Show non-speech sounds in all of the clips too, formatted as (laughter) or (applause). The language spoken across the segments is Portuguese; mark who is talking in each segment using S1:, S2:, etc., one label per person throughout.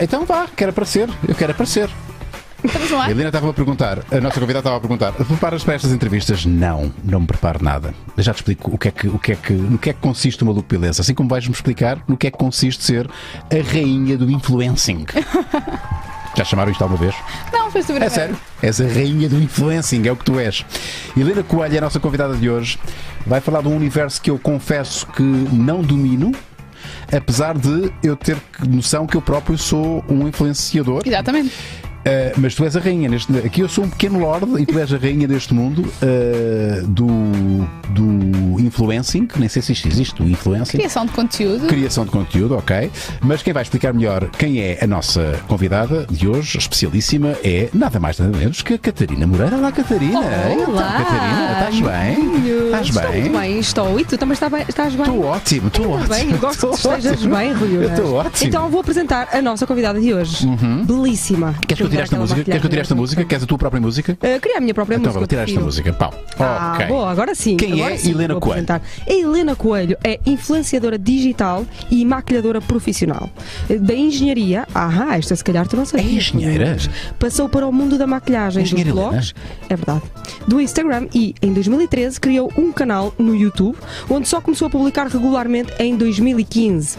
S1: então vá, quero aparecer, eu quero aparecer.
S2: Estamos no
S1: A
S2: ar?
S1: Helena estava a perguntar, a nossa convidada estava a perguntar, preparas para estas entrevistas? Não, não me preparo nada. Eu já te explico o que é que, o que é que, no que é que consiste uma lupileza, assim como vais-me explicar no que é que consiste ser a rainha do (laughs) influencing. Já chamaram isto alguma vez?
S2: Não, foi sobre
S1: É sério, és a rainha do influencing, é o que tu és. Helena Coelho, é a nossa convidada de hoje, vai falar de um universo que eu confesso que não domino, apesar de eu ter que- noção que eu próprio sou um influenciador.
S2: Exatamente.
S1: Uh, mas tu és a rainha neste. Aqui eu sou um pequeno lord e tu és a rainha deste mundo uh, do, do influencing, que nem sei se isto existe, o influencing.
S2: Criação de conteúdo.
S1: Criação de conteúdo, ok. Mas quem vai explicar melhor quem é a nossa convidada de hoje, especialíssima, é nada mais nada menos que a Catarina Moreira. Olá, Catarina. Então,
S3: Olá.
S1: Catarina, estás bem?
S3: Meninos,
S1: Estás
S3: Estou
S1: bem?
S3: muito bem, estou. E tu também está bem- estás bem?
S1: Estou ótimo, estou
S3: Ainda
S1: ótimo.
S3: bem, eu gosto
S1: Estou
S3: que estejas
S1: ótimo.
S3: bem, Rui.
S1: Eu
S3: Unas.
S1: estou ótimo. Uhum.
S3: Então vou apresentar a nossa convidada de hoje. Belíssima.
S1: Queres que eu tire esta música? Queres que eu tire esta música? Queres a tua própria música?
S3: Uh, queria a minha própria
S1: Então,
S3: música.
S1: vou tirar esta
S3: prefiro.
S1: música. Pau.
S3: Ah,
S1: ok.
S3: boa, agora sim.
S1: Quem
S3: agora
S1: é
S3: sim
S1: Helena
S3: vou
S1: Coelho?
S3: apresentar. A Helena Coelho é influenciadora digital e maquilhadora profissional. Da engenharia, ah, esta se calhar tu não sabias.
S1: É engenheira?
S3: Passou para o mundo da maquilhagem dos
S1: Engenheira Helena?
S3: blogs, é verdade, do Instagram e em 2013 criou um canal no YouTube, onde só começou a publicar regularmente em 2015.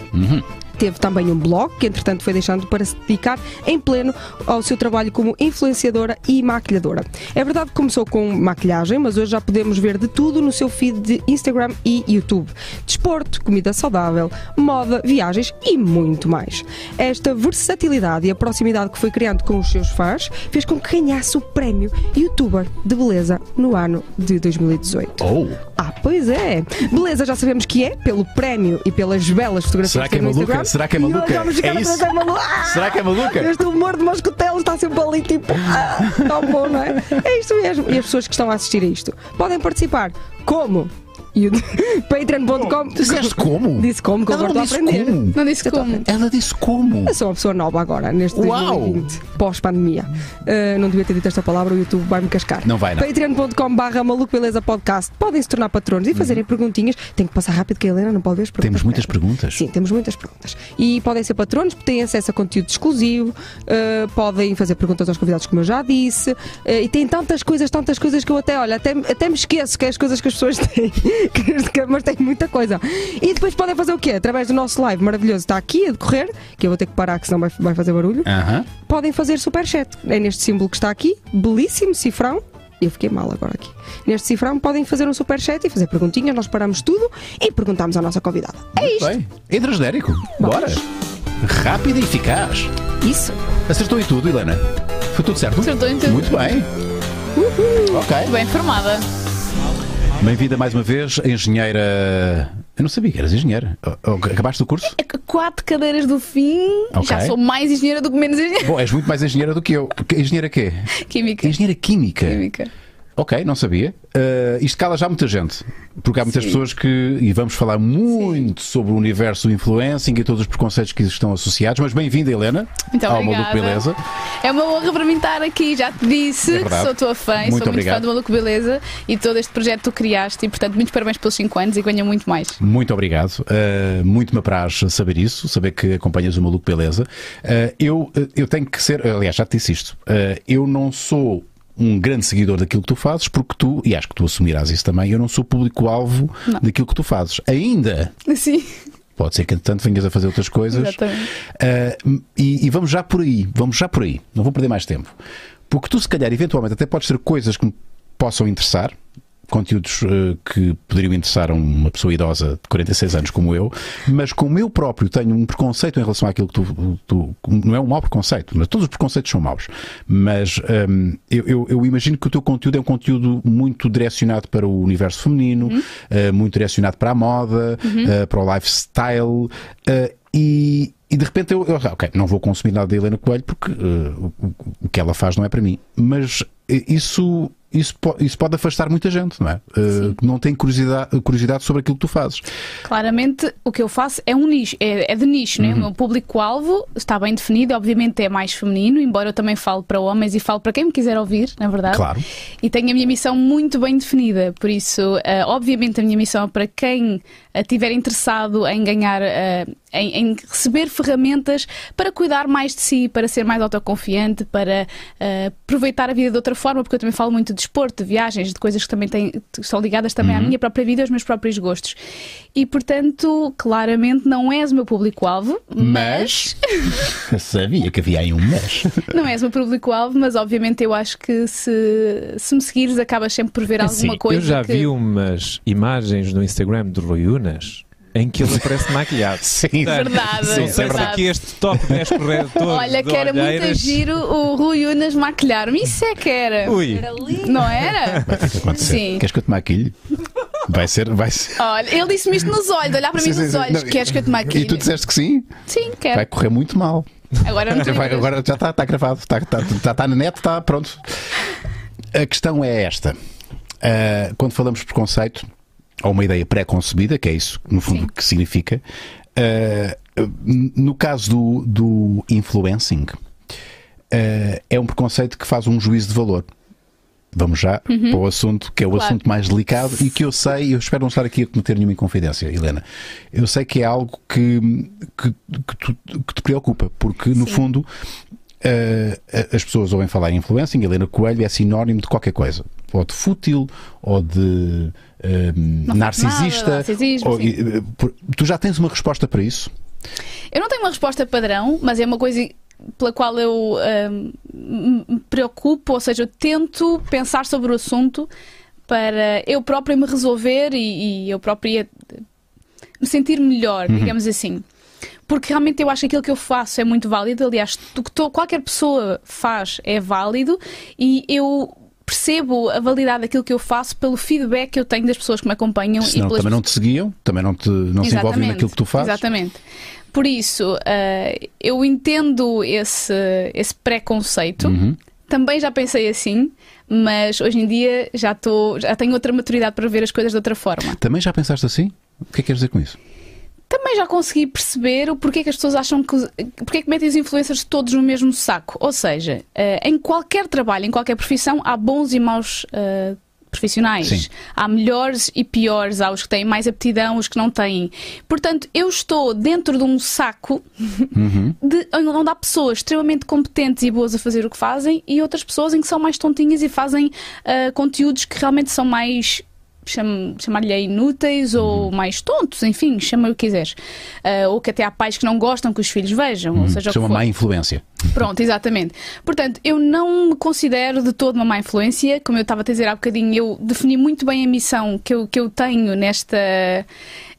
S3: Teve também um blog, que entretanto foi deixando para se dedicar em pleno ao seu trabalho como influenciadora e maquilhadora. É verdade que começou com maquilhagem, mas hoje já podemos ver de tudo no seu feed de Instagram e YouTube. Desporto, comida saudável, moda, viagens e muito mais. Esta versatilidade e a proximidade que foi criando com os seus fãs fez com que ganhasse o prémio YouTuber de Beleza no ano de 2018.
S1: Oh,
S3: Ah, pois é. Beleza, já sabemos que é, pelo prémio e pelas belas fotografias
S1: Será que é
S3: tem no
S1: maluca?
S3: Instagram.
S1: Será que é
S3: E hoje
S1: maluca?
S3: vamos chegar
S1: É
S3: a
S1: isso?
S3: trazer malu- Ah!
S1: Será que é maluca?
S3: Este humor de Moscotel está sempre ali, tipo, ah, tão bom, não é? É isto mesmo. E as pessoas que estão a assistir a isto podem participar. Como? (laughs) You- Patreon.com.
S1: disseste como?
S3: Disse como, que eu
S1: Ela
S3: agora
S1: não
S3: estou a
S1: disse
S3: aprender.
S1: como.
S2: Não disse como.
S1: Ela disse como?
S3: Eu sou uma pessoa nova agora, neste
S1: Uau!
S3: 2020, pós-pandemia. Uh, não devia ter dito esta palavra, o YouTube vai-me cascar.
S1: Não vai, não.
S3: Patreon.com barra maluco beleza podcast. Podem se tornar patronos e fazerem perguntinhas. Tem que passar rápido que a Helena não pode ver as perguntas.
S1: Uhum. Temos muitas
S3: dela.
S1: perguntas.
S3: Sim, temos muitas perguntas. E podem ser patronos, têm acesso a conteúdo exclusivo, uh, podem fazer perguntas aos convidados, como eu já disse, uh, e têm tantas coisas, tantas coisas que eu até, olha, até, até me esqueço que é as coisas que as pessoas (laughs) têm, que neste caso, mas tem muita coisa. E depois podem fazer o quê? Através do nosso live maravilhoso, está aqui a decorrer, que eu vou ter que parar, que senão vai, vai fazer barulho.
S1: Aham.
S3: Podem fazer superchat, é neste símbolo que está aqui, belíssimo cifrão. Eu fiquei mal agora aqui. Neste cifrão podem fazer um superchat e fazer perguntinhas, nós paramos tudo e perguntamos à nossa convidada. É isto!
S1: Bem, hidrogenérico. Bora. Rápido e eficaz.
S3: Isso!
S1: Acertou em tudo, Helena? Foi tudo certo?
S2: Acertou em tudo.
S1: Muito bem. Ok.
S2: Muito bem formada.
S1: Bem-vinda mais uma vez, engenheira. Eu não sabia que eras engenheira. Oh, oh, Acabaste o curso?
S2: É que Quatro cadeiras do fim.
S1: Ok.
S2: Já sou mais engenheira do que
S1: (laughs)
S2: menos engenheira.
S1: Bom, és muito mais engenheira do que eu. Que- Engenheira
S2: (laughs)
S1: quê?
S2: Química.
S1: Engenheira química.
S2: Química.
S1: Ok, não sabia. Ah, isto cala já muita gente. Porque há muitas pessoas que. E vamos falar muito sobre o universo do influencing e todos os preconceitos que estão associados. Mas bem-vinda, Helena.
S2: Muito
S1: ao Maluco
S2: obrigada.
S1: Beleza.
S2: É uma honra para mim estar aqui. Já te disse
S1: É
S2: que
S1: verdade.
S2: sou tua fã e
S1: Muito
S2: sou muito
S1: obrigado.
S2: fã do Maluco Beleza e todo este projeto que tu criaste. E, portanto, muitos parabéns pelos 5 anos e ganha muito mais.
S1: Muito obrigado. Uh, muito me apraz saber isso, saber que acompanhas o Maluco Beleza. Uh, eu, uh, eu tenho que ser, aliás, já te disse isto, uh, eu não sou um grande seguidor daquilo que tu fazes, porque tu, e acho que tu assumirás isso também, eu não sou público-alvo daquilo que tu fazes. Ainda
S2: Sim.
S1: Pode ser que entretanto venhas a fazer outras coisas.
S2: Exatamente.
S1: Ah, e, e vamos já por aí, vamos já por aí. Não vou perder mais tempo. Porque tu, se calhar, eventualmente, até podes ter coisas que me possam interessar, conteúdos eh, que poderiam interessar a uma pessoa idosa de 46 anos como eu, mas como eu próprio tenho um preconceito em relação àquilo que tu. tu- não é um mau preconceito, mas todos os preconceitos são maus. Mas hum, eu, eu- eu imagino que o teu conteúdo é um conteúdo muito direcionado para o universo feminino, eh, muito direcionado para a moda, eh, para o lifestyle. eh, e, e de repente eu, eu, ok, não vou consumir nada da Helena Coelho porque eh, o, o- o que ela faz não é para mim. Mas eh, isso, isso, po- isso pode afastar muita gente, não é? Eh, que não tem curiosidade, curiosidade sobre aquilo que tu fazes.
S2: Claramente, o que eu faço é um nicho, é, é de nicho, né? O meu público-alvo está bem definido, obviamente é mais feminino, embora eu também falo para homens e falo para quem me quiser ouvir, na verdade.
S1: Claro.
S2: E tenho a minha missão muito bem definida, por isso, eh, obviamente, a minha missão é para quem estiver interessado em ganhar eh, em, em receber ferramentas para cuidar mais de si, para ser mais autoconfiante, para eh, aproveitar a vida de outra forma, porque eu também falo muito de desporto, de viagens, de coisas que também têm, que são ligadas também à minha própria vida e aos meus próprios gostos. E, portanto, claramente não és o meu público-alvo,
S1: Mas- Sabia que havia aí um mas.
S2: não és o meu público-alvo, mas obviamente eu acho que se, se me seguires acabas sempre por ver
S1: Assim,
S2: alguma coisa.
S4: Eu já
S2: que...
S4: vi umas imagens no Instagram do Rui Unas em que ele aparece
S1: (laughs)
S4: maquilhado.
S1: Sim,
S2: É
S1: é
S2: Verdade,
S4: Não sei se
S2: verdade.
S4: aqui este top 10 corretor.
S2: Olha, que era muito giro o Rui Unas maquilhar-me. Isso é que era.
S4: Ui,
S2: Não era?
S1: Vai ter que acontecer.
S2: Sim.
S1: Queres que eu te maquilhe? Vai ser, vai ser.
S2: Olha, ele disse-me isto nos olhos, de olhar para
S1: Sim,
S2: mim
S1: sim,
S2: nos
S1: sim.
S2: olhos.
S1: Não,
S2: Queres que eu te maquilhe?
S1: E tu disseste que sim?
S2: Sim, quero.
S1: Vai correr muito mal.
S2: Agora não tenho
S1: Vai-
S2: dúvidas.
S1: agora já está está gravado, tá, está está- está- está na net, está pronto. A questão é esta. Ah, quando falamos de preconceito, ou uma ideia pré-concebida, que é isso, no fundo,
S2: Sim.
S1: que significa, ah, no caso do, do influencing, ah, é um preconceito que faz um juízo de valor. Vamos já para o assunto, que é o
S2: Uhum. Claro.
S1: assunto mais delicado e que eu sei, eu espero não estar aqui a cometer nenhuma inconfidência, Helena. Eu sei que é algo que, que, que tu- que te preocupa, porque no
S2: Sim.
S1: fundo eh, a- as pessoas ouvem falar em influencing, Helena Coelho é sinónimo de qualquer coisa. Ou de fútil, ou de eh,
S2: faz nada,
S1: narcisista.
S2: narcisismo,
S1: ou-
S2: sim.
S1: e, eh, por- tu já tens uma resposta para isso?
S2: Eu não tenho uma resposta padrão, mas é uma coisa pela qual eu ahm, me preocupo, ou seja, eu tento pensar sobre o assunto para eu própria me resolver e, e eu própria me sentir melhor,
S1: Uhum.
S2: digamos assim. Porque realmente eu acho que aquilo que eu faço é muito válido, aliás, o que to- qualquer pessoa faz é válido e eu percebo a validade daquilo que eu faço pelo feedback que eu tenho das pessoas que me acompanham e
S1: Senão
S2: pelas
S1: também não te seguiam, também não, te, não se envolvem
S2: É um Exatamente,
S1: naquilo que tu fazes.
S2: Exatamente. Por isso, eh, eu entendo esse, esse preconceito.
S1: Uhum.
S2: Também já pensei assim, mas hoje em dia já, tô, já tenho outra maturidade para ver as coisas de outra forma.
S1: Também já pensaste assim? O que é que queres dizer com isso?
S2: Também já consegui perceber o porquê que as pessoas acham que. os- porquê que metem os influencers todos no mesmo saco. Ou seja, eh, em qualquer trabalho, em qualquer profissão, há bons e maus. eh, Profissionais.
S1: Sim.
S2: Há melhores e piores, há os que têm mais aptidão, os que não têm. Portanto, eu estou dentro de um saco de, onde há pessoas extremamente competentes e boas a fazer o que fazem e outras pessoas em que são mais tontinhas e fazem ah, conteúdos que realmente são mais cham- chamar-lhe aí inúteis ou mais tontos, enfim, chama o que quiseres. Ah, ou que até há pais que não gostam que os filhos vejam, ou seja,
S1: Isso
S2: o que
S1: é uma
S2: for.
S1: má influência.
S2: Pronto, exatamente. Portanto, eu não me considero de todo uma má influência, como eu estava a dizer há bocadinho, eu defini muito bem a missão que eu, que eu tenho nesta,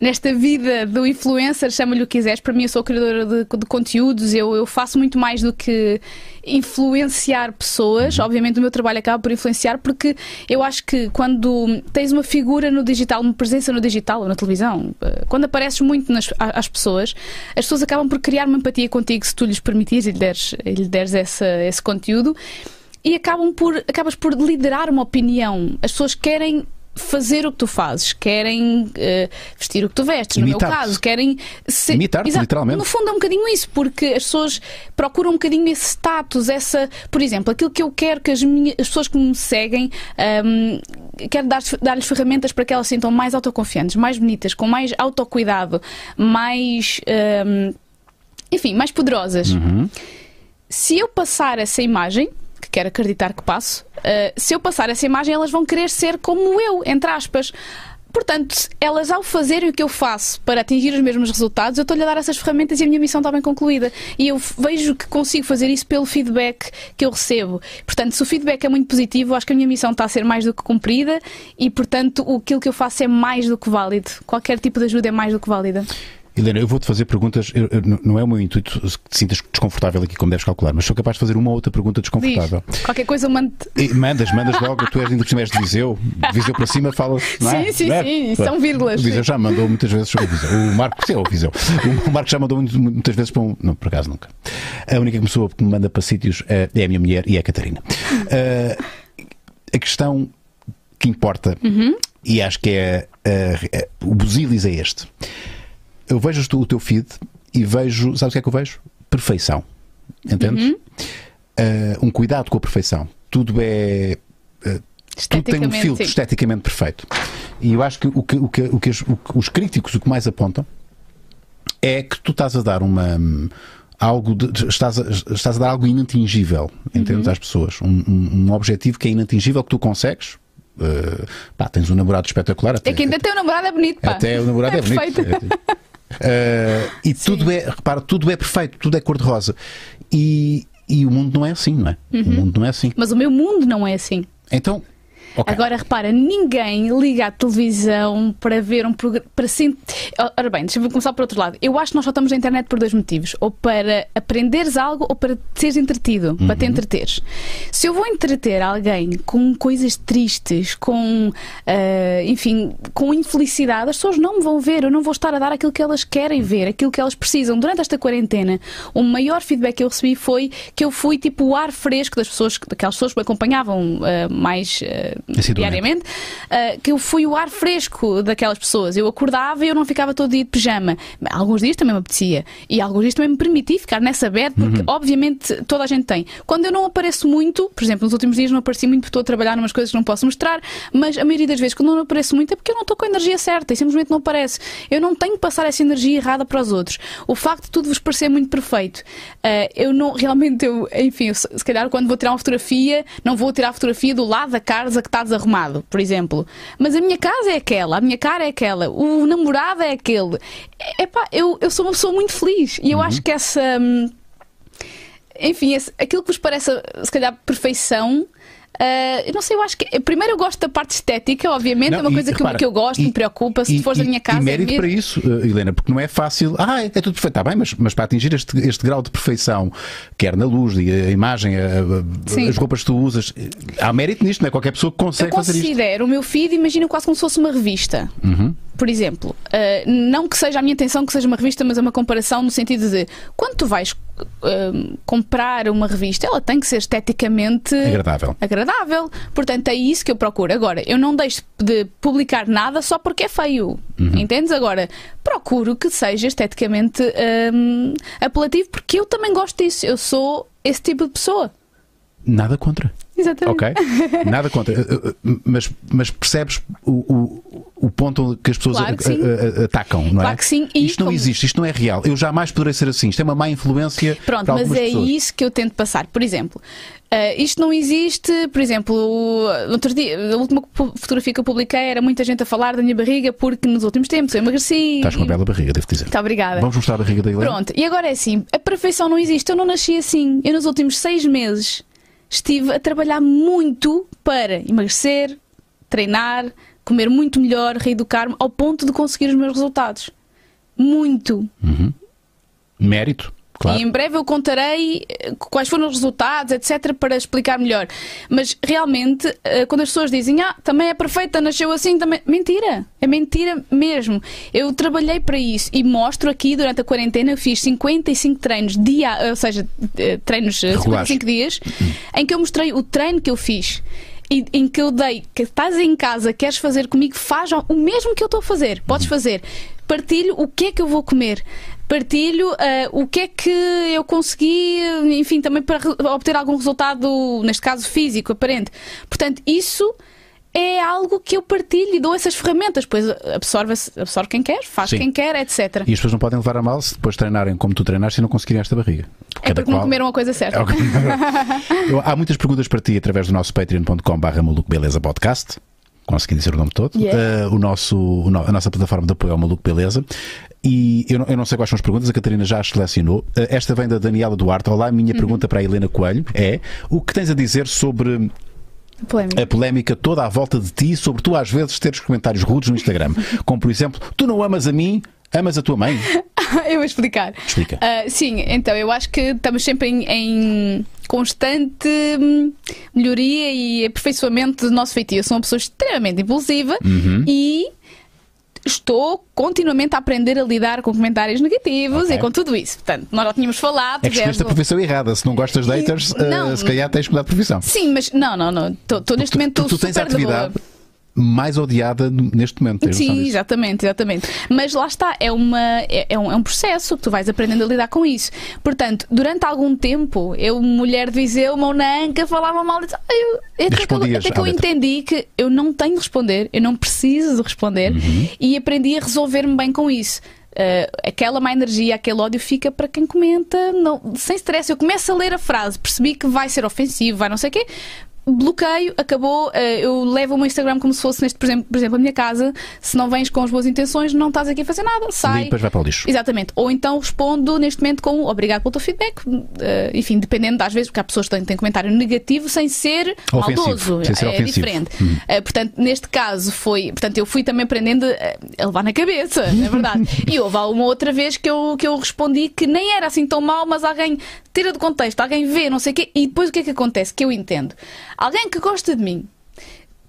S2: nesta vida do influencer, chama-lhe o que quiseres. Para mim, eu sou criadora de, de conteúdos, eu, eu faço muito mais do que influenciar pessoas. Obviamente, o meu trabalho acaba por influenciar, porque eu acho que quando tens uma figura no digital, uma presença no digital ou na televisão, eh, quando apareces muito nas, a- às pessoas, as pessoas acabam por criar uma empatia contigo se tu lhes permitires e lhe deres, e lhe deres essa, esse conteúdo e acabam por, acabas por liderar uma opinião. As pessoas querem fazer o que tu fazes, querem eh, vestir o que tu vestes, no meu
S1: Imitar-te.
S2: caso, querem ser
S1: Imitar-te,
S2: Exato.
S1: literalmente.
S2: No fundo é um bocadinho isso, porque as pessoas procuram um bocadinho esse status, essa, por exemplo, aquilo que eu quero que as, minhas, as pessoas que me seguem hum, quero dar- dar-lhes ferramentas para que elas se sintam mais autoconfiantes, mais bonitas, com mais autocuidado, mais hum, enfim, mais poderosas.
S1: Uhum.
S2: Se eu passar essa imagem, que quero acreditar que passo, eh, se eu passar essa imagem, elas vão querer ser como eu, entre aspas. Portanto, elas ao fazerem o que eu faço para atingir os mesmos resultados, eu estou-lhe a dar essas ferramentas e a minha missão está bem concluída. E eu f- vejo que consigo fazer isso pelo feedback que eu recebo. Portanto, se o feedback é muito positivo, acho que a minha missão está a ser mais do que cumprida e, portanto, o- aquilo que eu faço é mais do que válido. Qualquer tipo de ajuda é mais do que válida.
S1: Helena, eu vou-te fazer perguntas. eu- eu- n- não é o meu intuito que te sintas desconfortável aqui, como deves calcular, mas sou capaz de fazer uma ou outra pergunta
S2: Diz,
S1: desconfortável.
S2: qualquer coisa eu mando
S1: E mandas, mandas logo, tu és ainda por cima és de Viseu, de Viseu para cima fala. Não é?
S2: Sim, sim,
S1: Não é?
S2: sim, são vírgulas,
S1: O Viseu
S2: sim.
S1: já mandou muitas vezes. O, Viseu, o Marco, sim, é o Viseu. O Marco já mandou muito- muitas vezes para um. Não, por acaso nunca. A única pessoa que me manda para sítios eh, é a minha mulher e é a Catarina. Eh, a questão que importa,
S2: Uhum.
S1: e acho que é. eh, eh, o busilis é este. Eu vejo o teu- o teu feed e vejo. Sabes o que é que eu vejo? Perfeição. Entendes?
S2: Uhum.
S1: Eh, um cuidado com a perfeição. Tudo é tudo tem um
S2: esteticamente.
S1: filtro
S2: sim.
S1: esteticamente perfeito. E eu acho que, o que, o que, o que, os, o que os críticos o que mais apontam é que tu estás a dar uma. Algo de- estás, a, estás a dar algo inatingível, entendes?
S2: Uhum.
S1: Às pessoas. Um, um, um objetivo que é inatingível, que tu consegues. Eh, pá, tens um namorado espetacular. Até,
S2: É que ainda tem um namorado é bonito, pá.
S1: até o namorado é, bonito.
S2: perfeito.
S1: Eh,
S2: (laughs)
S1: e tudo é, repara, tudo é perfeito, tudo é cor-de-rosa. E, e o mundo não é assim, não é?
S2: Uhum.
S1: O mundo não é assim.
S2: Mas o meu mundo não é assim.
S1: Então, ok.
S2: Agora repara, ninguém liga à televisão para ver um programa. Para sent... Ora bem, deixa-me começar por outro lado. Eu acho que nós só estamos na internet por dois motivos: ou para aprenderes algo ou para seres entretido, para te entreteres. Se eu vou entreter alguém com coisas tristes, com ah, enfim, com infelicidade, as pessoas não me vão ver, eu não vou estar a dar aquilo que elas querem ver, aquilo que elas precisam. Durante esta quarentena, o maior feedback que eu recebi foi que eu fui tipo o ar fresco das pessoas, daquelas pessoas que me acompanhavam ah, mais ah,
S1: Assiduamente.
S2: diariamente, ah, que eu fui o ar fresco daquelas pessoas. Eu acordava e eu não ficava todo dia de pijama. Alguns dias também me apetecia. E alguns dias também me permiti ficar nessa bed, porque obviamente toda a gente tem. Quando eu não apareço muito, por exemplo, nos últimos dias não apareci muito porque estou a trabalhar numas coisas que não posso mostrar, mas a maioria das vezes quando eu não apareço muito é porque eu não estou com a energia certa e simplesmente não aparece. Eu não tenho que passar essa energia errada para os outros. O facto de tudo vos parecer muito perfeito, ah, eu não (laughs) realmente, eu, enfim, eu se se calhar quando vou tirar uma fotografia, não vou tirar a fotografia do lado da casa que está desarrumado, por exemplo. Mas a minha casa é aquela, a minha cara é aquela, o namorado é aquele. É, epá, eu, eu sou uma pessoa muito feliz e eu
S1: Uhum.
S2: acho que essa. hum, Enfim, esse- aquilo que vos parece, se calhar, perfeição. ah, eu não sei, eu acho que. Primeiro, eu gosto da parte estética, obviamente,
S1: Não,
S2: é uma
S1: e
S2: coisa que, eu-
S1: repara,
S2: que eu gosto,
S1: e-
S2: me preocupa. Se
S1: e-
S2: tu fores da
S1: e-
S2: minha casa,
S1: E mérito
S2: é
S1: para isso, eh, Helena, porque não é fácil. Ah, é, é tudo perfeito. Está bem, mas, mas para atingir este, este grau de perfeição, quer na luz, e a imagem, a- a-
S2: Sim.
S1: as roupas que tu usas, eh, há mérito nisto, não é? Qualquer pessoa que
S2: Eu
S1: consegue fazer isto. Uhum.
S2: considero o meu feed, imagino quase como se fosse uma revista. Por exemplo, eh, não que seja a minha intenção que seja uma revista, mas é uma comparação no sentido de quando tu vais eh, comprar uma revista, ela tem que ser esteticamente
S1: Agradável.
S2: agradável. Portanto, é isso que eu procuro. Agora, eu não deixo de publicar nada só porque é feio.
S1: Uhum.
S2: Entendes? Agora, procuro que seja esteticamente hum, apelativo porque eu também gosto disso. Eu sou esse tipo de pessoa.
S1: Nada contra.
S2: Exatamente.
S1: Ok? Nada contra. Eh, eh, Mas, mas percebes o, o, o ponto onde que as pessoas
S2: Claro que sim.
S1: a- a- a- atacam, não é?
S2: Claro que sim, e
S1: isto não
S2: como-
S1: existe, isto não é real. Eu jamais poderei ser assim. Isto é uma má influência
S2: Pronto,
S1: para
S2: mas
S1: algumas
S2: é
S1: pessoas.
S2: isso que eu tento passar. Por exemplo, eh, isto não existe. Por exemplo, o- no outro dia, a última pu- fotografia que eu publiquei era muita gente a falar da minha barriga porque nos últimos tempos eu emagreci.
S1: Estás com uma
S2: E-
S1: bela barriga, devo dizer.
S2: Muito obrigada.
S1: Vamos mostrar a barriga da Helena?
S2: Tá Pronto, e agora é assim: a perfeição não existe. Eu não nasci assim. Eu, nos últimos seis meses, estive a trabalhar muito para emagrecer, treinar, comer muito melhor, reeducar-me, ao ponto de conseguir os meus resultados. Muito.
S1: Mérito, claro.
S2: E em breve eu contarei eh, quais foram os resultados, etc., para explicar melhor. Mas realmente, eh, quando as pessoas dizem, ah, também é perfeita, nasceu assim, também. Mentira! É mentira mesmo. Eu trabalhei para isso e mostro aqui durante a quarentena, eu fiz 55 treinos, dia, ou seja, eh, treinos eh,
S1: Regulares.
S2: 55 dias, em que eu mostrei o treino que eu fiz. E, em que eu dei que estás em casa, queres fazer comigo, faz o mesmo que eu estou a fazer,
S1: Uhum.
S2: podes fazer. Partilho o que é que eu vou comer, partilho ah, o que é que eu consegui, enfim, também para re- obter algum resultado, neste caso físico, aparente. Portanto, isso é algo que eu partilho e dou essas ferramentas, pois absorve, absorve quem quer, faz
S1: Sim.
S2: quem quer, etc.
S1: E as pessoas não podem levar a mal se depois treinarem como tu treinaste e não conseguirem esta barriga.
S2: É porque
S1: (laughs)
S2: não comeram a coisa certa. (laughs)
S1: Eu- Há muitas perguntas para ti através do nosso patreon.com.br Maluco Beleza Podcast. Consegui dizer o nome todo.
S2: Yeah.
S1: Eh, o nosso, o no- a nossa plataforma de apoio ao Maluco Beleza. E eu não, eu não sei quais são as perguntas, a Catarina já as selecionou. Eh, esta vem da Daniela Duarte. Olá, a
S2: Uhum.
S1: minha pergunta para a Helena Coelho é: o que tens a dizer sobre
S2: Polémica.
S1: a polémica toda à volta de ti, sobre tu às vezes teres comentários rudes no Instagram? Como por exemplo, tu não amas a mim, amas a tua mãe?
S2: (laughs) eu vou explicar.
S1: Explica.
S2: Ah, sim, então eu acho que estamos sempre em, em constante hum, melhoria e aperfeiçoamento do nosso feitio. Eu sou uma pessoa extremamente impulsiva
S1: Uhum.
S2: e estou continuamente a aprender a lidar com comentários negativos
S1: Ok.
S2: e com tudo isso. Portanto, nós já tínhamos falado.
S1: É que
S2: já
S1: escolheste a
S2: vou-
S1: profissão errada. Se não gostas de haters,
S2: E- não.
S1: eh, se calhar tens que mudar de profissão.
S2: Sim, mas não, não, não. Estou neste momento
S1: tu, tu tens a
S2: super de boa.
S1: atividade mais odiada no- neste momento. tens noção
S2: Sim,
S1: disso?
S2: exatamente, exatamente. Mas lá está, é, uma, é, é um, é um processo que tu vais aprendendo a lidar com isso. Portanto, durante algum tempo, eu, mulher de Viseu, monanca, falava mal. disse, "Ah, Eu, até que, eu,
S1: Respondias
S2: até que eu
S1: à letra.
S2: entendi que
S1: Uhum.
S2: eu não tenho de responder, eu não preciso de responder e aprendi a resolver-me bem com isso. eh, aquela má energia, aquele ódio fica para quem comenta, não- sem stress. Eu começo a ler a frase, percebi que vai ser ofensivo, vai não sei o quê. Bloqueio, acabou, eh, eu levo o meu Instagram como se fosse neste, por exemplo, por exemplo, a minha casa. Se não vens com as boas intenções, não estás aqui a fazer nada, sai.
S1: Limpas, vai para o lixo.
S2: Exatamente. Ou então respondo neste momento com obrigado pelo teu feedback. Eh, enfim, dependendo às vezes, porque há pessoas que têm, têm comentário negativo sem ser
S1: Ofensivo,
S2: maldoso.
S1: sem ser
S2: é
S1: ofensivo. Hum.
S2: diferente. Eh, portanto, neste caso foi. Portanto, eu fui também aprendendo eh, a levar na cabeça,
S1: (laughs)
S2: na verdade. e houve uma outra vez que eu, que eu respondi que nem era assim tão mal, mas alguém tira de contexto, alguém vê, não sei o quê. E depois o que é que acontece? Que eu entendo. Alguém que gosta de mim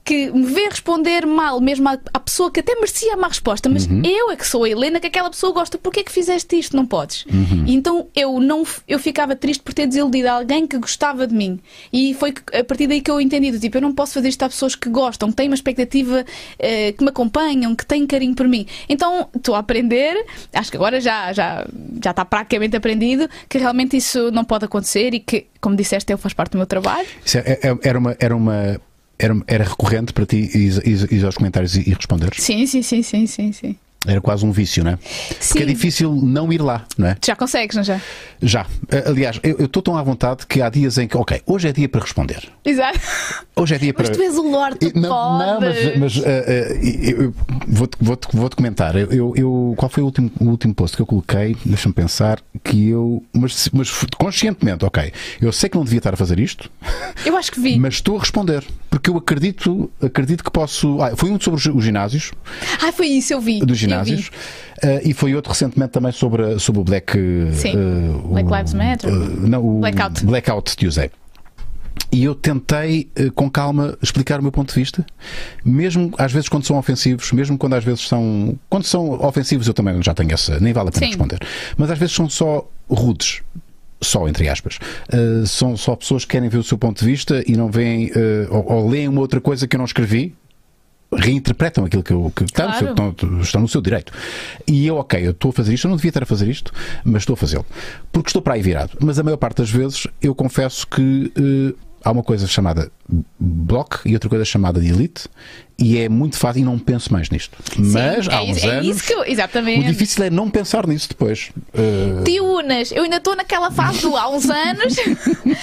S2: que me vê responder mal, mesmo à, à pessoa que até merecia a má resposta, mas eu é que sou a Helena que aquela pessoa gosta, porquê é que fizeste isto? Não podes. E então eu não f- eu ficava triste por ter desiludido alguém que gostava de mim. E foi que- a partir daí que eu entendi: do tipo, eu não posso fazer isto a pessoas que gostam, que têm uma expectativa, eh, que me acompanham, que têm carinho por mim. Então estou a aprender, acho que agora já, já, já está praticamente aprendido, que realmente isso não pode acontecer e que, como disseste, eu faz parte do meu trabalho.
S1: Isso é- é- era uma. Era uma era, era recorrente para ti ir, ir- ir aos comentários e, e responderes.
S2: Sim, sim, sim, sim, sim, sim.
S1: Era quase um vício, não é? Porque é
S2: Sim.
S1: difícil não ir lá, não é?
S2: Tu Já consegues, não já?
S1: Já. Eh, Aliás, eu eu estou tão à vontade que há dias em que, ok, hoje é dia para responder.
S2: Exato.
S1: Hoje é dia
S2: Mas
S1: para.
S2: tu és o Lorde,
S1: Eh,
S2: tu
S1: não, não, mas,
S2: podes.
S1: mas eh, eh, eu- eu vou-te vou vou comentar. Eu, eu- eu- qual foi o último, o último post que eu coloquei? Deixa-me pensar. Que eu. Mas, se- mas conscientemente, ok. Eu sei que não devia estar a fazer isto,
S2: Eu acho que vi.
S1: mas estou a responder. Porque eu acredito, acredito que posso. Ah, foi um sobre os- os ginásios
S2: Ah, foi isso, eu vi.
S1: dos ginásios. Eh, e foi outro recentemente também sobre, a- sobre o Black. eh,
S2: Sim.
S1: eh,
S2: Black
S1: o-
S2: Lives Matter.
S1: eh, não, o
S2: Blackout.
S1: Blackout Tuesday. E eu tentei, eh, com calma, explicar o meu ponto de vista, mesmo às vezes quando são ofensivos, mesmo quando às vezes são. Quando são ofensivos, eu também já tenho essa. Nem vale a pena
S2: Sim.
S1: responder. Mas às vezes são só rudes. Só, entre aspas. Eh, são só pessoas que querem ver o seu ponto de vista e não veem. eh, ou, ou leem uma outra coisa que eu não escrevi, reinterpretam aquilo que, eu, que está, no
S2: Claro.
S1: seu, estão, estão no seu direito. E eu, ok, eu estou a fazer isto, eu não devia estar a fazer isto, mas estou a fazê-lo. Porque estou para aí virado. Mas a maior parte das vezes eu confesso que eh, há uma coisa chamada block e outra coisa chamada delete, e é muito fácil e não penso mais nisto.
S2: Sim,
S1: mas há
S2: é
S1: uns
S2: isso, é
S1: anos.
S2: isso que eu.
S1: O
S2: Exatamente.
S1: difícil é não pensar nisso depois. Eh,
S2: Te unas, eu ainda estou naquela fase do há
S1: (laughs)
S2: uns anos,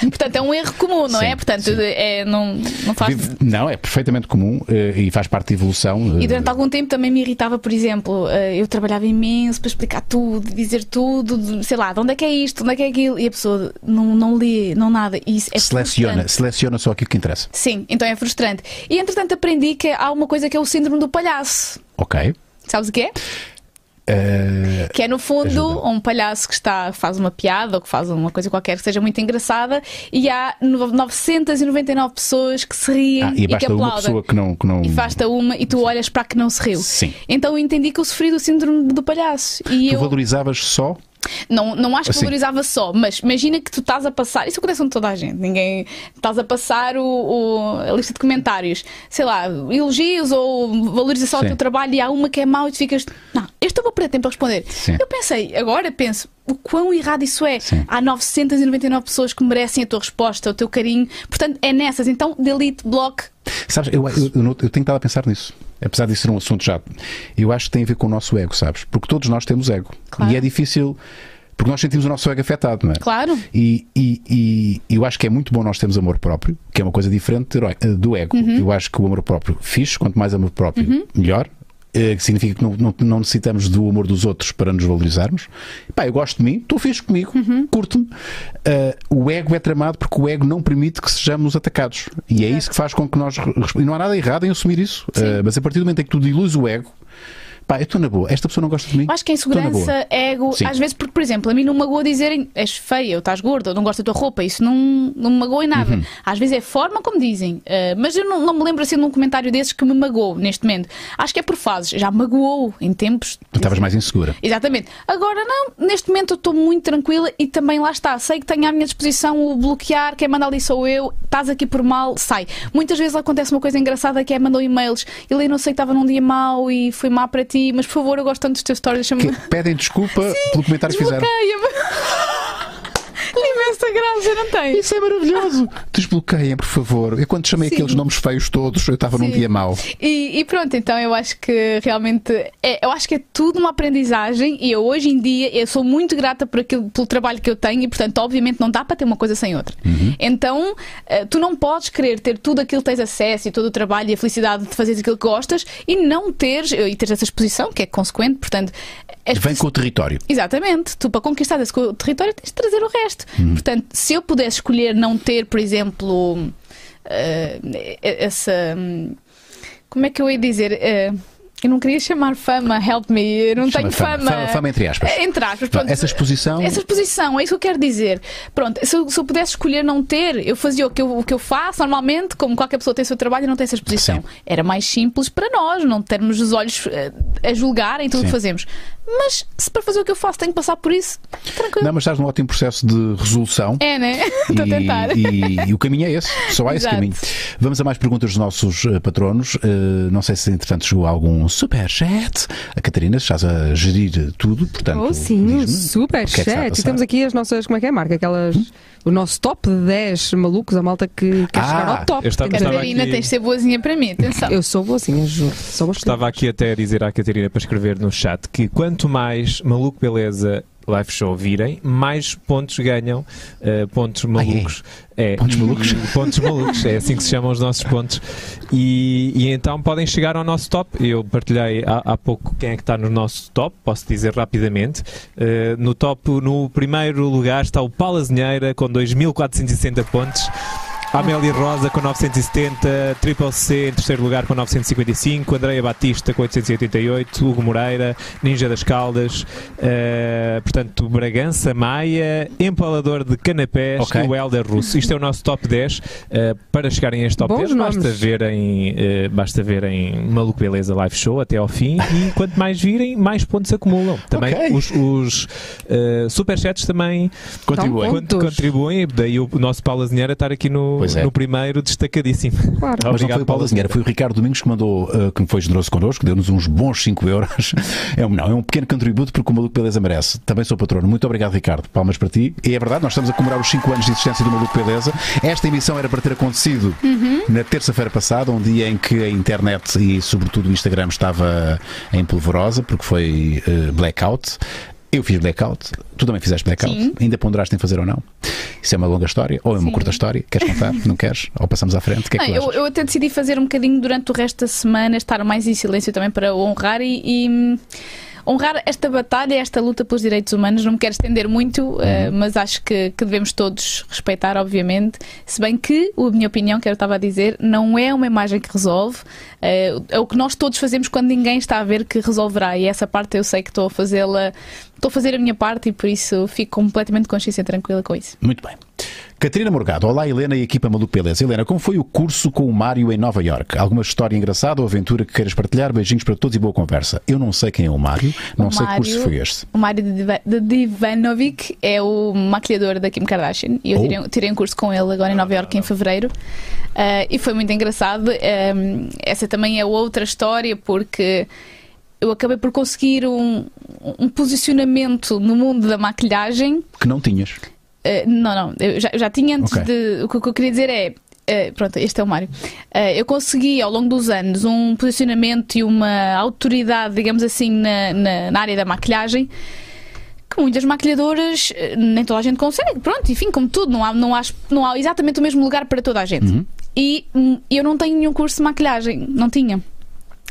S2: portanto é um erro comum, não
S1: Sim,
S2: é? Portanto,
S1: sim.
S2: é, não, não faz.
S1: vive- não, é perfeitamente comum eh, e faz parte da evolução. eh,
S2: E durante algum tempo também me irritava, por exemplo, eh, eu trabalhava imenso para explicar tudo, dizer tudo, de- sei lá, de onde é que é isto, de onde é que é aquilo, e a pessoa não, não lê, não nada. E isso é
S1: seleciona,
S2: frustrante.
S1: seleciona só aquilo que interessa.
S2: Sim, então é frustrante. E entretanto aprendi que há uma coisa que é o síndrome do palhaço.
S1: Ok.
S2: Sabes o que é?
S1: Eh,
S2: Que é no fundo
S1: Ajuda.
S2: um palhaço que está, faz uma piada ou que faz uma coisa qualquer que seja muito engraçada e há no- 999 pessoas que se riem
S1: ah,
S2: e,
S1: e
S2: que
S1: basta uma
S2: aplaudem.
S1: pessoa que não. Que não...
S2: E basta uma e tu olhas para a que não se riu.
S1: Sim.
S2: Então eu entendi que eu sofri do síndrome do palhaço. E
S1: Tu
S2: eu
S1: valorizavas só.
S2: não, não acho que
S1: Assim.
S2: valorizava só, mas imagina que tu estás a passar, isso acontece com toda a gente, ninguém estás a passar o, o- a lista de comentários, sei lá, elogios ou valorização ao
S1: Sim.
S2: teu trabalho e há uma que é mau e tu ficas, não, este eu vou perder tempo a responder.
S1: Sim.
S2: Eu pensei, agora penso, o quão errado isso é.
S1: Sim.
S2: Há 999 pessoas que merecem a tua resposta, o teu carinho, portanto é nessas, então delete, block,
S1: Sabes, eu, eu, eu não- eu tenho estado a pensar nisso. Apesar de ser um assunto já. Eu acho que tem a ver com o nosso ego, sabes? Porque todos nós temos ego.
S2: Claro.
S1: E é difícil. Porque nós sentimos o nosso ego afetado, não é?
S2: Claro.
S1: E, e, e eu acho que é muito bom nós termos amor próprio, que é uma coisa diferente do ego- do ego.
S2: Uhum.
S1: Eu acho que o amor próprio fixe, quanto mais amor próprio, melhor. Eh, Que significa que não, não, não necessitamos do amor dos outros para nos valorizarmos. Pá, eu gosto de mim, estou fixe comigo,
S2: Uhum.
S1: curto-me. Ah, o ego é tramado porque o ego não permite que sejamos atacados. E é isso que faz com que nós. re- resp- E não há nada errado em assumir isso. Ah, mas a partir do momento em que tu diluz o ego, pá, eu estou na boa, esta pessoa não gosta de mim.
S2: Eu acho que a
S1: estou na boa.
S2: insegurança, é ego,
S1: Sim.
S2: às vezes, porque, por exemplo, a mim não me magoa dizerem és feia, ou estás gorda, ou não gosto da tua roupa, isso não, não me magoa em nada.
S1: Uhum.
S2: Às vezes é a forma como dizem, eh, mas eu não, não me lembro assim de um comentário desses que me magoou neste momento. Acho que é por fases, já me magoou em tempos.
S1: Tu estavas mais insegura.
S2: Exatamente. Agora não, neste momento eu estou muito tranquila e também lá está. Sei que tenho à minha disposição o bloquear, quem manda ali sou eu, estás aqui por mal, sai. Muitas vezes acontece uma coisa engraçada que é mandou e-mails, ele não sei que estava num dia mau e foi má para ti, mas por favor, eu gosto tanto dos teus stories, deixa-me (laughs)
S1: que pedem desculpa pelo comentário que fizeram.
S2: Desbloqueia-me. Liberta-me. Instagram, já não tem.
S1: Isso é maravilhoso. Desbloqueiem, por favor. Eu quando chamei
S3: Sim.
S1: aqueles nomes feios todos, eu estava num
S2: Sim.
S1: dia mau.
S2: E, e pronto, então eu acho que realmente é, eu acho que é tudo uma aprendizagem e eu hoje em dia eu sou muito grata por aquilo, pelo trabalho que eu tenho e portanto obviamente não dá para ter uma coisa sem outra.
S1: Uhum.
S2: Então eh, tu não podes querer ter tudo aquilo que tens acesso e todo o trabalho e a felicidade de fazeres aquilo que gostas e não teres eh, e teres essa exposição que é consequente, portanto és
S1: Vem com o território.
S2: Exatamente. Tu, para conquistar esse co- território, tens de trazer o resto.
S1: Uhum.
S2: Portanto, se eu pudesse escolher não ter, por exemplo, eh, essa. hum, Como é que eu ia dizer? Eh, eu não queria chamar fama, help me, eu não
S1: Chama
S2: tenho fama.
S1: Fama, fama entre aspas.
S2: Eh, Entre aspas, pronto.
S1: Essa exposição.
S2: Essa exposição, é isso que eu quero dizer. Pronto, se eu, se eu pudesse escolher não ter, eu fazia o que eu, o que eu faço normalmente, como qualquer pessoa tem o seu trabalho e não tem essa exposição.
S1: Sim.
S2: Era mais simples para nós, não termos os olhos eh, a julgar em tudo o que
S1: Sim.
S2: fazemos. Mas se para fazer o que eu faço tenho que passar por isso, tranquilo.
S1: Não, mas estás num ótimo processo de resolução.
S2: É, né? (laughs) Estou a tentar.
S1: E, e o caminho é esse, só há esse
S2: Exato.
S1: caminho. Vamos a mais perguntas dos nossos eh, patronos. Eh, não sei se, entretanto, chegou algum superchat. A Catarina, estás a gerir tudo, portanto.
S3: Oh, sim, um
S1: diz-me
S3: super
S1: o que é que está a
S3: chat.
S1: passar. Hum?
S3: e temos aqui as nossas, como é que é a marca? Aquelas, o nosso top 10 malucos, a malta que quer
S1: Ah,
S3: chegar ao top.
S4: eu estava-
S3: Temos-
S2: Catarina,
S4: aqui-
S2: tens de ser boazinha para mim, atenção.
S3: Eu sou boazinha, juro. Sou boa
S4: Estava aqui até a dizer à Catarina para escrever no chat que quanto mais Maluco Beleza Live Show virem, mais pontos ganham eh, pontos malucos. É,
S1: Pontos malucos?
S4: e- (laughs) pontos malucos, é assim que se chamam os nossos pontos. E, e então podem chegar ao nosso top. Eu partilhei há, há pouco quem é que está no nosso top, posso dizer rapidamente. Eh, no top, no primeiro lugar, está o Palazinheira com 2.460 pontos. Amélia Rosa com 970, Triple C em terceiro lugar com 955, Andreia Batista com 888, Hugo Moreira, Ninja das Caldas, eh, portanto Bragança Maia, Empalador de Canapés
S1: Ok.
S4: e o Helder Russo. Isto é o nosso top 10. eh, para chegarem a este top
S3: Bons
S4: 10, basta
S3: nomes.
S4: verem, eh, basta verem Maluco Beleza Live Show até ao fim e quanto mais virem, mais pontos acumulam. Também
S1: Ok.
S4: os, os eh, superchats também
S1: Continuem.
S3: Então,
S4: Quando
S3: Pontos.
S4: contribuem, daí o nosso Paulo Azinheira estar aqui no,
S1: Pois é.
S4: no primeiro destacadíssimo.
S3: Claro.
S1: Mas não foi o Paulo Azinheira, foi o Ricardo Domingos que mandou, eh, que foi generoso connosco, deu-nos uns bons 5 euros. (laughs) É um, não, é um pequeno contributo porque o Maluco Beleza merece. Também sou patrono. Muito obrigado, Ricardo. Palmas para ti. E é verdade, nós estamos a comemorar os 5 anos de existência do Maluco Beleza. Esta emissão era para ter acontecido
S2: Uhum.
S1: na terça-feira passada, um dia em que a internet e, sobretudo, o Instagram estava em polvorosa, porque foi eh, blackout. Eu fiz blackout, tu também fizeste blackout,
S2: Sim.
S1: ainda ponderaste em fazer ou não. Isso é uma longa história, ou é uma
S2: Sim.
S1: curta história, queres contar? não queres? Ou passamos à frente? O que é que
S2: Não,
S1: tu achas?
S2: eu, eu até decidi fazer um bocadinho durante o resto da semana, estar mais em silêncio também para honrar e, e, hum, honrar esta batalha, esta luta pelos direitos humanos. Não me quero estender muito,
S1: Uhum.
S2: eh, mas acho que, que devemos todos respeitar, obviamente. Se bem que, a minha opinião, que eu estava a dizer, não é uma imagem que resolve. Eh, é o que nós todos fazemos quando ninguém está a ver que resolverá. E essa parte eu sei que estou a fazê-la, estou a fazer a minha parte e por isso fico completamente consciência tranquila com isso.
S1: Muito bem. Catarina Morgado, olá Helena e equipa Maluco Beleza. Helena, como foi o curso com o Mário em Nova York? Alguma história engraçada ou aventura que queiras partilhar? Beijinhos para todos e boa conversa. Eu não sei quem é o Mário, não
S2: O
S1: sei
S2: Mário-
S1: que curso foi este.
S2: O Mário de Diva- de Divanovic é o maquilhador da Kim Kardashian e eu
S1: Oh.
S2: tirei, um- tirei um curso com ele agora em Nova Iorque em fevereiro Ah, e foi muito engraçado. Ahm, essa também é outra história porque eu acabei por conseguir um, um posicionamento no mundo da maquilhagem.
S1: Que não tinhas.
S2: Ah, não, não, eu já, eu já tinha antes
S1: Ok.
S2: de. O que, o que eu queria dizer é. ah, pronto, este é o Mário. Ah, eu consegui ao longo dos anos um posicionamento e uma autoridade, digamos assim, na, na- na área da maquilhagem que muitas maquilhadoras eh, nem toda a gente consegue. Pronto, enfim, como tudo, não há, não há, não há exatamente o mesmo lugar para toda a gente.
S1: Uhum.
S2: E hum, eu não tenho nenhum curso de maquilhagem, não tinha.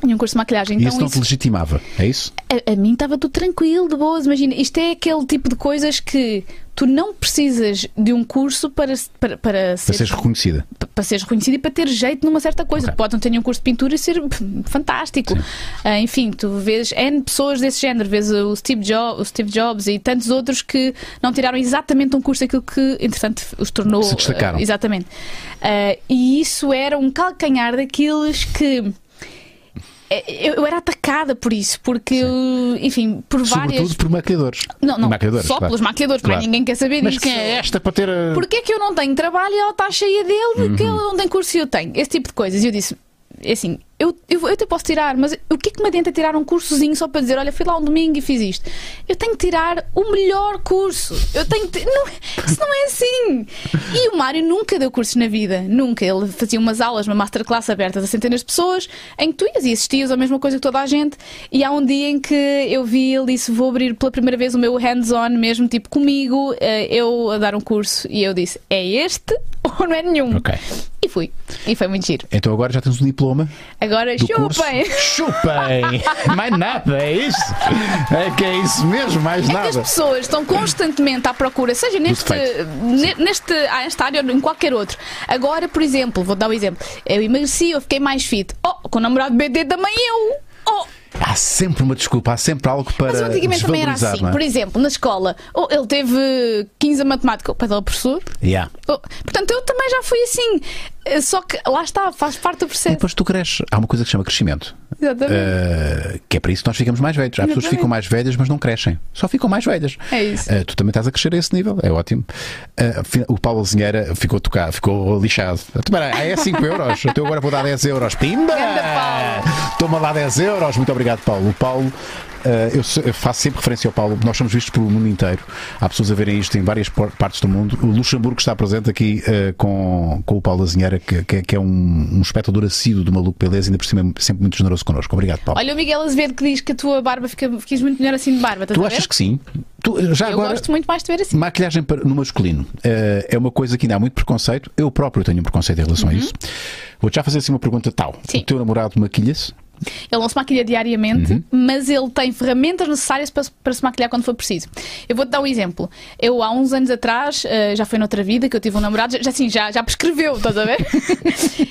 S2: Nenhum curso de maquilhagem.
S1: e
S2: Então,
S1: isso não te
S2: isso-
S1: legitimava, é isso?
S2: a, a mim estava tudo tranquilo, de boas. Imagina, isto é aquele tipo de coisas que tu não precisas de um curso para, se- para, para,
S1: Para
S2: ser,
S1: seres reconhecida.
S2: pa- para seres reconhecido e para ter jeito numa certa coisa.
S1: Ok.
S2: Tu Podes não ter nenhum curso de pintura e ser (laughs) pff, fantástico. Ah, enfim, tu vês N pessoas desse género, vês o Steve, Jo- o Steve Jobs e tantos outros que não tiraram exatamente um curso daquilo que, entretanto, os tornou.
S1: Se destacaram.
S2: ah, exatamente. Ah, e isso era um calcanhar daqueles que. eh, Eu eu era atacada por isso, porque, eu, enfim, por várias.
S1: Sobretudo por maquilhadores.
S2: Não, não,
S1: E maquilhadoras,
S2: só
S1: claro.
S2: pelos maquiadores,
S1: Claro.
S2: mas ninguém quer saber
S1: Mas
S2: disso.
S1: quem é esta para ter. a-
S2: Porquê é que eu não tenho trabalho e ela está cheia dele? Que ela não tem curso e eu tenho? Esse tipo de coisas. E eu disse, assim, eu, eu, eu até posso tirar, mas o que é que me adianta tirar um cursozinho só para dizer, olha, fui lá um domingo e fiz isto? Eu tenho que tirar o melhor curso. Eu tenho que. ti- Não, isso não é assim! E o Mário nunca deu cursos na vida, nunca. Ele fazia umas aulas, uma masterclass abertas a centenas de pessoas, em que tu ias e assistias à mesma coisa que toda a gente. E há um dia em que eu vi ele disse: Vou abrir pela primeira vez o meu hands-on mesmo, tipo comigo, eh, eu a dar um curso. E eu disse: É este ou não é nenhum?
S1: Ok.
S2: E fui. E foi muito giro.
S1: Então agora já tens um diploma
S2: Agora
S1: do curso.
S2: chupem! (laughs)
S1: Chupem! mais nada, é isso? É que é isso mesmo, mais
S2: É que as
S1: nada.
S2: pessoas estão constantemente à procura, seja neste,
S1: defeito.
S2: ne- neste, ah, nesta área ou em qualquer outro. Agora, por exemplo, vou dar um exemplo. Eu emagreci, eu fiquei mais fit. Oh, com o namorado BD também eu. Oh,
S1: Há sempre uma desculpa, há sempre algo para
S2: mas eu antigamente também era
S1: desvalorizar,
S2: assim.
S1: não é?
S2: Por exemplo, na escola, oh, ele teve 15 a matemática, o pai dele é professor.
S1: Yeah.
S2: Oh, portanto, eu também já fui assim. Eh, Só que lá está, faz parte do
S1: E (laughs)
S2: processo.
S1: depois tu cresces. Há uma coisa que se chama crescimento.
S2: Exatamente.
S1: Uh, que é para isso que nós ficamos mais velhos. Há pessoas que
S2: Exatamente.
S1: ficam mais velhas, mas não crescem. Só ficam mais velhas.
S2: É isso.
S1: Uh, tu também estás a crescer a esse nível. É ótimo. Uh, fi- o Paulo Zinheira ficou tocado, ficou lixado. Então, Espera, aí, é 5 euros. Então agora vou dar 10 euros. Pimba!
S2: Ganda
S1: Toma lá 10 euros. Muito obrigado, Paulo. O Paulo. uh, eu, se- eu faço sempre referência ao Paulo, nós somos vistos pelo mundo inteiro. Há pessoas a verem isto em várias por- partes do mundo. O Luxemburgo está presente aqui uh, com, com o Paulo Azinheira, que, que é- que é um, um espectador assíduo do Maluco Beleza, ainda por cima é sempre muito generoso connosco. Obrigado, Paulo.
S2: Olha o Miguel Azevedo que diz que a tua barba fica, ficas muito melhor assim de barba. estás
S1: Tu
S2: a
S1: achas
S2: ver?
S1: que sim? Tu, eh, já
S2: Eu
S1: agora,
S2: gosto muito mais de ver assim.
S1: maquilhagem para- no masculino eh, é uma coisa que ainda há muito preconceito. Eu próprio tenho um preconceito em relação a isso. Vou-te já fazer assim uma pergunta tal.
S2: Uhum. Sim.
S1: O teu namorado maquilha-se?
S2: Ele não se maquilha diariamente, mas ele tem ferramentas necessárias para, se- para se maquilhar quando for preciso. Eu vou-te dar um exemplo. Eu, há uns anos atrás, eh, já foi noutra vida, que eu tive um namorado, já, já assim, já, já prescreveu, estás a ver?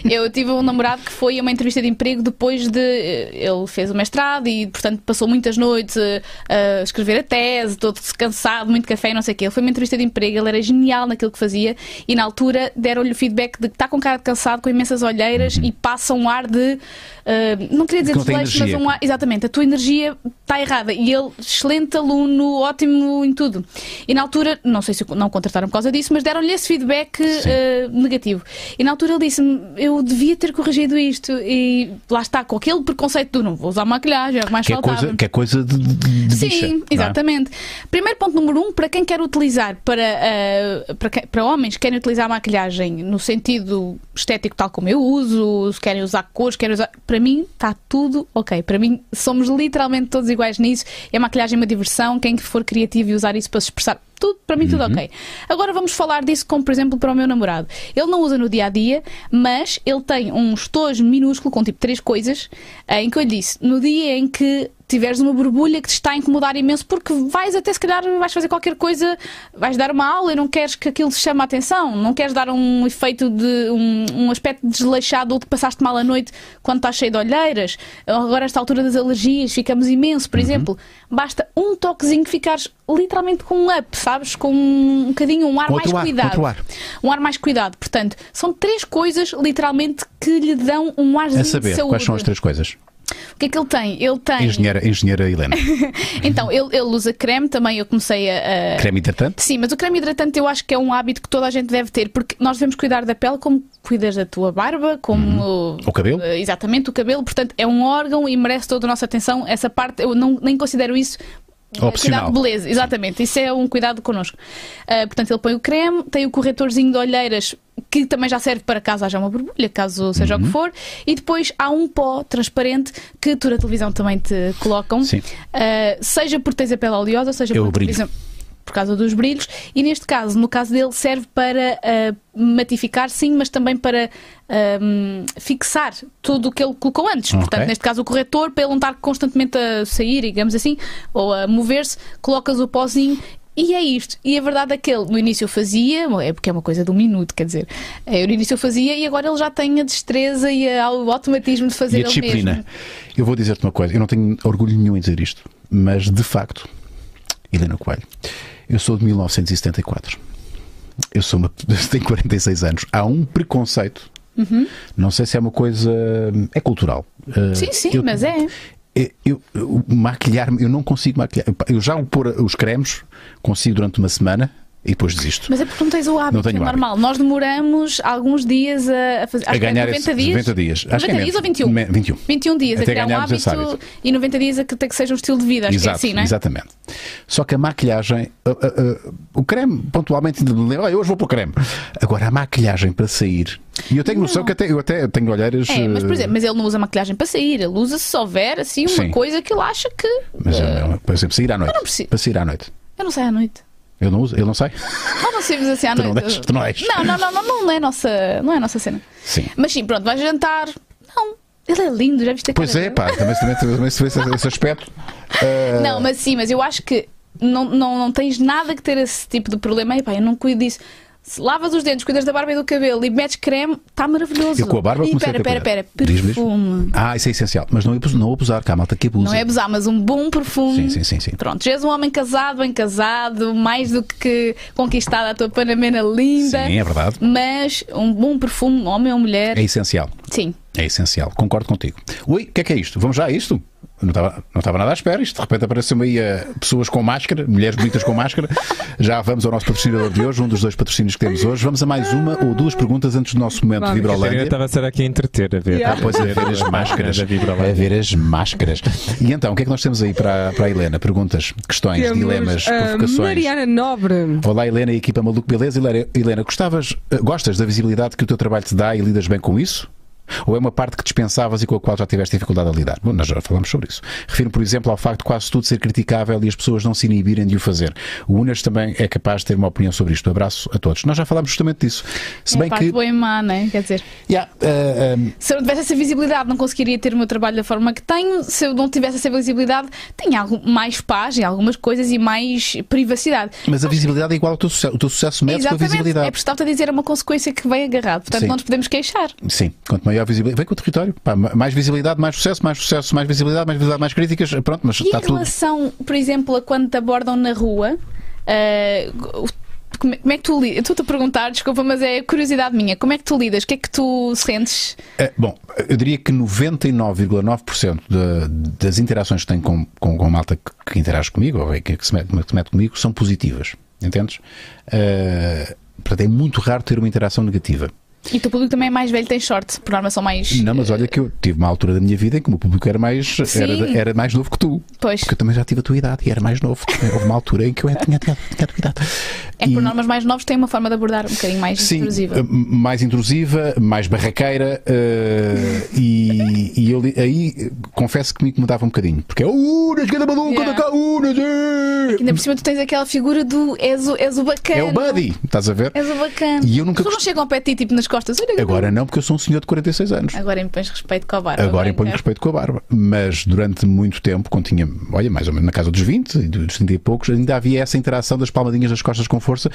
S2: eu tive um namorado que foi a uma entrevista de emprego depois de. eh, Ele fez o mestrado e, portanto, passou muitas noites eh, a escrever a tese, todo cansado, muito café e não sei o quê. Ele foi a uma entrevista de emprego, ele era genial naquilo que fazia e, na altura, deram-lhe o feedback de que está com cara de cansado, com imensas olheiras e passa um ar de. eh, não queria dizer
S1: Que não tem
S2: desleixo, mas
S1: energia.
S2: um ar. Exatamente, a tua energia está errada. E ele, excelente aluno, ótimo em tudo. E na altura, não sei se o não o contrataram por causa disso, mas deram-lhe esse feedback eh, negativo. E na altura ele disse-me: Eu devia ter corrigido isto. E lá está, com aquele preconceito do não vou usar maquilhagem, é o que mais
S1: Que é,
S2: faltava.
S1: coisa, que é coisa de, de, de bicha, não
S2: Sim,
S1: é?
S2: exatamente. Primeiro ponto número um, para quem quer utilizar, para, ah, para, que- para homens que querem utilizar a maquilhagem no sentido estético tal como eu uso, se querem usar cores, querem usar... Para mim está tudo ok. Para mim somos literalmente todos iguais nisso. É maquilhagem é uma diversão, quem for criativo e usar isso para se expressar... Tudo, para mim tudo ok. Agora vamos falar disso como, por exemplo, para o meu namorado. Ele não usa no dia-a-dia, mas ele tem um estojo minúsculo com tipo três coisas, eh, em que eu lhe disse, no dia em que tiveres uma borbulha que te está a incomodar imenso porque vais até se calhar vais fazer qualquer coisa, vais dar uma aula e não queres que aquilo te chame a atenção, não queres dar um efeito de um, um aspecto desleixado ou que passaste mal à noite quando estás cheio de olheiras, agora esta altura das alergias ficamos imenso,
S1: Uhum.
S2: por exemplo, basta um toquezinho que ficares literalmente com um up, sabes? Com um bocadinho um ar
S1: Com outro
S2: mais
S1: ar,
S2: cuidado.
S1: outro ar.
S2: Um ar mais cuidado. Portanto, são três coisas literalmente que lhe dão um arzinho
S1: A saber,
S2: de saúde.
S1: quais são as três coisas?
S2: O que é que ele tem? Ele tem
S1: Engenheira, engenheira
S2: (laughs)
S1: Helena.
S2: então, ele, ele usa creme, também eu comecei a. a-
S1: Creme hidratante?
S2: Sim, mas o creme hidratante eu acho que é um hábito que toda a gente deve ter, porque nós devemos cuidar da pele como cuidas da tua barba, como.
S1: Uhum. O cabelo?
S2: Eh, Exatamente, o cabelo. Portanto, é um órgão e merece toda a nossa atenção. Essa parte eu não, nem considero isso. eh,
S1: Opcional.
S2: Cuidado de beleza, exatamente. Isso é um cuidado connosco. Ah, portanto, ele põe o creme, tem o corretorzinho de olheiras que também já serve para caso haja uma borbulha, caso seja
S1: Uhum.
S2: o que for. E depois há um pó transparente que tu na televisão também te colocam.
S1: Sim.
S2: Uh, seja porque tens a pele oleosa, seja
S1: É o
S2: porque,
S1: brilho.
S2: por, exemplo, por causa dos brilhos. E neste caso, no caso dele, serve para uh, matificar, sim, mas também para um, fixar tudo o que ele colocou antes.
S1: Ok.
S2: Portanto, neste caso, o corretor, para ele não estar constantemente a sair, digamos assim, ou a mover-se, colocas o pozinho. E é isto. E a verdade é que ele, no início eu fazia, é porque é uma coisa de um minuto, quer dizer, eh, eu no início eu fazia e agora ele já tem a destreza e a- o automatismo de fazer
S1: E a
S2: ele
S1: disciplina.
S2: mesmo.
S1: Eu vou dizer-te uma coisa, eu não tenho orgulho nenhum em dizer isto, mas de facto, Helena Coelho, eu sou de 1974. Eu sou uma, (laughs) tenho 46 anos. Há um preconceito.
S2: Uhum.
S1: Não sei se é uma coisa. É cultural. Eh,
S2: Sim, sim,
S1: eu-
S2: mas é.
S1: eu, eu- eu- maquilhar-me, eu não consigo maquilhar. Eu já o pôr os cremes, consigo durante uma semana. e depois desisto.
S2: Mas é porque não tens o hábito,
S1: Não tenho
S2: é
S1: hábito.
S2: normal. Nós demoramos alguns dias a, a fazer. acho
S1: a
S2: que é
S1: ganhar
S2: 90
S1: esses
S2: dias.
S1: 90 dias. Acho que é
S2: 90 dias
S1: menos.
S2: ou 21?
S1: Me- 21.
S2: 21 dias
S1: Até
S2: a criar um
S1: ganharmos esse
S2: hábito,
S1: hábito.
S2: e 90 dias a que tem que seja um estilo de vida. Acho
S1: Exato,
S2: que é assim, não é?
S1: Exatamente. Só que a maquilhagem, a- a- a- o creme, pontualmente, ainda me lembro, "Ah, eu hoje vou para o creme. Agora, a maquilhagem para sair. E eu tenho noção
S2: Não.
S1: que até, eu até tenho olheiras.
S2: É, mas por
S1: eh,
S2: exemplo, mas ele não usa maquilhagem para sair, ele usa se houver assim uma
S1: Sim.
S2: coisa que ele acha que.
S1: mas,
S2: eh,
S1: eh, por exemplo, sair à noite.
S2: não preciso.
S1: Para sair à noite.
S2: eu não saio à noite.
S1: Eu não uso, eu não sei. (laughs)
S2: Nós não saímos assim à
S1: Tu não
S2: noite.
S1: deixas, tu não és.
S2: não, não, não, não, não é a nossa, não é a nossa cena.
S1: Sim.
S2: Mas sim, pronto, vais jantar. Não, ele é lindo, já viste a
S1: Pois
S2: cara
S1: é,
S2: dele?
S1: pá, também, também, também se vê esse, esse aspecto. eh,
S2: Não, mas sim, mas eu acho que não, não, não tens nada que ter esse tipo de problema. Ei, pá, eu não cuido disso. Se lavas os dentes, cuidas da barba e do cabelo e metes creme, está maravilhoso.
S1: Eu com a barba
S2: e
S1: comecei a
S2: pera,
S1: ter
S2: pera, pera,
S1: cuidado. Diz-me, diz-me.
S2: perfume.
S1: Ah, isso é essencial. Mas não abus- não abusar, cá, a malta que abusa.
S2: Não é abusar, mas um bom perfume.
S1: Sim, sim, sim, sim.
S2: Pronto, já és um homem casado, bem casado, mais do que conquistada a tua panamena linda.
S1: Sim, é verdade.
S2: Mas um bom perfume, homem ou mulher,
S1: É essencial.
S2: sim.
S1: É essencial, concordo contigo. Ui, o que é que é isto? Vamos já a isto? Não estava, não estava nada à espera, isto de repente apareceu-me aí eh, pessoas com máscara, mulheres bonitas com máscara. Já vamos ao nosso patrocinador de hoje, um dos dois patrocínios que temos hoje. Vamos a mais uma ou duas perguntas antes do nosso momento de
S3: Vamos.
S4: Eu
S1: Vibrolândia.
S4: estava a ser aqui a entreter, a ver.
S1: Ah,
S3: Yeah.
S1: pois é, a ver as máscaras.
S4: Da Vibrolândia.
S1: A ver as máscaras. E então, o que é que nós temos aí para, para a Helena? Perguntas, questões,
S3: Temos eh,
S1: dilemas,
S3: a
S1: provocações.
S3: Mariana Nobre.
S1: Olá, Helena e equipa Maluco Beleza. Helena, Helena, gostavas, eh, gostas da visibilidade que o teu trabalho te dá e lidas bem com isso? Ou é uma parte que dispensavas e com a qual já tiveste dificuldade a lidar? Bom, nós já falámos sobre isso. Refiro, por exemplo, ao facto de quase tudo ser criticável e as pessoas não se inibirem de o fazer. O Unas também é capaz de ter uma opinião sobre isto. Um Abraço a todos. Nós já falámos justamente disso. Se
S2: É
S1: bem
S2: parte
S1: que.
S2: boa e má, não é? Quer dizer,
S1: Yeah, eh, eh,
S2: se eu não tivesse essa visibilidade, não conseguiria ter o meu trabalho da forma que tenho. Se eu não tivesse essa visibilidade, tinha algo, mais paz em algumas coisas e mais privacidade.
S1: mas a visibilidade é igual ao teu sucesso. O teu sucesso mede-se com a
S2: Exatamente.
S1: visibilidade.
S2: É por estar a dizer, é uma consequência que vem agarrado. Portanto,
S1: Sim.
S2: não nos podemos queixar.
S1: Sim, quanto maior visibilidade. Vem com o território. Pá, ma- mais visibilidade, mais sucesso, mais sucesso, mais visibilidade, mais visibilidade, mais críticas. Pronto, mas
S2: E
S1: está
S2: em
S1: tudo.
S2: relação, por exemplo, a quando te abordam na rua, eh, o- como, é- como é que tu lidas? Estou-te a perguntar, desculpa, mas é curiosidade minha. Como é que tu lidas? O que é que tu sentes?
S1: É, bom, eu diria que 99,9% da- das interações que tenho com, com, com a malta que, que interage comigo, ou que, que se mete, que se mete comigo, são positivas. Entendes? Eh, portanto, é muito raro ter uma interação negativa.
S2: E o teu público também é mais velho, tem sorte. Por norma, são mais.
S1: Não, mas olha que eu tive uma altura da minha vida em que o meu público era mais, era,
S2: eh, Sim.
S1: era mais novo que tu.
S2: Pois.
S1: Porque eu também já tive a tua idade e era mais novo. Houve uma altura em que eu tinha, tinha, tinha a tua idade.
S2: É que por
S1: E-
S2: normas mais novos têm uma forma de abordar um bocadinho mais
S1: Sim,
S2: intrusiva.
S1: eh, mais intrusiva, mais barraqueira eh, e, e eu li- aí eh, confesso que me incomodava um bocadinho, porque é uh, na esquerda maluca
S2: Yeah.
S1: da cá, uh, na esquerda."
S2: Ainda por cima tu tens aquela figura do és o, és o bacana.
S1: é o buddy, estás a ver?
S2: És É o bacana.
S1: E eu nunca
S2: As pessoas não chegam ao pé de ti tipo nas costas. Olha,
S1: Agora não, porque eu sou um senhor de 46 anos.
S2: Agora impões respeito com a barba.
S1: Agora imponho
S2: branca.
S1: respeito com a barba, mas durante muito tempo, quando tinha, olha, mais ou menos na casa dos 20, e dos 30 e poucos, ainda havia essa interação das palmadinhas das costas com força,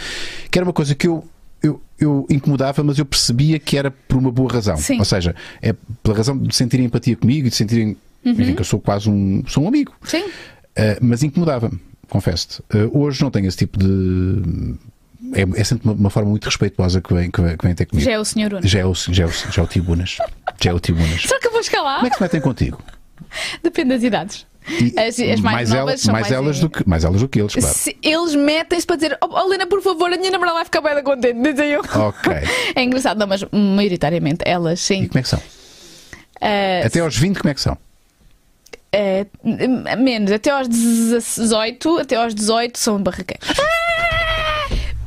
S1: que era uma coisa que eu, eu, eu incomodava, mas eu percebia que era por uma boa razão.
S2: Sim.
S1: Ou seja, é pela razão de sentirem empatia comigo e de sentirem
S2: Uhum.
S1: enfim, que eu sou quase um, sou um amigo.
S2: Sim.
S1: Uh, mas incomodava-me, confesso-te. Uh, hoje não tenho esse tipo de. É, é sempre uma, uma forma muito respeitosa que vem, que vem, que vem ter comigo.
S2: Já é o senhor Uno.
S1: Já é o, já é o, já é o Tibunas. Já é o Tibunas.
S2: Será que eu vou escalar?
S1: Como é que se metem contigo?
S2: Depende das idades.
S1: E
S2: As- É assim, as mais novas
S1: ela-
S2: são
S1: mais
S2: mais-
S1: elas do que mais elas do que eles, claro.
S2: Se eles metem-se para dizer, oh, Helena, por favor, a minha namorada vai ficar bem contente, dizem eu.
S1: Ok.
S2: (laughs) É engraçado, não, mas maioritariamente elas,
S1: E
S2: sim.
S1: como é que são?
S2: Ah,
S1: Até aos 20, como é que são?
S2: É, m- menos, até aos 18, até aos 18 são barraqueiros. Ah!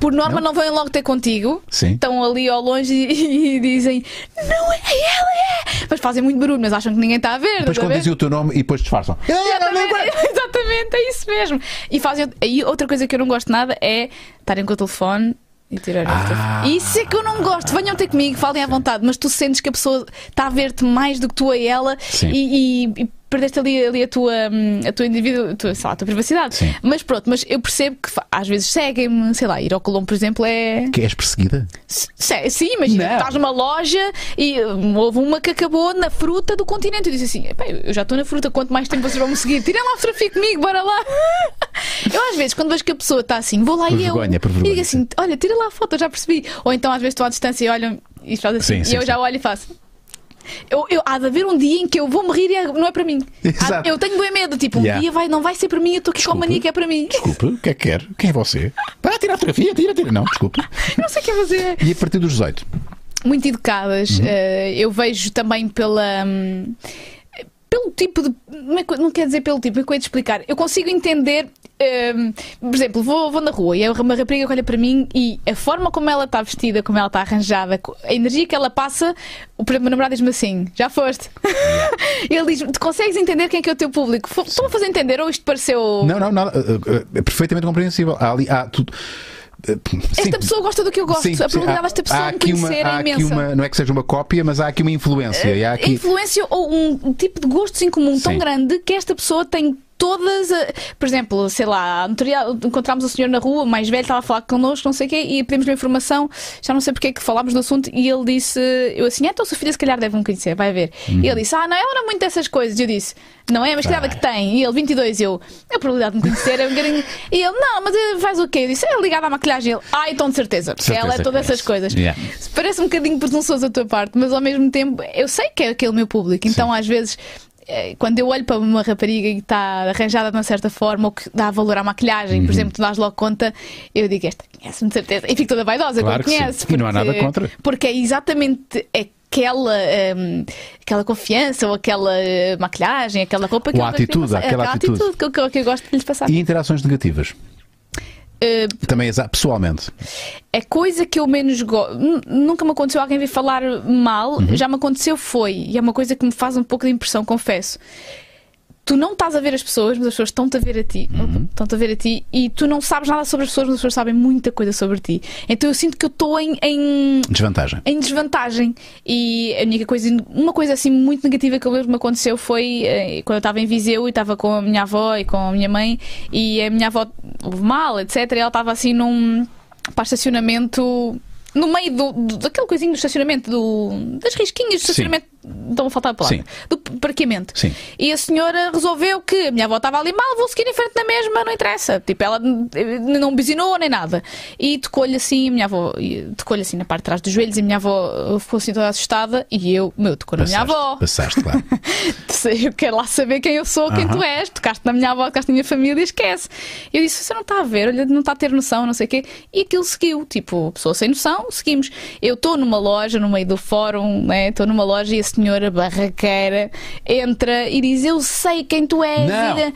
S2: Por norma não, vêm logo ter contigo.
S1: Sim.
S2: Estão ali ao longe e, (laughs) e dizem Não é ela, é! Mas fazem muito barulho, mas acham que ninguém está a ver.
S1: Depois
S2: estás a
S1: quando
S2: ver?
S1: dizem o teu nome e depois disfarçam. É,
S2: (laughs) Exatamente, exatamente, é isso mesmo. E fazem. E outra coisa que eu não gosto nada é estarem com o telefone e tirarem
S1: Ah.
S2: o telefone. Isso é que eu não gosto. Venham ter comigo, falem à vontade, mas tu sentes que a pessoa está a ver-te mais do que tu a ela
S1: Sim.
S2: e. e- e Perdeste ali, ali a tua, hum, a tua, indivíduo, a tua, sei lá, a tua privacidade.
S1: Sim.
S2: Mas pronto, mas eu percebo que fa- às vezes seguem-me, sei lá, ir ao Colombo, por exemplo, é.
S1: Que és perseguida?
S2: Se- Sim, imagina,
S1: Não.
S2: estás numa loja e hum, houve uma que acabou na fruta do continente. Eu disse assim: "Epá, eu já estou na fruta, quanto mais tempo vocês vão me seguir? Tirem lá a fotografia comigo, bora lá. (laughs) Eu às vezes, quando vejo que a pessoa está assim, vou lá
S1: Por
S2: e eu.
S1: vergonha, por
S2: e
S1: vergonha,
S2: digo assim: olha, tira lá a foto, eu já percebi. Ou então às vezes estou à distância e olham e fazem assim.
S1: Sim,
S2: e
S1: sim,
S2: eu
S1: sim.
S2: já olho e faço. Eu, eu- há de haver um dia em que eu vou me rir e não é para mim. Há-
S1: Exato.
S2: eu tenho bem medo, tipo, um
S1: Yeah.
S2: dia vai, não vai ser para mim, eu estou aqui com
S1: Desculpe.
S2: a mania que é para mim. (laughs)
S1: Desculpe, o que é que quer? Quem é você? Para tirar a fotografia, tira, tira. Não, desculpe.
S2: Eu não sei o que é fazer.
S1: E a partir dos 18?
S2: Muito educadas.
S1: Uhum.
S2: eh, eu vejo também pela. hum, pelo tipo de. não é co- Não quer dizer pelo tipo, é coisa de explicar. Eu consigo entender. hum, por exemplo, vou, vou na rua e é uma rapariga que olha para mim e a forma como ela está vestida, como ela está arranjada, co- a energia que ela passa, o por exemplo, meu namorado diz-me assim: já foste. (laughs) Ele diz: tu consegues entender quem é que é o teu público? Fo- Estou a fazer entender ou isto pareceu.
S1: Não, não, nada. eh, eh, É perfeitamente compreensível. Há ali, há tudo. eh, sim.
S2: Esta pessoa gosta do que eu gosto.
S1: Sim,
S2: a
S1: sim,
S2: probabilidade
S1: há-
S2: desta pessoa
S1: há
S2: me
S1: aqui uma-
S2: conhecer
S1: há
S2: é
S1: aqui
S2: imensa. Eh,
S1: uma- não é que seja uma cópia, mas há aqui uma influência. e há aqui,
S2: influência ou um tipo de gostos em comum tão
S1: Sim.
S2: grande que esta pessoa tem todas. a- Por exemplo, sei lá, notorial- encontramos o senhor na rua, mais velho, estava a falar connosco, não sei o quê, e pedimos-lhe informação, já não sei porque é que falámos do assunto, e ele disse: Eu assim, "Ah, então sua filha se calhar deve me conhecer, vai ver.
S1: Uhum.
S2: E ele disse: Ah, não, ela não é muito dessas coisas. E eu disse: Não é, mas que idade é que tem? E ele, 22, e eu, a probabilidade de me conhecer é um bocadinho. E ele, não, mas eh, faz o quê? Eu disse: É ligada à maquilhagem. Ele, ah, então de certeza,
S1: certeza
S2: ela é
S1: que
S2: todas essas
S1: conhece."
S2: coisas.
S1: Yeah.
S2: Parece um bocadinho presunçoso da tua parte, mas ao mesmo tempo eu sei que é aquele meu público, então às vezes. eh, Quando eu olho para uma rapariga que está arranjada de uma certa forma ou que dá valor à maquilhagem,
S1: Uhum.
S2: por exemplo, tu dás logo conta, eu digo esta conhece-me de certeza. E fico toda vaidosa,
S1: Claro
S2: claro
S1: que sim.
S2: conhece.
S1: E não há nada contra.
S2: Porque é exatamente aquela, hum, aquela confiança ou aquela eh, maquilhagem, aquela roupa que
S1: Ou a
S2: eu gosto de
S1: atitude,
S2: passar. É
S1: aquela
S2: aquela
S1: atitude.
S2: atitude, que, eu- que eu, que eu gosto de lhes passar.
S1: e interações negativas.
S2: Eh,
S1: Também é exa- pessoalmente.
S2: A coisa que eu menos gosto. Nunca me aconteceu alguém vir falar mal, já me aconteceu foi. E é uma coisa que me faz um pouco de impressão, confesso. Tu não estás a ver as pessoas, mas as pessoas estão-te a ver a ti. Uhum. Estão-te a ver a ti e tu não sabes nada sobre as pessoas, mas as pessoas sabem muita coisa sobre ti. Então eu sinto que eu estou em- em
S1: Desvantagem.
S2: em desvantagem. E a única coisa, uma coisa assim muito negativa que eu lembro que me aconteceu foi eh, quando eu estava em Viseu e estava com a minha avó e com a minha mãe, e a minha avó houve mal, etc. E ela estava assim num para estacionamento. No meio do, do- daquele coisinho do estacionamento, do, das risquinhas do
S1: Sim.
S2: estacionamento, estão a faltar a palavra,
S1: Sim.
S2: do parqueamento.
S1: Sim.
S2: E a senhora resolveu que a minha avó estava ali mal, vou seguir em frente na mesma, não interessa. Tipo, ela eh, não buzinou nem nada. E tocou-lhe assim, a minha avó, e tocou-lhe assim na parte de trás dos joelhos e a minha avó eh, ficou assim toda assustada e eu, meu, tocou na minha avó.
S1: passaste,
S2: (laughs)
S1: claro.
S2: Eu quero lá saber quem eu sou, quem
S1: Aham.
S2: tu és, tocaste na minha avó, tocaste na minha família, esquece. Eu disse, você não está a ver, olha, não está a ter noção, não sei o quê. E aquilo seguiu, tipo, pessoa sem noção, seguimos. Eu estou numa loja, no meio do fórum, né? estou numa loja e a senhora barraqueira entra e diz, eu sei quem tu és
S1: Não.
S2: e-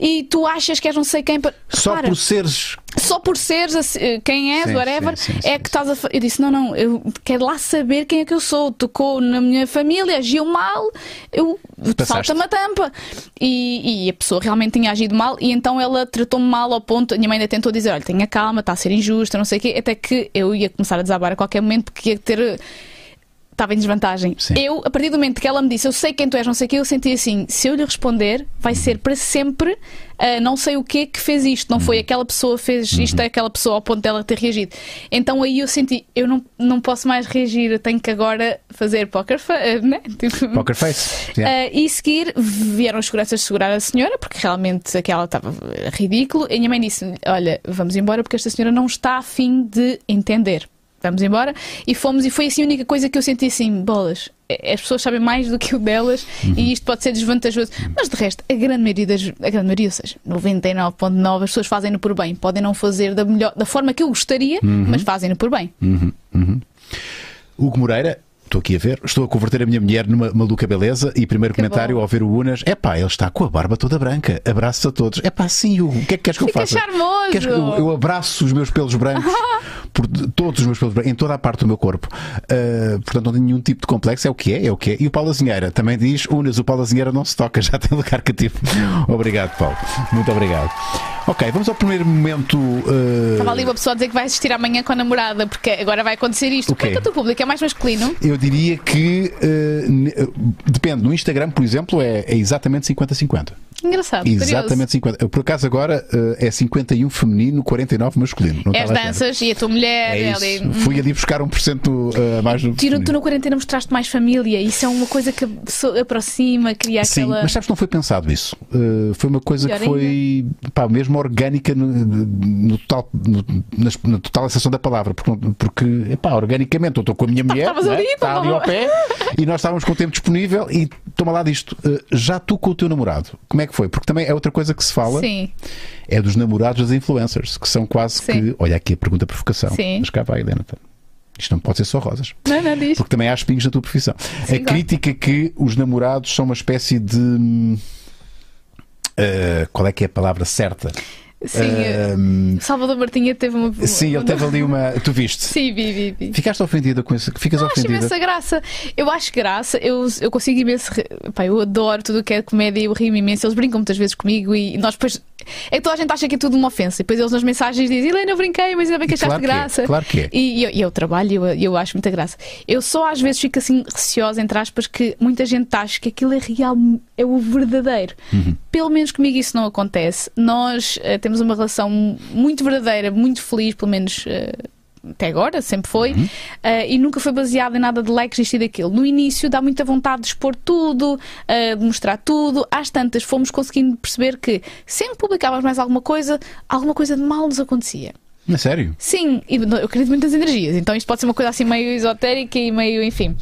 S2: e tu achas que és não sei quem. pa-
S1: Só
S2: Repara
S1: por seres.
S2: só por seres assim, eh, quem és,
S1: Sim,
S2: whatever,
S1: sim, sim, sim,
S2: é que estás a. fa- Eu disse: não, não, eu quero lá saber quem é que eu sou. Tocou na minha família, agiu mal, eu
S1: Passaste.
S2: salta-me a tampa. E, e a pessoa realmente tinha agido mal, e então ela tratou-me mal ao ponto. A minha mãe ainda tentou dizer: olha, tenha calma, está a ser injusta, não sei o quê, até que eu ia começar a desabar a qualquer momento, porque ia ter. Estava em desvantagem.
S1: Sim.
S2: Eu, a partir do momento que ela me disse eu sei quem tu és, não sei o quê, eu senti assim: se eu lhe responder, vai ser para sempre ah, não sei o quê que fez isto. Não foi aquela pessoa que fez isto, é aquela pessoa ao ponto dela ter reagido. Então aí eu senti: eu não, não posso mais reagir, eu tenho que agora fazer poker fa- ah, né? (laughs) Tipo,
S1: Poker face. Yeah.
S2: ah, e seguir vieram os seguranças segurar a senhora, porque realmente aquela estava eh, ridículo. E a minha mãe disse: Olha, vamos embora, porque esta senhora não está a fim de entender. Vamos embora. E fomos, e foi assim a única coisa que eu senti assim: bolas. eh, As pessoas sabem mais do que o delas
S1: Uhum.
S2: e isto pode ser desvantajoso. Mas de resto, a grande maioria das. A grande maioria, ou seja, 99,9% as pessoas fazem-no por bem. Podem não fazer da, melhor, da forma que eu gostaria,
S1: Uhum.
S2: mas fazem-no por bem.
S1: Hugo Moreira, estou aqui a ver, estou a converter a minha mulher numa maluca beleza e primeiro
S2: Que
S1: comentário
S2: bom.
S1: ao ver o Unas, é pá, ele está com a barba toda branca. Abraços a todos. É pá, sim, Hugo, o que é que queres que eu
S2: Fica
S1: faça?
S2: charmoso.
S1: Queres que eu, eu abraço os meus pelos
S2: (laughs)
S1: brancos, por de- todos os meus pelos brancos, em toda a parte do meu corpo. Ah, portanto, não tenho nenhum tipo de complexo, é o que é, é o que é. E o Paulo Azinheira também diz: Unas, o Paulo Azinheira não se toca, (laughs) já tem lugar cativo. obrigado, Paulo. Muito obrigado. Ok, vamos ao primeiro momento. ah,
S2: Estava ali uma pessoa a dizer que vai assistir amanhã com a namorada, porque agora vai acontecer isto.
S1: O
S2: Como é
S1: quê?
S2: que o teu público é mais masculino?
S1: Eu diria que eh, ne- eh, depende. No Instagram, por exemplo, é, é exatamente 50-50.
S2: Engraçado, curioso.
S1: Exatamente 50. Eu, por acaso agora eh, é 51 feminino, 49 masculino. Não
S2: É as
S1: estava a ver.
S2: danças e a tua mulher.
S1: É
S2: ali.
S1: isso. Fui ali buscar 1% uh, mais do
S2: Tu, tu na quarentena mostraste mais família, isso é uma coisa que se aproxima, cria
S1: Sim,
S2: É aquela.
S1: mas sabes que não foi pensado isso. Uh, foi uma coisa
S2: Pior
S1: que foi pá, mesmo orgânica no, no total, no- nas- na total acessão da palavra, porque, não- porque epá, organicamente eu estou com a minha mulher,
S2: estavas
S1: não é?
S2: ali,
S1: está ali ao
S2: estava-
S1: pé, e nós estávamos com o tempo disponível e toma lá disto. Uh, já tu com o teu namorado, como é que foi? Porque também é outra coisa que se fala,
S2: Sim,
S1: é dos namorados das influencers, que são quase
S2: Sim.
S1: que. Olha aqui a pergunta provocação.
S2: Sim.
S1: Mas cá vai, Helena. tá. Isto não pode ser só rosas.
S2: não, não diz.
S1: Porque também há espinhos na tua profissão. a
S2: claro.
S1: crítica que os namorados são uma espécie de. hum, ah, qual é que é a palavra certa?
S2: Sim,
S1: Ah, hum,
S2: Salvador Martinha teve uma.
S1: sim, ele teve ali
S2: (laughs)
S1: uma. Tu viste?
S2: Sim, vi, vi, vi.
S1: Ficaste ofendida com isso? Ficas
S2: acho
S1: ofendida?
S2: imensa graça. Eu acho graça, eu, eu consigo imenso. ri- Pá, eu adoro tudo o que é comédia, eu rimo imenso. Eles brincam muitas vezes comigo e nós depois. É que toda a gente acha que é tudo uma ofensa. E depois eles nas mensagens dizem: Helena, eu brinquei, mas ainda bem que
S1: E
S2: achaste
S1: claro que é,
S2: graça.
S1: claro que é.
S2: E, e eu, e eu trabalho e eu, eu acho muita graça. Eu só às vezes fico assim receosa, entre aspas, que muita gente acha que aquilo é real, é o verdadeiro.
S1: Uhum.
S2: Pelo menos comigo isso não acontece. Nós eh, temos uma relação muito verdadeira, muito feliz, pelo menos. eh, até agora, sempre foi,
S1: Uhum.
S2: eh, e nunca foi baseada em nada de likes, isto e daquilo. No início dá muita vontade de expor tudo, eh, de mostrar tudo. Às tantas fomos conseguindo perceber que sempre publicávamos mais alguma coisa, alguma coisa de mal nos acontecia.
S1: Na sério?
S2: Sim, e no- eu acredito muito nas energias, então isto pode ser uma coisa assim meio esotérica e meio, enfim.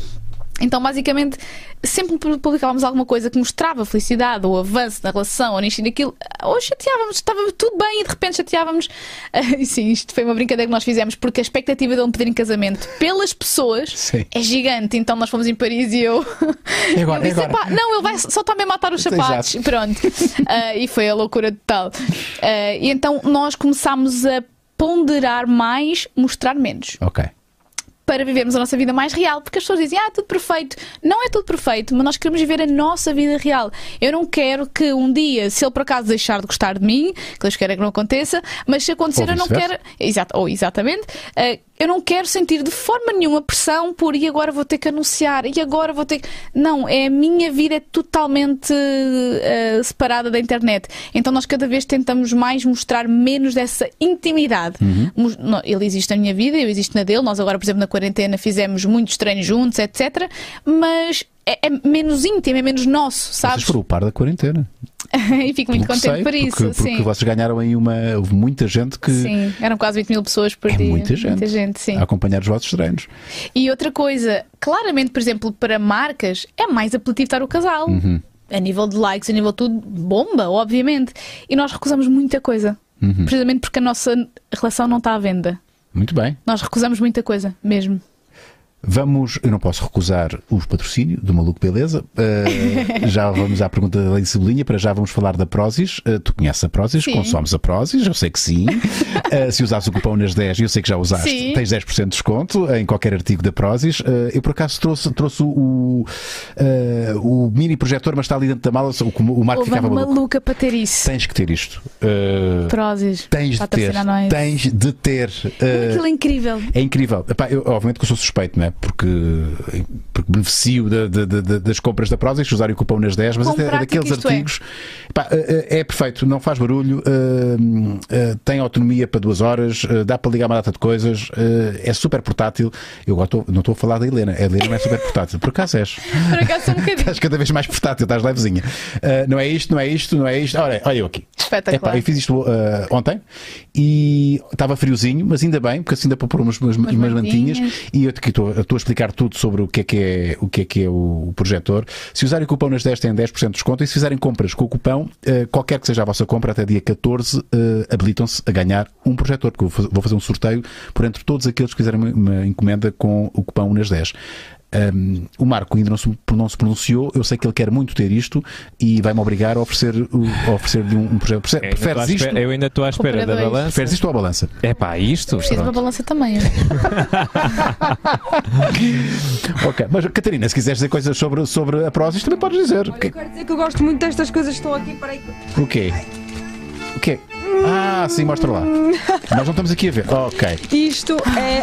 S2: Então, basicamente, sempre que publicávamos alguma coisa que mostrava felicidade ou avanço na relação ou nisto e naquilo, ou chateávamos, estava tudo bem e de repente chateávamos. (laughs) E sim, isto foi uma brincadeira que nós fizemos porque a expectativa de ele me pedir em casamento pelas pessoas
S1: Sim.
S2: é gigante. Então, nós fomos em Paris e eu.
S1: É agora,
S2: (laughs) eu disse,
S1: é agora.
S2: "Epá, não, ele vai só também matar os sapatos.
S1: Exato.
S2: Pronto. (laughs) Ah, e foi a loucura total. Ah, e então nós começámos a ponderar mais, mostrar menos.
S1: Ok.
S2: Para vivermos a nossa vida mais real. Porque as pessoas dizem, ah, tudo perfeito. Não é tudo perfeito, mas nós queremos viver a nossa vida real. Eu não quero que um dia, se ele por acaso deixar de gostar de mim, que eu quero que não aconteça, mas se acontecer,
S1: Ou
S2: eu não
S1: vice-versa.
S2: quero. Exato, ou exatamente. eh, eu não quero sentir de forma nenhuma pressão por e agora vou ter que anunciar, e agora vou ter que. Não, é a minha vida é totalmente eh, separada da internet. Então nós cada vez tentamos mais mostrar menos dessa intimidade.
S1: Uhum.
S2: Mos- no- Ele existe na minha vida, eu existo na dele. Nós agora, por exemplo, na quarentena fizemos muitos treinos juntos, etc. Mas. É, é menos íntimo, é menos nosso,
S1: Vocês
S2: sabes?
S1: foram o par da quarentena.
S2: (laughs) e fico muito
S1: Pelo que
S2: contente
S1: sei,
S2: por isso.
S1: Porque, porque
S2: sim.
S1: vocês ganharam aí uma. Houve muita gente que.
S2: Sim, eram quase 20 mil pessoas por
S1: É
S2: dia.
S1: muita gente.
S2: Muita gente, sim.
S1: A acompanhar os vossos treinos.
S2: E outra coisa, claramente, por exemplo, para marcas é mais apelativo estar o casal.
S1: Uhum.
S2: A nível de likes, a nível de tudo, bomba, obviamente. E nós recusamos muita coisa.
S1: Uhum.
S2: Precisamente porque a nossa relação não está à venda.
S1: Muito bem.
S2: Nós recusamos muita coisa, mesmo.
S1: Vamos, eu não posso recusar o patrocínio do Maluco Beleza.
S2: (laughs)
S1: Eh, já vamos à pergunta da Lady Cebolinha. Para já vamos falar da Prozis. Eh, tu conheces a Prozis?
S2: Sim.
S1: Consomes a Prozis? Eu sei que
S2: (laughs)
S1: sim. Eh, se usares o cupom nas 10, eu sei que já usaste,
S2: Sim.
S1: tens 10% de desconto em qualquer artigo da Prozis. Eh, eu por acaso trouxe, trouxe o, eh, o mini projetor, mas está ali dentro da mala. O, o Marco
S2: Houve
S1: ficava
S2: uma
S1: maluco.
S2: maluca para ter isso.
S1: Tens que ter isto. Eh,
S2: Prozis.
S1: tens de ter.
S2: patrocinar nós.
S1: Tens de ter. Eh,
S2: Aquilo é incrível.
S1: é incrível. Epá, eu, obviamente que eu sou suspeito, não é? Porque, porque beneficio da- da- da- das compras da Prozis, que usarem o cupom nas 10, mas
S2: Quão
S1: até é
S2: prático
S1: daqueles
S2: isto é.
S1: artigos. Epá, é, é- é perfeito, não faz barulho, hum, eh, tem autonomia para duas horas, eh, dá para ligar uma data de coisas, eh, é super portátil. Eu agora estou- não estou a falar da Helena, a Helena não é super portátil, por acaso és.
S2: Por
S1: (laughs)
S2: acaso é um bocadinho.
S1: Estás cada vez mais portátil, estás levezinha. Eh, não é isto, não é isto, não é isto. Olha, olha eu aqui.
S2: Espetacular.
S1: Epá, eu fiz isto eh, ontem e estava friozinho, mas ainda bem, porque assim dá para pôr umas, umas, umas
S2: mantinhas.
S1: mantinhas. E eu te- que estou eu estou a explicar tudo sobre o que é que é o, que é, que é o projetor. Se usarem o cupom nas 10, têm 10% de desconto. E se fizerem compras com o cupom, eh, qualquer que seja a vossa compra, até dia 14, eh, habilitam-se a ganhar um projetor, porque eu vou faz- vou fazer um sorteio por entre todos aqueles que fizerem uma, uma encomenda com o cupom nas 10. Um, o Marco ainda não se, não se pronunciou. Eu sei que ele quer muito ter isto e vai-me obrigar a oferecer, o- a oferecer-lhe um, um projeto. Prefere-
S4: É, ainda estou à
S1: Preferes isto?
S4: espera- eu ainda estou à espera da
S2: Compradores.
S4: balança.
S1: Preferes isto ou a balança?
S4: É pá, isto?
S2: Preciso de uma
S4: Pronto.
S2: balança também.
S1: ok, mas Catarina, se quiseres dizer coisas sobre, sobre a Prozis, também podes dizer.
S3: Olha, eu quero dizer que eu gosto muito destas coisas que estão aqui. Peraí.
S1: O quê? O quê? Ah, sim, mostra lá. Nós não estamos aqui a ver. Ok.
S3: Isto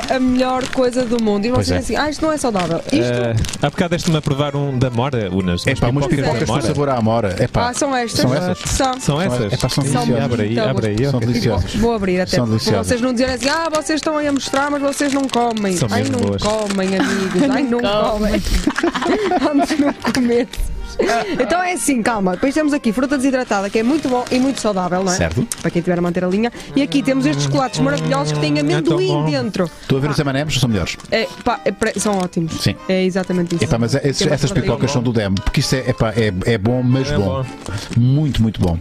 S3: é a melhor coisa do mundo. E
S1: Pois
S3: vocês
S1: é.
S3: dizem assim, ah, isto não é saudável. Isto.
S4: Eh, há bocado deste-me a provar um da Mora, Unas.
S1: É pá, umas pipocas com
S4: da Mora.
S1: sabor à amora. É pá,
S3: Ah, são estas?
S1: São essas?
S3: São.
S4: São essas?
S1: Epá, são
S4: Ih,
S1: deliciosas.
S4: abre aí,
S3: Então,
S4: abre aí.
S1: são
S4: ok.
S1: deliciosas.
S3: Vou abrir até.
S1: São
S3: para
S1: deliciosas.
S3: vocês não dizerem assim, ah, vocês estão aí a mostrar, mas vocês não comem.
S4: São
S3: Ai,
S4: mesmo
S3: não
S4: boas.
S3: comem, amigos. Ai, não comem. (laughs) Vamos não comer. Então é assim, calma. Depois temos aqui fruta desidratada, que é muito bom e muito saudável, não é?
S1: Certo.
S3: Para quem tiver a manter a linha. E aqui temos estes chocolates maravilhosos que têm
S4: É tão
S3: amendoim
S4: bom.
S3: dentro.
S1: Estou a ver os M&M's, são melhores.
S3: É, pá, é pre- são ótimos.
S1: Sim.
S3: É exatamente isso.
S1: Epá, mas esses-
S3: Temos
S1: essas
S3: fruta
S1: pipocas são do demo, porque isso é, epá, é, é bom, mas
S4: É
S1: bom. Muito, muito bom.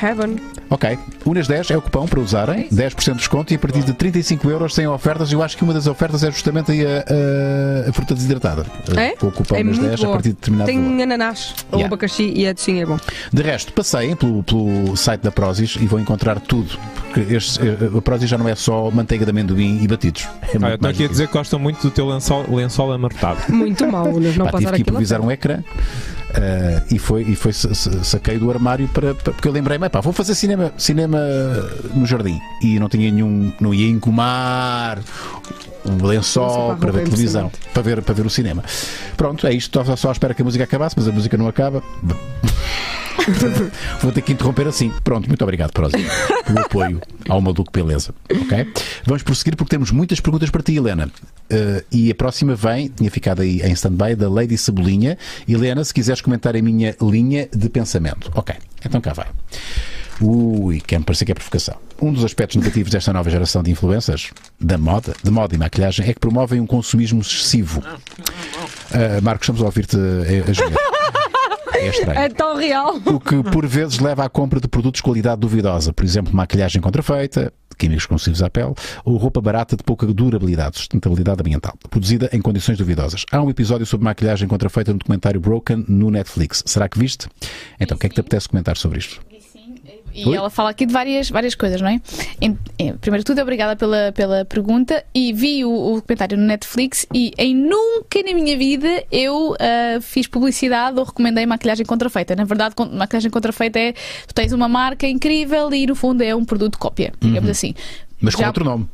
S3: Heaven.
S1: Ok, Unas 10 é o cupom para usarem, 10% de desconto e a partir de 35 euros sem ofertas. Eu acho que uma das ofertas é justamente aí a, a- a fruta desidratada.
S3: É?
S1: Com o cupão
S3: é
S1: Unas
S3: muito
S1: 10 a
S3: boa.
S1: partir de determinado
S3: Tem
S1: valor.
S3: ananás ou
S1: Yeah.
S3: abacaxi e é docinho, é bom.
S1: De resto, passeiem pelo, pelo site da Prozis e vão encontrar tudo. Porque este, eh, a Prozis já não é só manteiga de amendoim e batidos. É muito
S4: Olha, estou
S1: mais
S4: Ah, aqui a
S1: do que isso.
S4: dizer que gostam muito do teu lençol,
S1: (laughs)
S4: lençol amarrotado.
S3: Muito mal, Unas, não
S1: Pá,
S3: passar
S1: tive que
S3: aquilo.
S1: improvisar um ecrã eh, e foi, e foi sa- sa- saquei do armário para, para- porque eu lembrei-me, pá, vou fazer cinema, cinema no jardim e não tinha nenhum, não ia encomar um lençol
S3: Nossa, pá,
S1: para ver
S3: roupa
S1: televisão, para ver, para ver o cinema. Pronto, é isto, estava só à espera que a música acabasse, mas a música não acaba. Vou ter que interromper assim. Pronto, muito obrigado, Prosa, pelo apoio ao Maluco Beleza. Ok? Vamos prosseguir porque temos muitas perguntas para ti, Helena. Eh, e a próxima vem, tinha ficado aí em stand-by, da Lady Cebolinha. Helena, se quiseres comentar a minha linha de pensamento. Ok, então cá vai. Ui, quer me parecer que é provocação. Um dos aspectos negativos desta nova geração de influencers, da moda, de moda e maquilhagem, é que promovem um consumismo excessivo. Ah, Marcos, estamos a ouvir-te a, a gemer. É estranho.
S3: (laughs) É tão real.
S1: O que por vezes leva à compra de produtos de qualidade duvidosa, por exemplo, maquilhagem contrafeita, químicos nocivos à pele, ou roupa barata de pouca durabilidade, sustentabilidade ambiental, produzida em condições duvidosas. Há um episódio sobre maquilhagem contrafeita no documentário Broken no Netflix. Será que viste? Então, o que é que te apetece comentar sobre isto?
S2: E
S1: Oi?
S2: ela fala aqui de várias, várias coisas, não é? Em- em- primeiro de tudo, obrigada pela, pela pergunta. E vi o, o comentário no Netflix e em nunca na minha vida eu ah, fiz publicidade ou recomendei maquilhagem contrafeita. Na verdade, con- maquilhagem contrafeita é tu tens uma marca incrível e no fundo é um produto cópia, digamos assim.
S1: Mas com
S2: Já-
S1: outro nome.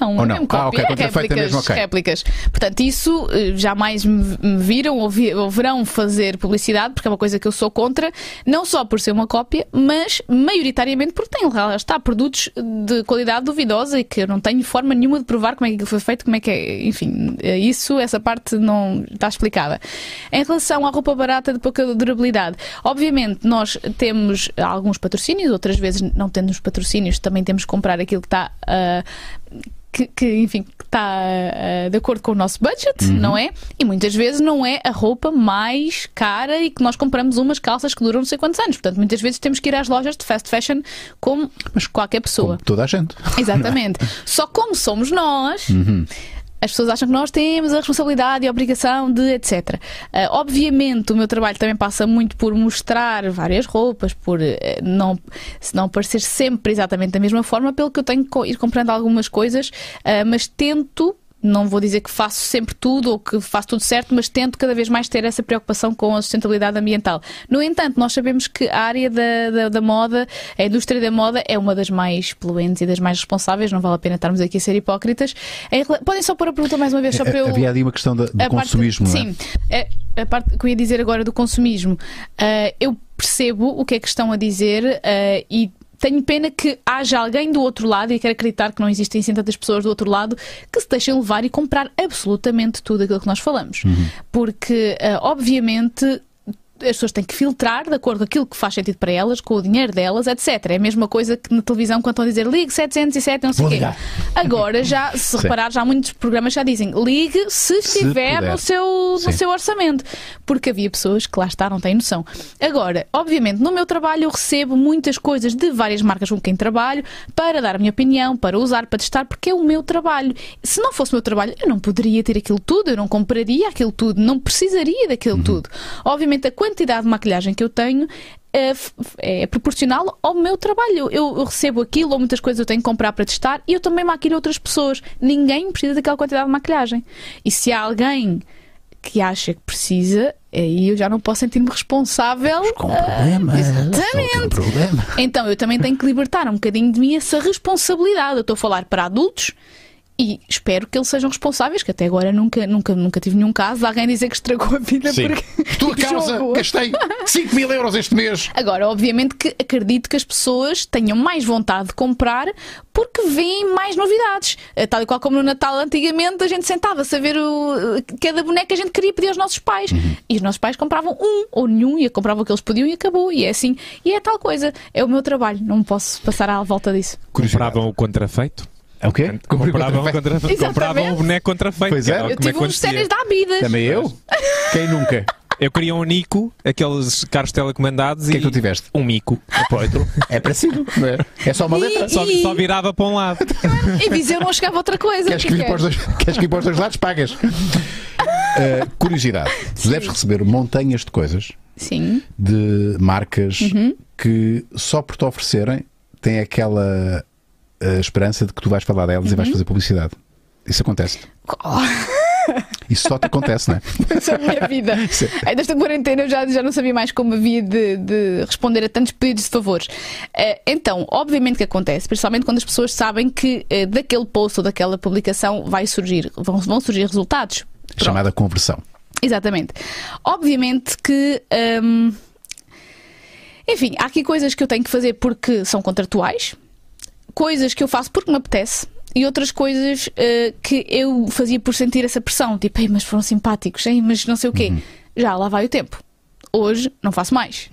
S2: não,
S1: Ou
S2: é
S1: não?
S2: mesmo
S1: Ah, ok,
S2: cópia,
S1: contrafeita é
S2: réplicas,
S1: mesmo, ok.
S2: réplicas. Portanto, isso eh, jamais me me viram ou, vi- ou verão fazer publicidade, porque é uma coisa que eu sou contra, não só por ser uma cópia, mas maioritariamente porque tem lá está produtos de qualidade duvidosa e que eu não tenho forma nenhuma de provar como é que aquilo foi feito, como é que é, enfim, eh, isso, essa parte não está explicada. Em relação à roupa barata de pouca durabilidade, obviamente nós temos alguns patrocínios, outras vezes não tendo os patrocínios, também temos que comprar aquilo que está ah, que, que, enfim, que está eh, de acordo com o nosso budget, não é? E muitas vezes não é a roupa mais cara e que nós compramos umas calças que duram não sei quantos anos. Portanto, muitas vezes temos que ir às lojas de fast fashion como qualquer pessoa.
S1: Como toda a gente.
S2: Exatamente. Só como somos nós. As pessoas acham que nós temos a responsabilidade e a obrigação de etc. Ah, obviamente, o meu trabalho também passa muito por mostrar várias roupas, por eh, não, se não parecer sempre exatamente da mesma forma, pelo que eu tenho que co- ir comprando algumas coisas, ah, mas tento, não vou dizer que faço sempre tudo ou que faço tudo certo, mas tento cada vez mais ter essa preocupação com a sustentabilidade ambiental. No entanto, nós sabemos que a área da, da, da moda, a indústria da moda, é uma das mais poluentes e das mais responsáveis, não vale a pena estarmos aqui a ser hipócritas. Em rela- Podem só pôr a pergunta mais uma vez, só para eu.
S1: É, Havia ali uma questão da- do
S2: a parte-
S1: consumismo, não é?
S2: Sim, a, a parte que eu ia dizer agora do consumismo, ah, eu percebo o que é que estão a dizer ah, e tenho pena que haja alguém do outro lado, e quero acreditar que não existem assim tantas pessoas do outro lado, que se deixem levar e comprar absolutamente tudo aquilo que nós falamos.
S1: Uhum.
S2: Porque, ah, obviamente, as pessoas têm que filtrar de acordo com aquilo que faz sentido para elas, com o dinheiro delas, etc. É a mesma coisa que na televisão quando estão a dizer ligue 707, não sei
S1: Vou
S2: o quê.
S1: ligar.
S2: Agora já, se
S1: (laughs)
S2: reparar, já há muitos programas já dizem ligue se
S1: Se
S2: estiver
S1: puder.
S2: no, seu,
S1: Sim.
S2: no seu orçamento. Porque havia pessoas que lá está, não têm noção. Agora, obviamente, no meu trabalho eu recebo muitas coisas de várias marcas com quem trabalho para dar a minha opinião, para usar, para testar, porque é o meu trabalho. Se não fosse o meu trabalho, eu não poderia ter aquilo tudo, eu não compraria aquilo tudo, não precisaria daquilo
S1: Uhum.
S2: tudo. Obviamente, a quantidade de maquilhagem que eu tenho é, f- é proporcional ao meu trabalho. Eu, eu recebo aquilo ou muitas coisas eu tenho que comprar para testar e eu também maquilho outras pessoas. Ninguém precisa daquela quantidade de maquilhagem. E se há alguém que acha que precisa, Aí eu já não posso sentir-me responsável.
S1: Mas com problemas.
S2: Ah, exatamente.
S1: Com problema.
S2: Então eu também tenho que libertar um bocadinho de mim essa responsabilidade. Eu estou a falar para adultos e espero que eles sejam responsáveis, que até agora nunca, nunca, nunca tive nenhum caso de alguém dizer que estragou a vida
S1: Sim.
S2: porque. (laughs)
S1: Tua causa,
S2: jogou.
S1: gastei 5 mil euros este mês.
S2: Agora, obviamente que acredito que as pessoas tenham mais vontade de comprar porque veem mais novidades. Eh, Tal e qual como no Natal antigamente a gente sentava-se a ver o, eh, cada boneca que a gente queria pedir aos nossos pais.
S1: Uhum.
S2: E os nossos pais compravam um ou nenhum e compravam o que eles podiam e acabou. E é assim. E é tal coisa. É o meu trabalho. Não posso passar à volta disso.
S4: Compravam o contrafeito.
S1: É o quê?
S4: Compravam o, contrafeito.
S2: Exatamente.
S4: Compravam o boneco contrafeito.
S1: Pois
S4: que
S1: é.
S4: era o
S1: Eu
S2: Eu
S4: que me
S2: tive uns
S4: acontecia.
S2: séries da vida.
S1: Também eu? Quem nunca?
S4: Eu queria um Nico, aqueles carros telecomandados
S1: O que
S4: e.
S1: é que tu tiveste?
S4: Um Mico.
S1: É parecido, não é? É só uma
S2: E-
S1: letra.
S4: Só,
S2: E-
S4: só virava para
S1: (laughs)
S4: um lado.
S2: Em Viseu não chegava outra coisa.
S1: Queres
S2: O
S1: que,
S2: que
S1: vir
S2: é?
S1: para os dois, queres que vir para os dois lados?
S2: (laughs)
S1: Pagas. Ah, curiosidade: tu deves receber montanhas de coisas
S2: Sim.
S1: de marcas
S2: Uhum.
S1: que só por te oferecerem têm aquela ah, esperança de que tu vais falar delas e
S2: Uhum.
S1: vais fazer publicidade. Isso acontece.
S2: Oh,
S1: Isso só te acontece,
S2: (laughs)
S1: não é?
S2: essa é a minha vida. Aí Desta quarentena eu já, já não sabia mais como havia de, de responder a tantos pedidos de favores. Eh, então, obviamente que acontece, principalmente quando as pessoas sabem que eh, daquele post ou daquela publicação vai surgir, vão, vão surgir resultados.
S1: É Chamada conversão.
S2: Exatamente. Obviamente que. hum, enfim, há aqui coisas que eu tenho que fazer porque são contratuais, coisas que eu faço porque me apetece e outras coisas eh, que eu fazia por sentir essa pressão, tipo, Ei, mas foram simpáticos, Ei, mas não sei o quê. Já lá vai o tempo. Hoje não faço mais.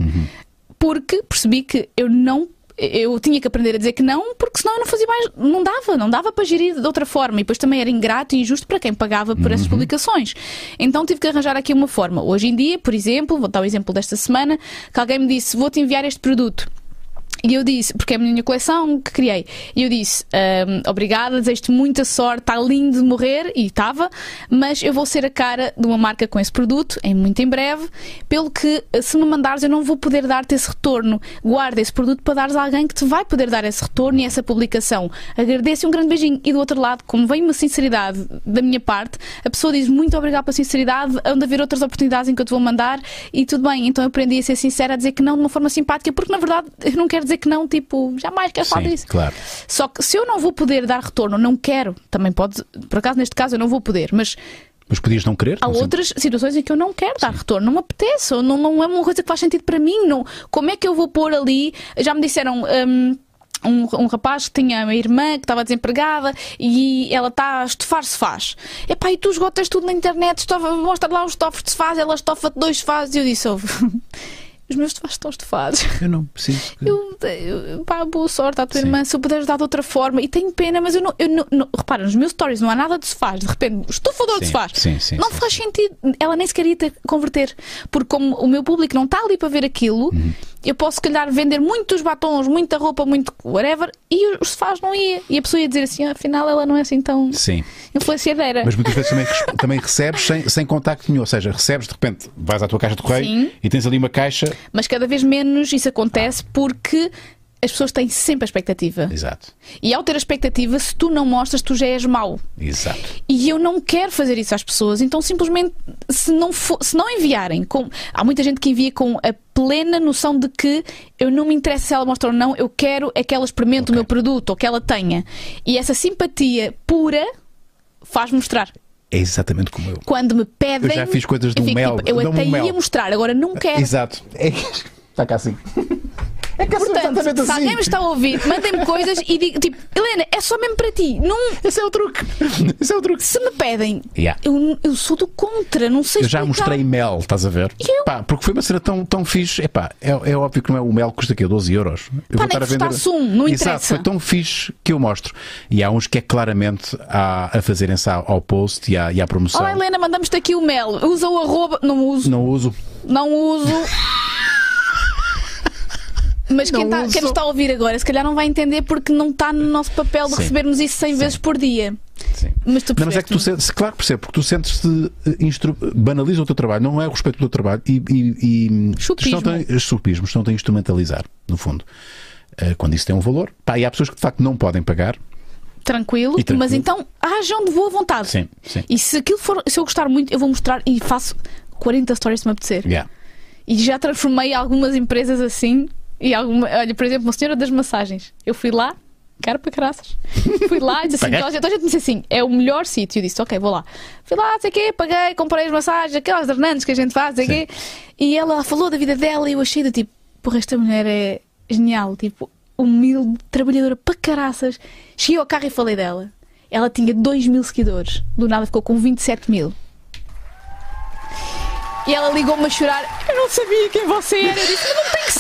S2: Porque percebi que eu não. Eu tinha que aprender a dizer que não, porque senão eu não fazia mais. Não dava, não dava para gerir de outra forma. E depois também era ingrato e injusto para quem pagava por essas publicações. Então tive que arranjar aqui uma forma. Hoje em dia, por exemplo, vou dar o exemplo desta semana, que alguém me disse: Vou-te enviar este produto. E eu disse, porque é a minha coleção que criei, e eu disse: "Ahm, Obrigada, desejo-te muita sorte, está lindo de morrer, e estava, mas eu vou ser a cara de uma marca com esse produto, em muito em breve. Pelo que, se me mandares, eu não vou poder dar-te esse retorno. Guarda esse produto para dares a alguém que te vai poder dar esse retorno e essa publicação. Agradeço e um grande beijinho. E do outro lado, como vem uma sinceridade da minha parte, a pessoa diz muito obrigado pela sinceridade, hão de haver outras oportunidades em que eu te vou mandar e tudo bem. Então eu aprendi a ser sincera, a dizer que não de uma forma simpática, porque na verdade eu não quero dizer que não, tipo, jamais quero falar disso.
S1: claro.
S2: Só que se eu não vou poder dar retorno, não quero, também pode, por acaso neste caso eu não vou poder, mas
S1: Mas podias não querer?
S2: Há
S1: não sei.
S2: outras situações em que eu não quero dar retorno, não me apetece, ou não, não é uma coisa que faz sentido para mim. Não, como é que eu vou pôr ali? Já me disseram. hum, um, um rapaz que tinha uma irmã que estava desempregada e ela está a estofar se faz. Epá, e tu esgotas tudo na internet, estofa, mostra lá os estofos de se faz, ela estofa-te dois faz e eu disse: "Ouve, (laughs) os meus estofos estão estofados.
S1: Eu não preciso. que-
S2: Eu, eu- pá, boa sorte à tua
S1: Sim.
S2: irmã, se eu puder ajudar de outra forma. E tenho pena, mas eu não. Eu não, não- repara, nos meus stories não há nada de se faz. De repente, estufador de
S1: Sim,
S2: se faz.
S1: sim, sim,
S2: não
S1: sim,
S2: faz sentido. Ela nem sequer ia ter que converter. Porque, como o meu público não está ali para ver aquilo,
S1: Uhum.
S2: eu posso, se calhar, vender muitos batons, muita roupa, muito whatever, e os se faz não ia. E a pessoa ia dizer assim: "Ah, afinal, ela não é assim tão
S1: Sim.
S2: influenciadeira.
S1: Mas muitas vezes também, res- também recebes sem, sem contacto nenhum. Ou seja, recebes de repente, vais à tua caixa de correio
S2: Sim.
S1: e tens ali uma caixa.
S2: mas cada vez menos isso acontece porque as pessoas têm sempre a expectativa.
S1: Exato.
S2: E ao ter a expectativa, se tu não mostras, tu já és mau.
S1: Exato.
S2: E eu não quero fazer isso às pessoas, então simplesmente se não, for- se não enviarem, com, há muita gente que envia com a plena noção de que eu não me interessa se ela mostra ou não, eu quero é que ela experimente o meu produto ou que ela tenha. E essa simpatia pura faz mostrar.
S1: É exatamente como eu.
S2: Quando me pedem.
S1: já fiz coisas de
S2: eu
S1: um
S2: fico
S1: mel,
S2: tipo, eu
S1: dá-me
S2: até
S1: um mel.
S2: ia mostrar, agora não quero.
S1: Exato. É, está cá assim. É cá
S2: Portanto,
S1: exatamente
S2: se alguém me
S1: assim.
S2: está a ouvir, mandem-me coisas e digo tipo, Helena, é só mesmo para ti. Não,
S1: Esse é o truque. Esse é o truque.
S2: se me pedem,
S1: Yeah.
S2: eu, eu sou do contra, não sei
S1: Eu já
S2: explicar.
S1: mostrei mel, estás a ver?
S2: E eu?
S1: Pá, porque foi uma cena tão, tão fixe. Epá, é, é óbvio que não é o mel que custa aqui 12 euros. Eu
S2: Pá, nem que custasse um, não
S1: Exato,
S2: interessa.
S1: foi tão fixe que eu mostro. E há uns que é claramente a, a fazerem-se ao, ao post e à, e à promoção.
S2: Olá Helena, mandamos-te aqui o mel. Usa o arroba. Não uso,
S1: não uso. (laughs)
S2: não uso. Mas quem,
S1: Não
S2: tá-
S1: uso.
S2: quem nos está a ouvir agora, se calhar não vai entender porque não está no nosso papel de
S1: Sim.
S2: recebermos isso 100 vezes por dia.
S1: Sim.
S2: Mas tu
S1: Não, mas é que tu
S2: percebeste-me.
S1: sentes, claro que percebo, porque tu sentes-te eh, instru- banaliza o teu trabalho, não é o respeito do teu trabalho e, e, e
S2: Chupismo.
S1: estão-te a- chupismo, estão-te a instrumentalizar, no fundo. Eh, Quando isso tem um valor, pá, e há pessoas que de facto não podem pagar.
S2: tranquilo,
S1: E tranquilo.
S2: mas então hajam de boa vontade.
S1: Sim, sim.
S2: E se aquilo for, se eu gostar muito, eu vou mostrar e faço 40 stories se me apetecer.
S1: Yeah.
S2: E já transformei algumas empresas assim. E alguma, olha, por exemplo, uma senhora das massagens. Eu fui lá, cara para caraças. Fui lá e disse assim:
S1: Pagaste?
S2: toda a gente- toda a gente me disse assim, é o melhor sítio. Eu disse: ok, vou lá. Fui lá, sei o quê, paguei, comprei as massagens, aquelas Hernandes que a gente faz, sei o quê. E ela falou da vida dela e eu achei de tipo: porra, esta mulher é genial, tipo, humilde, trabalhadora para caraças. Cheguei ao carro e falei dela. Ela tinha 2 mil seguidores, do nada ficou com 27 mil. E ela ligou-me a chorar. Eu não sabia quem você era. Eu disse, eu não tenho que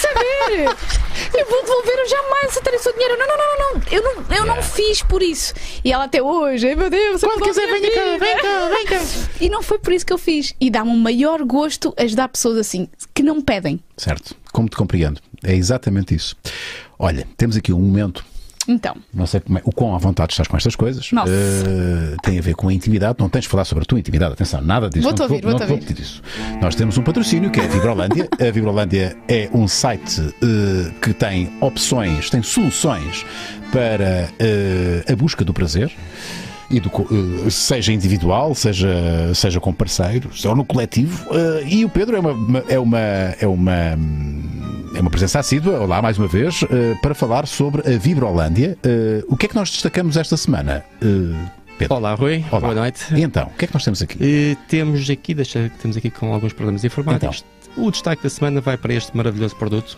S2: saber. Eu vou devolver, eu jamais aceitarei o seu dinheiro. Não, não, não, não, não. Eu não, eu não fiz por isso. E ela até hoje, ai meu Deus, você não quiser, vem cá, vem cá, vem cá. E não foi por isso que eu fiz. E dá-me um maior gosto ajudar pessoas assim, que não pedem.
S1: Certo. Como te compreendo. É exatamente isso. Olha, temos aqui um momento
S2: Então,
S1: não sei como é, o quão à vontade estás com estas coisas.
S2: Nossa.
S1: Eh, tem a ver com a intimidade. Não tens de falar sobre a tua intimidade. Atenção, nada disso.
S2: Vou-te
S1: não
S2: ouvir,
S1: um não
S2: vou-te ouvir.
S1: pedir isso. Nós temos um patrocínio que é a Vibrolândia. a Vibrolândia é um site eh, que tem opções, tem soluções para eh, a busca do prazer. E do co- eh, seja individual, seja, seja com parceiros, ou no coletivo. Eh, e o Pedro é uma- uma, é uma, é uma hum, é uma presença assídua, olá mais uma vez, eh, para falar sobre a Vibrolândia. Eh, o que é que nós destacamos esta semana? Eh, Pedro.
S5: Olá, Rui.
S1: Olá.
S5: Boa noite.
S1: E então, o que é que nós temos aqui?
S5: E temos aqui, deixa que temos aqui com alguns problemas informáticos.
S1: Então.
S5: O destaque da semana vai para este maravilhoso produto.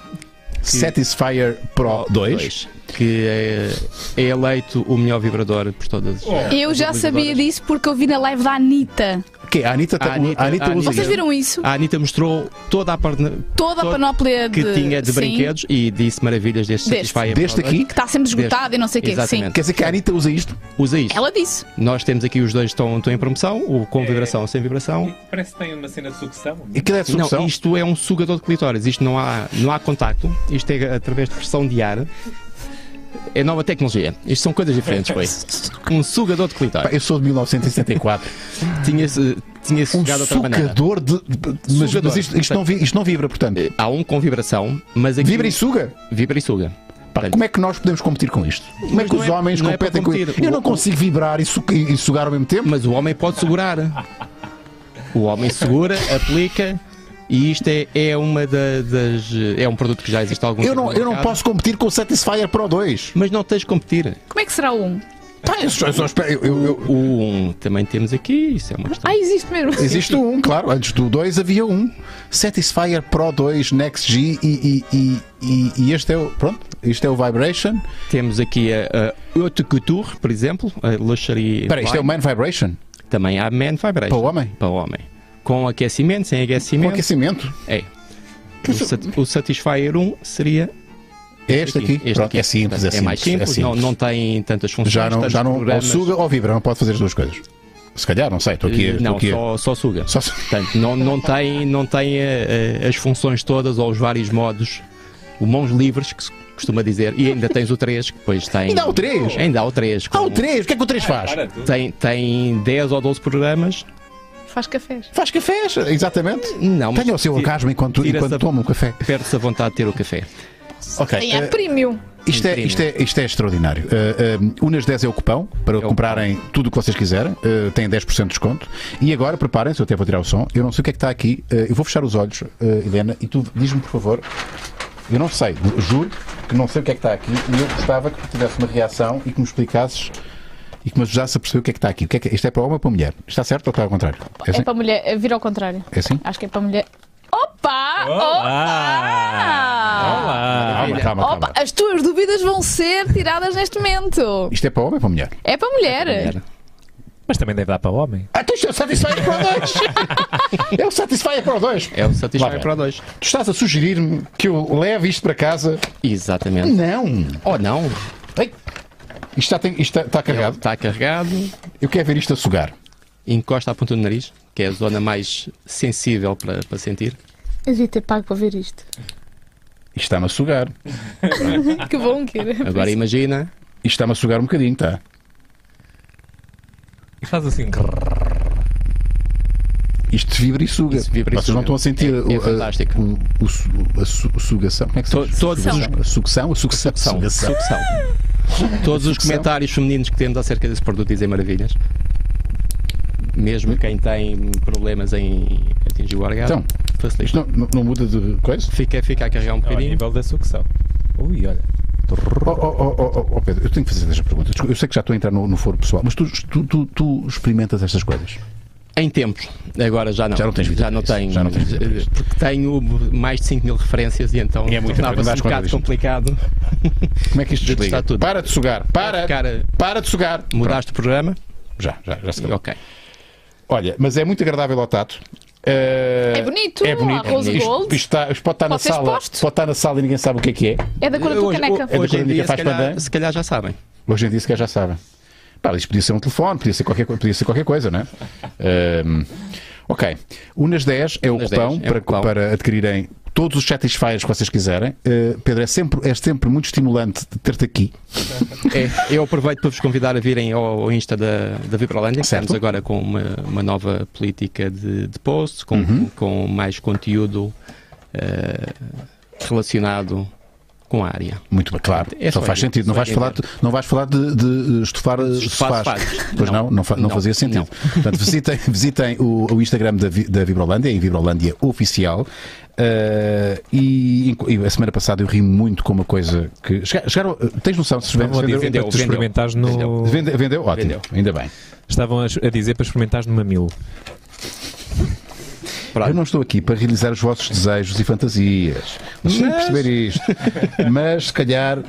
S1: Satisfyer Pro 2.
S5: Que é, é eleito o melhor vibrador por todas.
S1: Oh.
S2: eu já sabia disso porque eu vi na live da Anitta.
S1: Que a Anitta, tá-
S5: A Anitta-
S1: a Anitta
S5: a
S1: usa.
S5: Anitta- é
S2: Vocês viram isso?
S5: A Anitta mostrou toda a parte
S2: Ah, Toda a
S5: todo
S2: panóplia de.
S5: que tinha de
S2: Sim.
S5: brinquedos e disse maravilhas deste
S2: Deste.
S5: Satisfyer.
S1: Deste
S5: Pro dois.
S1: aqui.
S2: Que está sempre esgotada e não sei o quê. Sim.
S5: Exatamente.
S1: Quer dizer que a Anitta usa isto?
S5: Usa isso.
S2: Ela disse.
S5: Nós temos aqui os dois que estão, estão em promoção, o
S1: É.
S5: com vibração sem vibração.
S4: Parece que tem uma cena de sucção.
S1: E que é de solução?
S5: Não, isto é um sugador de clitóris, isto não há, não há contacto, isto é através de pressão de ar. É nova tecnologia. Isto são coisas
S1: (laughs)
S5: diferentes, foi. Um sugador de
S1: Pá, é
S5: clitóris.
S1: Eu sou de 1974.
S5: Tinha-se tinha
S1: um
S5: sugado de outra maneira.
S1: sucador de. de- Mas,
S5: Sugador.
S1: mas isto, isto não, vi- isto não vibra, portanto.
S5: Eh, Há um com vibração, mas aqui.
S1: Vibra e suga?
S5: Vibra e suga.
S1: Pá,
S5: Portanto,
S1: como é que nós podemos competir com isto? Como é
S5: Mas
S1: que
S5: não
S1: os
S5: é-
S1: homens
S5: não é para
S1: competem com isto?
S5: competir.
S1: Eu
S5: O-
S1: não consigo vibrar e, su- e sugar ao mesmo tempo?
S5: Mas o homem pode segurar. O homem segura, aplica. E isto é, é uma da- das. É um produto que já existe há algum
S1: Eu
S5: tempo
S1: não,
S5: no
S1: eu não
S5: mercado,
S1: posso competir com o Satisfyer Pro 2.
S5: Mas não tens de competir.
S2: Como é que será um?
S1: Tá, eu só, eu só espero. eu- eu- eu-
S5: O um também temos aqui, isso é uma questão.
S2: Ah, existe mesmo.
S1: existe um, claro. Antes do 2 havia um. Satisfyer Pro 2 Next G e, e- e- e- e este é o. Pronto, isto é o Vibration.
S5: Temos aqui a, a Haute Couture, por exemplo, a Luxury.
S1: Espera, isto é o
S5: Wine.
S1: Man Vibration?
S5: Também há Man Vibration.
S1: Para o homem?
S5: Para o homem. Com aquecimento, sem
S1: Com
S5: aquecimento.
S1: aquecimento.
S5: É. O, sat- o Satisfyer 1 seria
S1: É este aqui.
S5: este
S1: Pronto,
S5: aqui.
S1: é simples, é
S5: Portanto,
S1: simples.
S5: mais simples, não, não tem tantas funções.
S1: Já não,
S5: tantos
S1: já não ou
S5: programas.
S1: suga ou vibra, não pode fazer as duas coisas. Se calhar, não sei, estou aqui. estou
S5: Eh, Não,
S1: aqui
S5: só, só suga.
S1: só se-
S5: Portanto, não, não tem, não tem eh, eh, as funções todas ou os vários modos. O mãos livres, que se costuma dizer. E ainda tens o 3, que depois tem.
S1: Ainda há o três?
S5: Ainda há o 3.
S1: Ah, o 3, o que é que o 3 faz?
S5: Tem, tem 10 ou 12 programas.
S2: Faz cafés.
S1: Faz cafés, exatamente.
S5: Não, mas
S1: Tenha o seu assim
S5: ti-
S1: um orgasmo enquanto,
S5: tira-se
S1: enquanto
S5: a-
S1: toma um café.
S5: Perde-se a vontade de ter o café. é
S1: Ok.
S2: Tem a
S1: eh,
S2: é premium.
S1: Isto é,
S5: Incrível.
S1: isto, é, isto é extraordinário. Uh, um, Unas 10 é o cupão para
S5: cupão.
S1: comprarem tudo o que vocês quiserem. Uh, têm 10% de desconto. E agora preparem-se, eu até vou tirar o som. Eu não sei o que é que está aqui. Uh, eu vou fechar os olhos, uh, Helena, e tu diz-me, por favor. Eu não sei, juro que não sei o que é que está aqui. E eu gostava que tu tivesse uma reação e que me explicasses e que me ajudasse a perceber o que é que está aqui. O que é que- isto é para homem ou para mulher? Está certo ou está ao contrário? É assim?
S2: É para mulher. é, Vira ao contrário.
S1: É assim?
S2: Acho que é para mulher. Opa!
S1: Ah.
S2: Opa!
S4: Olá!
S1: Calma, calma, calma.
S2: Opa, as tuas dúvidas vão ser tiradas neste momento.
S1: Isto é para homem ou para mulher?
S2: É para mulher.
S4: Mas também deve dar para homem.
S1: Ah, tu isto é o Satisfyer Pro (laughs) 2! é o Satisfyer Pro 2!
S5: É o Satisfyer
S1: Lá vai.
S5: para dois.
S1: Tu estás a sugerir-me que eu leve isto para casa?
S5: Exatamente.
S1: Não!
S5: Oh não,
S1: Ei, Isto está, tem- isto está, está
S5: ele
S1: carregado.
S5: está carregado,
S1: Eu quero ver isto a sugar.
S5: encosta à ponta do nariz, que é a zona mais sensível para, para sentir.
S1: É
S2: Eu devia ter pago para ver isto.
S1: Isto está-me a sugar. Isto
S2: Ah, Que bom que
S1: Ah,
S2: era.
S5: Agora imagina,
S1: está-me a sugar um bocadinho, está?
S4: E faz assim. grrr.
S1: Isto vibra e suga.
S5: Isso vibra e
S1: Vocês
S5: suga.
S1: não estão a sentir
S5: É- é
S1: o- a-
S5: fantástico.
S1: o- o su- a, su- a sugação? Como é que se
S5: To-
S1: diz?
S5: todos
S1: Sugação. A sucção? A sucção.
S5: são,
S1: Sugação.
S5: sucção. Todos os
S1: Sucção.
S5: comentários femininos que temos acerca desse produto dizem maravilhas. Mesmo quem tem problemas em atingiu o
S1: Então,
S5: orgasmo.
S1: isto
S5: facilita.
S1: não, não- não muda de coisa?
S5: Fica, fica a carregar um
S4: Ao
S5: bocadinho.
S4: nível da sucção. Ui, olha.
S1: Oh, oh, oh, oh, oh, Pedro, eu tenho que fazer esta pergunta. Desculpa, Eu sei que já estou a entrar no, no foro pessoal, mas tu, tu, tu- tu experimentas estas coisas.
S5: Em tempos. Agora já não.
S1: Já não tens vida
S5: Já não
S1: para isso.
S5: tenho.
S1: Já não tens vida para isso.
S5: Porque tenho mais de 5 mil referências e então
S1: E é muita coisa, não
S5: tornava-se
S1: dás conta
S5: um bocado
S1: disto.
S5: complicado
S1: Como é que isto
S5: Deve
S1: desliga?
S5: estar tudo.
S1: Para de sugar, para,
S5: ficar a-
S1: para de sugar.
S5: Mudaste o programa?
S1: Pronto, já, já, já se acabou.
S5: Ok.
S1: Olha, mas é muito agradável ao tato. Eh,
S2: É bonito,
S1: é bonito.
S2: arroz e
S1: Isto-
S2: gold.
S1: Isto, está- isto pode estar na
S2: Pode ser
S1: sala,
S2: exposto.
S1: pode estar na sala e ninguém sabe o que é que é.
S2: É da cor da tua
S5: Hoje-
S2: caneca.
S5: Hoje, em
S1: Quando é?
S5: dia,
S1: faz
S5: se
S1: pandan.
S5: calhar, se calhar já sabem.
S1: Hoje em dia se calhar já sabem. Pá, isto podia ser um telefone, podia ser qualquer, co- podia ser qualquer coisa, não é? Ehm, ok. Unas 10 é o
S5: Unas
S1: cupão
S5: 10 é o
S1: para,
S5: cupão.
S1: para adquirirem todos os satisfiers que vocês quiserem. Eh, Pedro, é sempre, é sempre muito estimulante de ter-te aqui.
S5: É, eu aproveito para vos convidar a virem ao, ao Insta da, da Vibrolândia. que
S1: Certo.
S5: Estamos agora com uma, uma nova política de, de post, com,
S1: Uhum.
S5: com mais conteúdo eh, relacionado com a área.
S1: Muito bem, claro.
S5: É
S1: só
S5: só
S1: faz
S5: isso,
S1: sentido. Não
S5: só
S1: vais, falar,
S5: entender.
S1: não vais falar de, de estufar eh,
S5: Estufar
S1: sofás.
S5: sofás.
S1: Pois não,
S5: Não.
S1: não, fa- não
S5: Não.
S1: fazia sentido. Portanto,
S5: (laughs)
S1: visitem, visitem o, o Instagram da, Vi- da Vibrolândia, em Vibrolândia Oficial. Eh, e, enqu- e a semana passada eu ri muito com uma coisa que. Chega- Chegaram, eh, tens noção se
S4: Estavam a
S1: venderam-
S4: dizer para tu
S5: vendeu.
S4: experimentares no.
S1: Vende- vendeu? Ótimo,
S5: Vendeu.
S1: ainda bem.
S4: Estavam a a dizer para experimentares no mamilo.
S5: Pronto.
S1: Eu não estou aqui para realizar os vossos desejos e fantasias. Vocês têm que
S5: Mas-
S1: perceber isto. Mas se calhar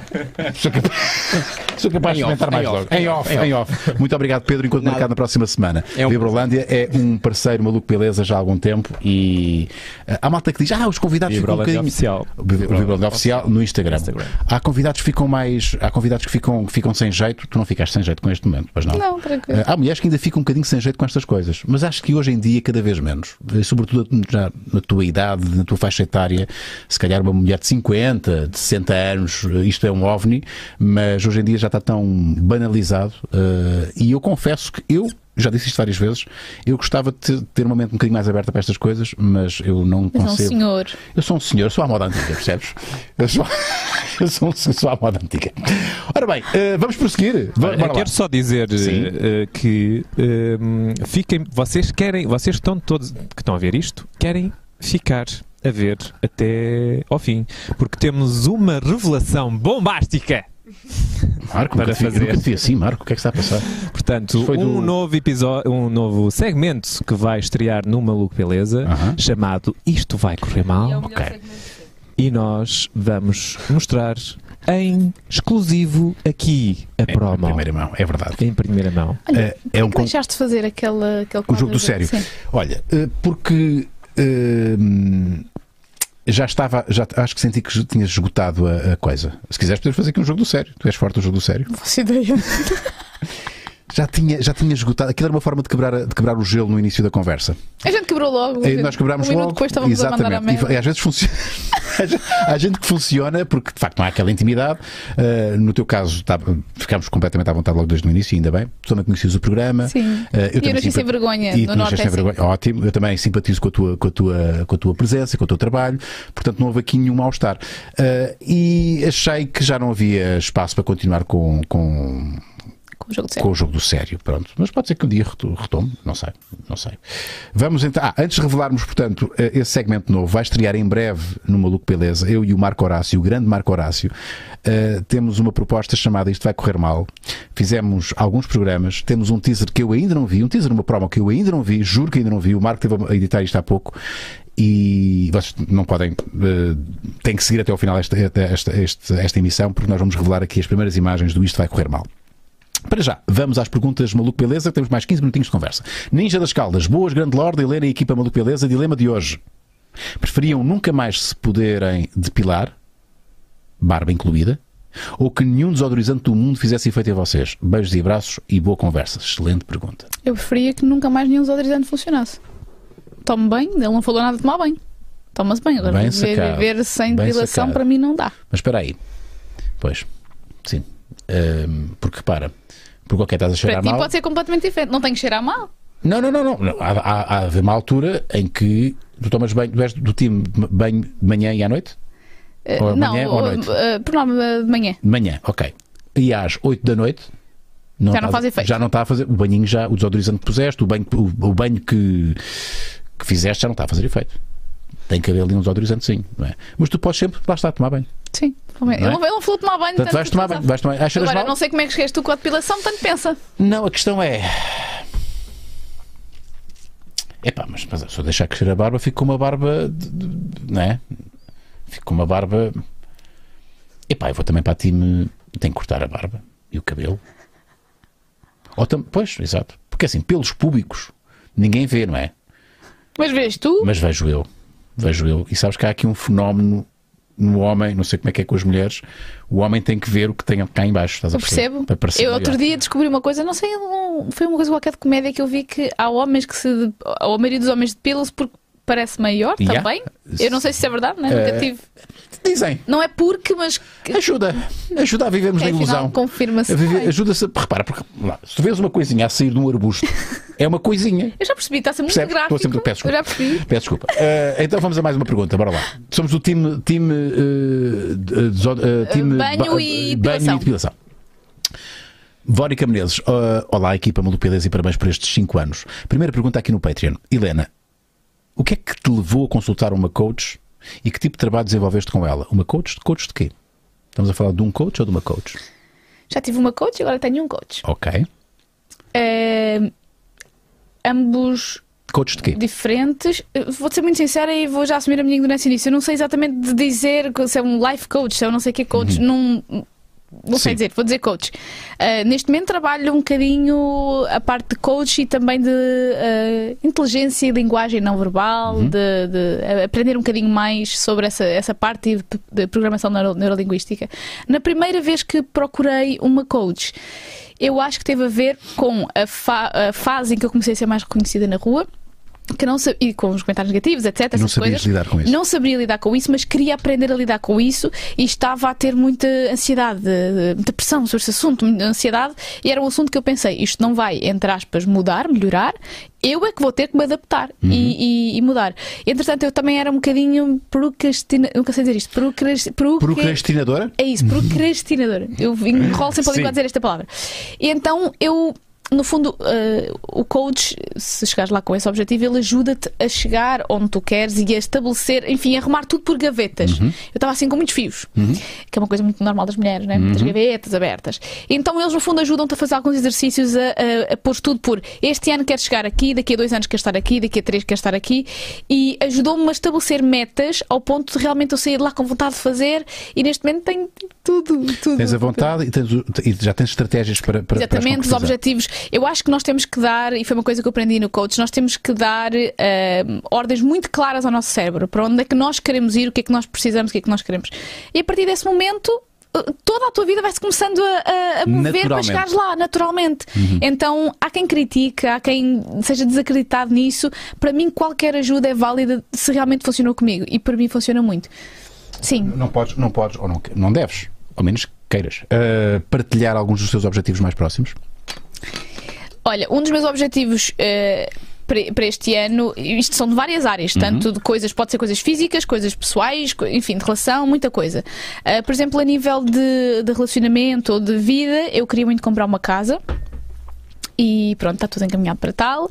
S1: sou capaz, (laughs) sou capaz de
S5: Em off,
S1: comentar
S5: em
S1: mais
S5: off,
S1: logo. Em off, em off. Muito obrigado, Pedro. Enquanto
S5: Nada.
S1: marcado na próxima semana.
S5: É um-
S1: Vibrolândia é um parceiro maluco beleza já há algum tempo e ah, há malta que diz: Ah, os convidados ficam um
S4: Vibrolândia
S1: bocadinho.
S4: oficial.
S1: O Vib- o Vibrolândia Oficial no Instagram.
S4: Instagram.
S1: Há convidados que ficam mais. Há convidados que ficam, que ficam sem jeito. Tu não ficaste sem jeito com este momento, mas
S2: Não, tranquilo.
S1: eh, Há mulheres que ainda ficam um bocadinho sem jeito com estas coisas, mas acho que hoje em dia cada vez menos. Eh, Sobretudo já na tua idade, na tua faixa etária, se calhar uma mulher de 50, de 60 anos, eh, isto é um ovni, mas hoje em dia já está tão banalizado eh, e eu confesso que eu. Já disse isto várias vezes. Eu gostava de ter- ter uma mente um bocadinho mais aberta para estas coisas, mas eu não
S2: Mas é um
S1: consigo.
S2: senhor.
S1: Eu sou um senhor, eu sou à moda antiga, percebes? Eu sou, (laughs) eu sou um senhor, sou à moda antiga. Ora bem, eh, vamos prosseguir. Va-
S4: Olha,
S1: bora
S4: eu
S1: lá.
S4: quero só dizer eh,
S1: Sim.
S4: eh, que eh, fiquem, vocês querem, vocês que estão todos que estão a ver isto, querem ficar a ver até ao fim, porque temos uma revelação bombástica.
S1: Marco,
S4: para
S1: nunca te vi-
S4: fazer.
S1: nunca te vi assim, Marco, o que é que está a passar?
S4: Portanto,
S1: Foi
S4: um
S1: do-
S4: novo episódio, um novo segmento que vai estrear no Maluco Beleza,
S1: Aham.
S4: chamado Isto vai correr mal.
S1: Ok.
S4: e nós vamos mostrar em exclusivo aqui a
S1: É,
S4: promo.
S1: Em primeira mão, é verdade.
S4: Em primeira mão.
S1: É, é um
S2: Que
S1: con-
S2: Deixaste de fazer aquele, aquele
S1: o
S2: quadro assim?
S1: jogo do
S2: de-
S1: sério.
S2: Sim.
S1: Olha, eh, porque eh, já estava, já acho que senti que tinhas esgotado a, a coisa. Se quiseres, podemos fazer aqui um jogo do sério. Tu és forte do jogo do sério.
S2: Não faço ideia.
S1: (laughs) Já tinha, já tinha esgotado. Aquilo era uma forma de quebrar, a- de quebrar o gelo no início da conversa.
S2: A gente quebrou logo.
S1: Eh, nós quebrámos
S2: um minuto
S1: logo.
S2: depois estávamos
S1: exatamente.
S2: a mandar a merda.
S1: E, e às vezes funciona. (laughs) Há gente que funciona porque de facto não há aquela intimidade. Ah, no teu caso, tá- ficámos completamente à vontade logo desde o início, ainda bem. Tu também conhecias o programa.
S2: Sim.
S1: Ah, eu
S2: E eu
S1: também
S2: nasci
S1: simpa-
S2: sem é vergonha.
S1: E
S2: no
S1: tu
S2: norte
S1: nasceste
S2: é
S1: sem
S2: assim.
S1: vergonha. Ótimo, eu também simpatizo com a tua, com a tua, com a tua presença, com o teu trabalho, portanto não houve aqui nenhum mal-estar. Ah, e achei que já não havia espaço para continuar com, com,
S2: Com o jogo do
S1: com
S2: sério.
S1: o jogo do sério, pronto. Mas pode ser que um dia reto- retome, não sei, não sei. Vamos então, ah, antes de revelarmos, portanto, eh, esse segmento novo, vai estrear em breve no Maluco Beleza, eu e o Marco Horácio, o grande Marco Horácio, eh, temos uma proposta chamada Isto Vai Correr Mal. Fizemos alguns programas, temos um teaser que eu ainda não vi, um teaser, uma promo que eu ainda não vi, juro que ainda não vi, o Marco teve a editar isto há pouco. E vocês não podem, eh, têm que seguir até ao final esta, esta, esta, este- esta emissão, porque nós vamos revelar aqui as primeiras imagens do Isto Vai Correr Mal. Para já, vamos às perguntas Maluco Beleza, que temos mais 15 minutinhos de conversa. Ninja das Caldas, boas, grande Lorde, Helena e equipa Maluco Beleza, dilema de hoje. Preferiam nunca mais se poderem depilar, barba incluída, ou que nenhum desodorizante do mundo fizesse efeito em vocês? Beijos e abraços e boa conversa. Excelente pergunta.
S2: Eu preferia que nunca mais nenhum desodorizante funcionasse. Tome bem, ele não falou nada de tomar bem. Toma-se bem. Agora,
S1: Bem
S2: viver,
S1: sacado.
S2: viver sem
S1: Bem
S2: depilação
S1: sacado.
S2: para mim não dá.
S1: Mas espera aí. Pois, sim. Ahm, porque repara, porque ok, estás a
S2: Para
S1: cheirar
S2: ti
S1: mal.
S2: pode ser completamente diferente. Não tem que cheirar mal.
S1: Não, não, não, não. Não, Há, há, há de haver uma altura em que tu tomas banho, tu és do time de banho de manhã e à noite?
S2: Eh,
S1: Ou é
S2: não,
S1: amanhã ou à noite?
S2: eh, por norma de manhã.
S1: De manhã, ok. E às 8 da noite. tá-
S2: Já não
S1: está-
S2: faz efeito.
S1: Já não está a fazer. O banhinho já, o desodorizante que puseste, o banho, o, o banho que, que fizeste já não está a fazer efeito. Tem que haver ali um desodorizante, sim. não é? Mas tu podes sempre, lá está, tomar banho.
S2: Sim. Como é?
S1: Não é?
S2: Ele, não- ele não falou de tomar banho.
S1: Portanto, vais tomar banho. Vais tomar banho. Ah, cheiras
S2: Então, tá Agora,
S1: mal?
S2: não sei como é que chegaste tu com a depilação, portanto, pensa.
S1: Não, a questão é. Epá, mas, mas se eu deixar crescer a barba, fico com uma barba. de- de- Não é? Fico com uma barba. Epá, eu vou também para a time. Tenho que cortar a barba e o cabelo. Ou tam... Pois, exato. Porque assim, pelos públicos, ninguém vê, não é?
S2: Mas vês tu,
S1: Mas vejo eu. Vejo eu. E sabes que há aqui um fenómeno no homem, não sei como é que é com as mulheres, o homem tem que ver o que tem cá em baixo. Estás a
S2: eu
S1: perceber?
S2: percebo.
S1: Para parecer
S2: Eu outro
S1: maior.
S2: dia descobri uma coisa, não sei, um- foi uma coisa qualquer de comédia que eu vi que há homens que se. Ou a maioria dos homens depilam-se porque parece maior
S1: Yeah.
S2: também. Eu não sei se isso é verdade, né? nunca
S1: Eh,
S2: tive.
S1: Dizem.
S2: Não é porque, mas. Que,
S1: Ajuda, ajuda a vivermos na
S2: afinal,
S1: ilusão.
S2: confirma-se.
S1: A viver-
S2: bem.
S1: Ajuda-se a. Repara, porque lá, se tu vês uma coisinha a sair de um
S2: (laughs)
S1: arbusto, é uma coisinha.
S2: Eu já percebi, está a ser muito
S1: Percebes?
S2: gráfico.
S1: Estou sempre- peço
S2: eu
S1: desculpa.
S2: já percebi.
S1: Peço desculpa. Eh, então vamos a mais uma pergunta, bora lá. Somos do time. time, eh, de- deso- eh, time
S2: banho
S1: ba-
S2: e
S1: eh,
S2: depilação.
S1: banho e depilação. Vórica Menezes, eh, olá equipa Malupeleza e parabéns por estes 5 anos. Primeira pergunta aqui no Patreon. Helena, o que é que te levou a consultar uma coach e que tipo de trabalho desenvolveste com ela? Uma coach? De coach de quê? Estamos a falar de um coach ou de uma coach?
S2: Já tive uma coach, agora tenho um coach.
S1: Ok.
S2: Eh, ambos
S1: Coach de quê?
S2: diferentes. Eh, Vou ser muito sincera e vou já assumir a minha ignorância nisso. Eu não sei exatamente de dizer que se é um life coach, se é um não sei que coach.
S1: Uhum.
S2: Não, não sei
S1: Sim.
S2: dizer, vou dizer coach. Eh, neste momento trabalho um bocadinho a parte de coach e também de eh, inteligência e linguagem não verbal,
S1: Uhum.
S2: de, de, eh, aprender um bocadinho mais sobre essa, essa parte de, de programação neuro- neurolinguística. Na primeira vez que procurei uma coach, eu acho que teve a ver com a, fa- a fase em que eu comecei a ser mais reconhecida na rua. Que não sa- e com os comentários negativos, etc.
S1: não
S2: essas
S1: sabias
S2: coisas.
S1: lidar com isso.
S2: Não sabia lidar com isso, mas queria aprender a lidar com isso e estava a ter muita ansiedade, eh, muita pressão sobre esse assunto, muita ansiedade, e era um assunto que eu pensei, isto não vai, entre aspas, mudar, melhorar, eu é que vou ter que me adaptar e, e- e mudar. Entretanto, eu também era um bocadinho procrastina... Nunca sei dizer isto. Procras... procre-
S1: Procrastinadora?
S2: é isso, procrastinador. Eu enrolo sempre a língua a dizer esta palavra. E então eu, no fundo, eh, o coach, se chegares lá com esse objetivo, ele ajuda-te a chegar onde tu queres e a estabelecer, enfim, a arrumar tudo por gavetas. Eu estava assim com muitos fios, que é uma coisa muito normal das mulheres, né? Muitas gavetas abertas. Então eles, no fundo, ajudam-te a fazer alguns exercícios a, a, a pôr tudo por este ano quero chegar aqui, daqui a dois anos quero estar aqui, daqui a três quero estar aqui. E ajudou-me a estabelecer metas ao ponto de realmente eu sair de lá com vontade de fazer e neste momento tenho tudo, tudo.
S1: Tens a vontade e, tens o- e já tens estratégias para, para
S2: Exatamente, os
S1: para as concretizar.
S2: objetivos. Eu acho que nós temos que dar, e foi uma coisa que eu aprendi no coach, nós temos que dar eh, ordens muito claras ao nosso cérebro, para onde é que nós queremos ir, o que é que nós precisamos, o que é que nós queremos. E a partir desse momento, eh, toda a tua vida vai-se começando a- a, a mover
S1: Naturalmente.
S2: para
S1: Uhum.
S2: chegares lá, naturalmente. Então, há quem critique, há quem seja desacreditado nisso. Para mim, qualquer ajuda é válida se realmente funcionou comigo. E para mim funciona muito. Sim.
S1: Não podes, não podes ou não, que- não deves, ao menos queiras, eh, partilhar alguns dos teus objetivos mais próximos.
S2: Olha, um dos meus objetivos eh, para para este ano, e isto são de várias áreas, tanto de coisas, pode ser coisas físicas, coisas pessoais, co- enfim, de relação, muita coisa. Eh, por exemplo, a nível de, de relacionamento ou de vida, eu queria muito comprar uma casa. E pronto, está tudo encaminhado para tal.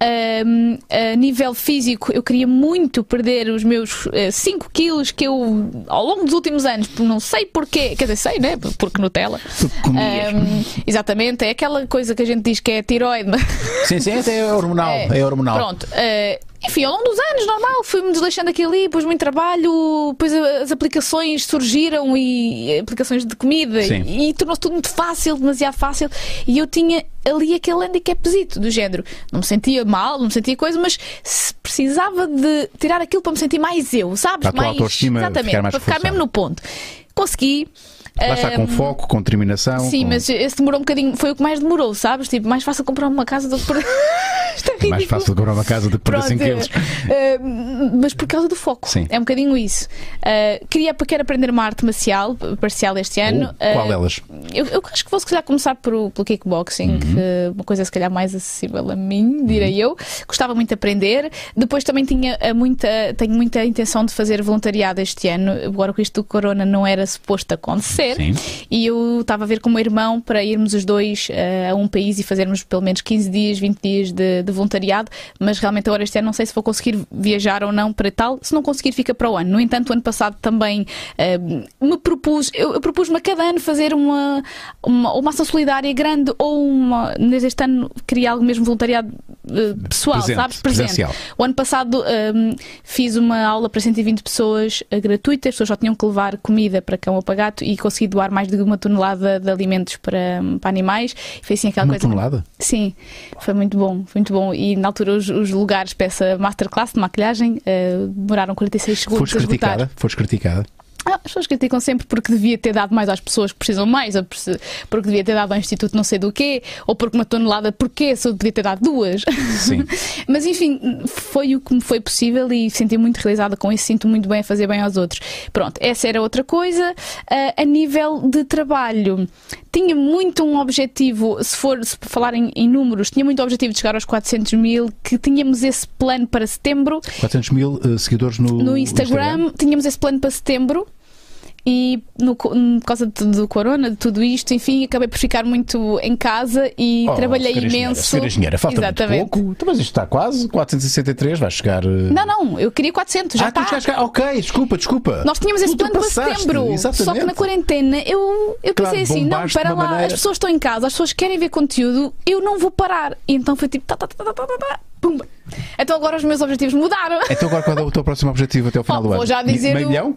S2: Ahm, a nível físico, eu queria muito perder os meus 5 quilos que eu, ao longo dos últimos anos, por- não sei porquê, quer dizer, sei, né? Porque Nutella.
S1: comias.
S2: Ahm, Ehm, exatamente, é aquela coisa que a gente diz que é tiroide, mas.
S1: (laughs) Sim, sim, esse é hormonal. É, hormonal.
S2: (laughs) Pronto. eh, enfim, ao longo dos anos, normal, fui-me desleixando aqui e ali, depois muito trabalho, depois a- as aplicações surgiram e eh, aplicações de comida
S1: Sim.
S2: e, e tornou-se tudo muito fácil, demasiado fácil. E eu tinha ali aquele handicapzito do género. Não me sentia mal, não me sentia coisa, mas se precisava de tirar aquilo para me sentir mais eu, sabes?
S1: Para a tua
S2: mais,
S1: autoestima
S2: exatamente,
S1: ficar mais
S2: para ficar
S1: reforçada.
S2: mesmo no ponto. Consegui.
S1: Lá está com
S2: ehm,
S1: foco, com determinação.
S2: Sim,
S1: com-
S2: mas esse demorou um bocadinho, foi o que mais demorou, sabes? Tipo, mais fácil comprar uma casa do que perder. (laughs) Isto
S1: (laughs) É
S2: é ridículo.
S1: mais fácil de comprar uma casa do que assim perder
S2: Pronto,
S1: 5 quilos.
S2: eh, eh, mas por causa do foco.
S1: Sim.
S2: É um bocadinho isso. Eh, queria, quero aprender uma arte marcial, parcial este ano.
S1: Oh, qual
S2: Eh,
S1: delas?
S2: Eu, eu acho que vou se calhar começar pelo, pelo kickboxing,
S1: Uhum.
S2: que é uma coisa se calhar mais acessível a mim, direi eu. Gostava muito de aprender. Depois também tinha eh, muita, tenho muita intenção de fazer voluntariado este ano, agora com isto do corona não era suposto acontecer.
S1: Sim.
S2: E eu estava a ver com o meu irmão para irmos os dois eh, a um país e fazermos pelo menos 15 dias, 20 dias de, de de voluntariado, mas realmente agora este ano não sei se vou conseguir viajar ou não para tal. Se não conseguir, fica para o ano. No entanto, o ano passado também eh, me propus, eu, eu propus-me a cada ano fazer uma, uma, uma ação solidária grande ou uma. Neste ano queria algo mesmo voluntariado eh, pessoal,
S1: Presente,
S2: sabes? Presente.
S1: presencial.
S2: O ano passado hum, fiz uma aula para 120 pessoas eh, gratuita, as pessoas só tinham que levar comida para cão ou para gato e consegui doar mais de uma tonelada de alimentos para, hum, para animais. E foi assim aquela
S1: Uma
S2: coisa.
S1: tonelada?
S2: Sim, foi muito bom, foi muito bom. E na altura os, os lugares para essa masterclass de maquilhagem eh, demoraram 46 segundos
S1: Foste
S2: a esgotar.
S1: criticada, foste criticada.
S2: Ah, as pessoas criticam sempre porque devia ter dado mais às pessoas que precisam mais, ou porque- porque devia ter dado ao instituto não sei do quê, ou porque uma tonelada porquê, se eu devia ter dado duas.
S1: Sim.
S2: (laughs) Mas enfim, foi o que me foi possível e senti muito realizada com isso, sinto muito bem a fazer bem aos outros. Pronto, essa era outra coisa. Ah, a nível de trabalho, tinha muito um objetivo, se for se falar em, em números, tinha muito o objetivo de chegar aos 400 mil, que tínhamos esse plano para setembro
S1: 400 mil eh, seguidores no,
S2: no Instagram, tínhamos esse plano para setembro e no, co- por causa de- do corona, de tudo isto, enfim, acabei por ficar muito em casa e
S1: Oh,
S2: trabalhei
S1: senhora engenheira,
S2: imenso.
S1: senhora engenheira, falta
S2: Exatamente.
S1: muito pouco. Então, Mas isto está quase. 463 vai chegar. eh,
S2: Não, não, eu queria 400, já
S1: ah, tu
S2: está.
S1: chegaste cá. Ok, desculpa, desculpa.
S2: Nós tínhamos esse plano para
S1: Ultrapassaste,
S2: setembro. Só que
S1: exatamente.
S2: na quarentena eu, eu
S1: Claro,
S2: pensei assim: não,
S1: bombaste de
S2: para
S1: uma
S2: lá,
S1: maneira.
S2: as pessoas estão em casa, as pessoas querem ver conteúdo, eu não vou parar. E então foi tipo: tá, tá, tá, tá, tá, tá, tá, pumba. Então agora os meus objetivos mudaram.
S1: Então agora qual é o teu próximo objetivo até o final
S2: Oh,
S1: do ano?
S2: vou já dizer
S1: Meio
S2: o-
S1: milhão?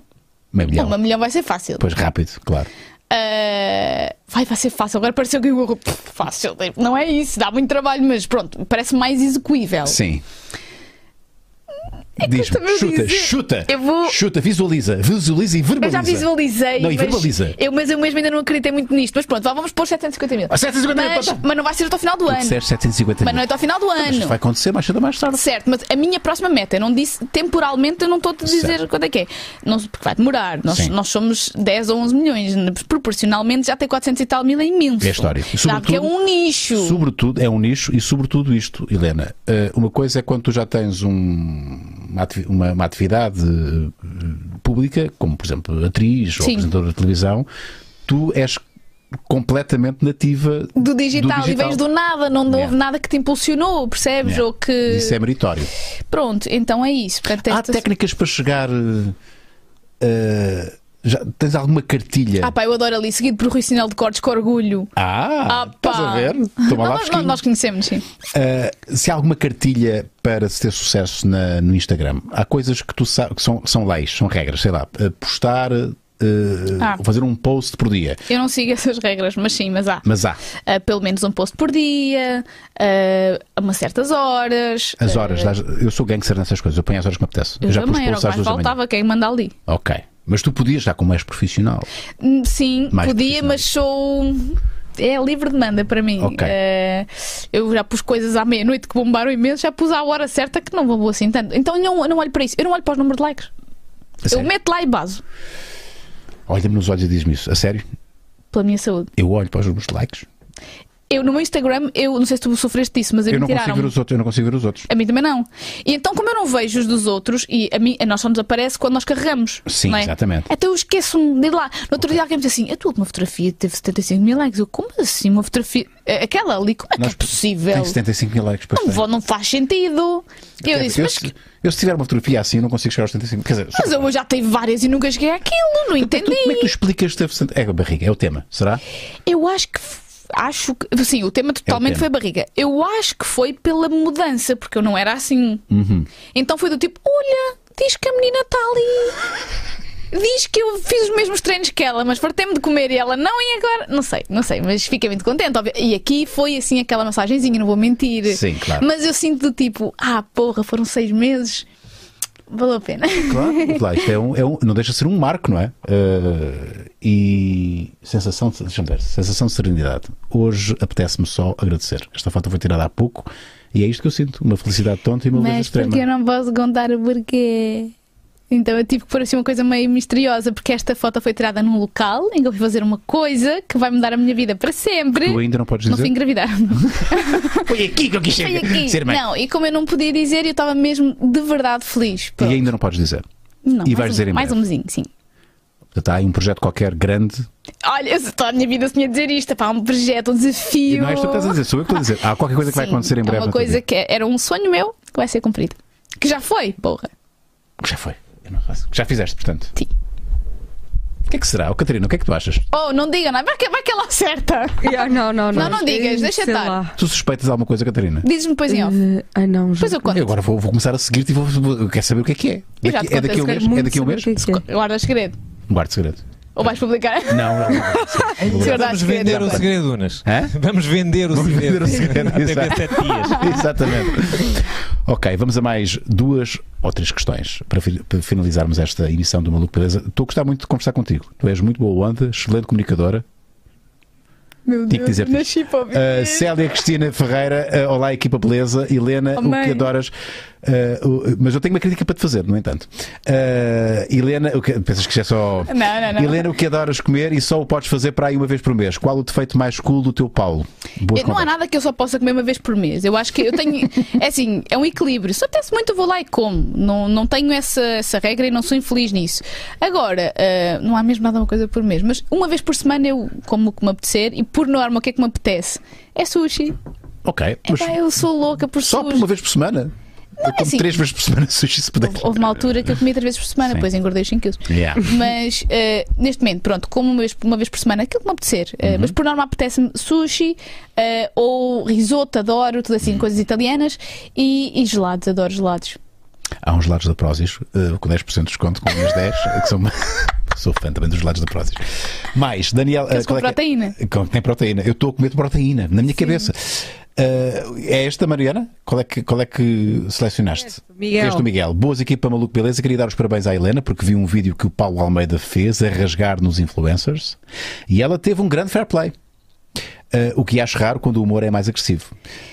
S1: Meio milhão.
S2: (laughs) Uma milhão vai ser fácil.
S1: Pois rápido, claro.
S2: Ah, vai, vai ser fácil. Agora pareceu que eu. um Pff, Fácil. Não é isso, dá muito trabalho, mas pronto, parece mais execuível.
S1: Sim. Diz-me,
S2: É custa-me eu
S1: chuta,
S2: dizer.
S1: chuta,
S2: Eu vou-
S1: chuta, visualiza, visualiza e
S2: Eu
S1: verbaliza.
S2: já visualizei.
S1: Não, e
S2: mas
S1: verbaliza.
S2: Eu, mas eu mesmo ainda não acreditei muito nisto. Mas pronto, vá, vamos pôr 750 mil.
S1: Ah, 750 mil,
S2: mas,
S1: pronto.
S2: mas não vai ser até ao final do
S1: Tu
S2: ano.
S1: disseste 750
S2: Mas não é
S1: mil.
S2: até ao final do
S1: Mas isto
S2: ano.
S1: vai acontecer mais cedo ou mais tarde.
S2: Certo, mas a minha próxima meta, eu não disse temporalmente, eu não estou a te dizer
S1: Certo.
S2: quando é que é. Não, sei, porque vai demorar. Nós,
S1: Sim.
S2: nós somos 10 ou 11 milhões. Proporcionalmente já tem 400 e tal mil em mil.
S1: É a história. E
S2: Sabe que é um nicho.
S1: Sobretudo, é um nicho e sobretudo isto, Helena. eh, uma coisa é quando tu já tens um- uma, ativi- uma- uma atividade eh, pública, como por exemplo atriz ou
S2: Sim.
S1: apresentadora de televisão, tu és completamente nativa
S2: do digital,
S1: do
S2: e vens do nada, não
S1: Yeah.
S2: houve nada que te impulsionou, percebes?
S1: Yeah.
S2: Ou que.
S1: Isso é meritório.
S2: Pronto, então é isso. Portanto,
S1: Há
S2: estas-
S1: técnicas para chegar. eh, eh, já, tens alguma cartilha?
S2: Ah, pá, eu adoro ali, seguido por Rui Sinal de Cortes, com orgulho.
S1: Ah,
S2: Ah, pá.
S1: estás a ver? Toma lá
S2: nós, nós,
S1: fresquinho.
S2: nós conhecemos, sim.
S1: Uh, se há alguma cartilha para se ter sucesso na- no Instagram, há coisas que tu sabes que são, são leis, são regras, sei lá, uh, postar, uh,
S2: Ah.
S1: fazer um post por dia.
S2: Eu não sigo (laughs) essas regras, mas sim, mas há.
S1: Mas há
S2: Ah, pelo menos um post por dia, ah, a umas certas horas.
S1: as
S2: Ah,
S1: horas, lá- eu sou gangster nessas coisas, eu ponho as horas que me apetece.
S2: eu
S1: já
S2: também, era o
S1: posts
S2: que
S1: às
S2: mais
S1: duas da manhã.
S2: faltava, quem manda ali.
S1: Ok. Mas tu podias, já como és profissional.
S2: Hum, Sim,
S1: Mais
S2: podia,
S1: profissional.
S2: mas sou. É livre demanda para mim.
S1: Ok.
S2: Eh, eu já pus coisas à meia-noite que bombaram imenso, já pus à hora certa que não vou assim tanto. Então eu não, eu não olho para isso. Eu não olho para os números de likes.
S1: A
S2: Eu
S1: sério.
S2: meto lá e baso
S1: Olha-me nos olhos e diz-me isso. A sério?
S2: pela minha saúde.
S1: Eu olho para os meus likes.
S2: Eu no meu Instagram, eu não sei se tu sofreste disso, mas a
S1: Eu
S2: mim
S1: não consigo
S2: tiraram.
S1: ver os outros, eu não consigo ver os outros.
S2: A mim também não. E então, como eu não vejo os dos outros, e a, mim, a nós só nos aparece quando nós carregamos.
S1: Sim,
S2: não é?
S1: exatamente.
S2: Então eu esqueço-me de ir lá. No outro dia alguém me disse assim: a tua última fotografia teve 75 mil likes. Eu, como assim? Uma fotografia. Aquela ali, como é que
S1: Nós-
S2: é possível?
S1: Tem 75 mil likes. pois
S2: Não,
S1: tem.
S2: vou, não faz sentido. Eu
S1: Quer dizer,
S2: disse, mas,
S1: se- eu se tiver uma fotografia assim, eu não consigo chegar aos 75. Quer dizer, só-
S2: mas eu já tive várias e nunca cheguei àquilo, não
S1: Tu-
S2: entendi.
S1: como é que tu explicas teve cent- É a barriga, é o tema, será?
S2: Eu acho que. f- Acho que. Sim, o tema totalmente
S1: É tema.
S2: foi barriga. Eu acho que foi pela mudança, porque eu não era assim.
S1: Uhum.
S2: Então foi do tipo: olha, diz que a menina está ali. Diz que eu fiz os mesmos treinos que ela, mas fartei-me de comer e ela não, e agora? Não sei, não sei, mas fiquei muito contente. óbvio. E aqui foi assim aquela massagenzinha, não vou mentir.
S1: Sim, claro.
S2: Mas eu sinto do tipo: ah, porra, foram seis meses, valeu a pena.
S1: Claro, claro isto é um, é um- não deixa de ser um marco, não é? Eh, e sensação de, deixa-me ver, sensação de serenidade. Hoje apetece-me só agradecer. Esta foto foi tirada há pouco e é isto que eu sinto: uma felicidade tonta e uma beleza
S2: Mas
S1: extrema.
S2: porque eu não posso contar o porquê. Então eu tive que pôr assim uma coisa meio misteriosa, porque esta foto foi tirada num local em que eu fui fazer uma coisa que vai mudar a minha vida para sempre.
S1: Tu ainda não podes
S2: Não fui
S1: dizer? (laughs)
S2: engravidar.
S1: Foi aqui que eu quis
S2: Foi
S1: ser,
S2: aqui.
S1: ser mãe.
S2: Não, e como eu não podia dizer, eu estava mesmo de verdade feliz. Pronto.
S1: E ainda não podes dizer.
S2: Não,
S1: e
S2: mais
S1: vais
S2: um,
S1: dizer em
S2: Mais um
S1: breve.
S2: mesinho, sim.
S1: Portanto, há aí um projeto qualquer grande.
S2: Olha, se toda a minha vida se tinha a dizer isto, pá, um projeto, um desafio.
S1: E não é isto que estás a dizer, sou eu que estou a dizer. Há qualquer coisa que vai
S2: Sim,
S1: acontecer em breve.
S2: É
S1: na
S2: uma
S1: tua
S2: coisa
S1: vida.
S2: que era um sonho meu que vai ser cumprido. Que já foi, porra.
S1: que já foi. Eu não faço. Que Já fizeste, portanto.
S2: Sim.
S1: O que é que será? Oh, Catarina, o que é que tu achas?
S2: Oh, não diga, não. Vai que, vai que ela acerta.
S3: Ah, não, não,
S2: Não, não digas,
S3: Eh,
S2: deixa
S3: sei
S2: estar.
S3: lá.
S1: Tu suspeitas alguma coisa, Catarina?
S2: Diz-me depois em off.
S3: Eh, ah, não,
S2: Depois
S3: já-
S2: eu conto.
S1: Eu agora vou, vou começar a seguir-te e vou, vou- quero saber o que é que é.
S2: Eu já
S1: Daqui-
S2: te
S1: é daqui a um
S2: contei,
S1: mês?
S2: se
S1: É
S3: muito
S1: daqui a um
S3: saber
S1: mês?
S3: o que é que é.
S2: Guarda segredo.
S1: Guarda segredo.
S2: Ou vais publicar?
S1: Não, não. não.
S2: Senhor dá
S4: Vamos vender
S2: segredo.
S4: o segredo, Unas.
S1: Hã?
S4: Vamos vender o
S1: Vamos vender
S4: segredo.
S1: o segredo,
S4: Até ver
S1: exato.
S4: sete dias.
S1: Exatamente. ok, vamos a mais duas ou três questões para, fi- para finalizarmos esta emissão do Maluco Beleza. Estou a gostar muito de conversar contigo. Tu és muito boa onda, excelente comunicadora.
S2: (laughs) Meu
S1: Tinha que
S2: Deus,
S1: dizer-te
S2: nasci para ouvir.
S1: Uh, Célia Cristina Ferreira, uh, olá equipa beleza, Helena,
S2: Oh,
S1: o que
S2: mãe.
S1: adoras. uh, o- mas eu tenho uma crítica para te fazer, no entanto. Uh, Helena, o que, pensas que isto é só.
S2: Não, (laughs) não, não.
S1: Helena, o que adoras comer e só o podes fazer para aí uma vez por mês. Qual o defeito mais cool do teu Paulo? é Boa
S2: Eu- Eh, Não há nada que eu só possa comer uma vez por mês. Eu acho que eu tenho. (laughs) É assim, é um equilíbrio. Se apetece muito, eu vou lá e como. Não, não tenho essa, essa regra e não sou infeliz nisso. Agora, ah, não há mesmo nada uma coisa por mês. Mas uma vez por semana eu como o que me apetecer e por norma o que é que me apetece? É sushi.
S1: Ok, mas
S2: Epá, eu sou louca por
S1: só por
S2: sushi.
S1: uma vez por semana? eu como
S2: assim-
S1: três vezes por semana (laughs) sushi se puder.
S2: Houve, houve uma altura que eu comia três vezes por semana,
S1: Sim.
S2: depois engordei 5 quilos.
S1: Yeah.
S2: (laughs) Mas eh, neste momento, pronto, como uma vez, uma vez por semana, aquilo que me apetecer.
S1: Uhum.
S2: Eh, mas por norma apetece-me sushi eh, ou risoto, adoro, tudo
S1: Uhum.
S2: assim, coisas italianas. E, e gelados, adoro gelados.
S1: Eh, Há uns lados da Prozis eh, com 10% de desconto, com menos 10, que são. (laughs) Sou fã também dos lados da Prozis. Mais, Daniel. eh,
S2: Aqueles com
S1: qual é que é?
S2: proteína.
S1: Com- Tem proteína. Eu estou a comer de proteína, na minha cabeça. Ah, é esta, Mariana? Qual é que, qual é que selecionaste?
S3: Miguel.
S1: Este do Miguel. Boas equipa, maluco, beleza. Queria dar os parabéns à Helena, porque vi um vídeo que o Paulo Almeida fez a rasgar nos influencers e ela teve um grande fair play. Ah, o que acho raro quando o humor é mais agressivo.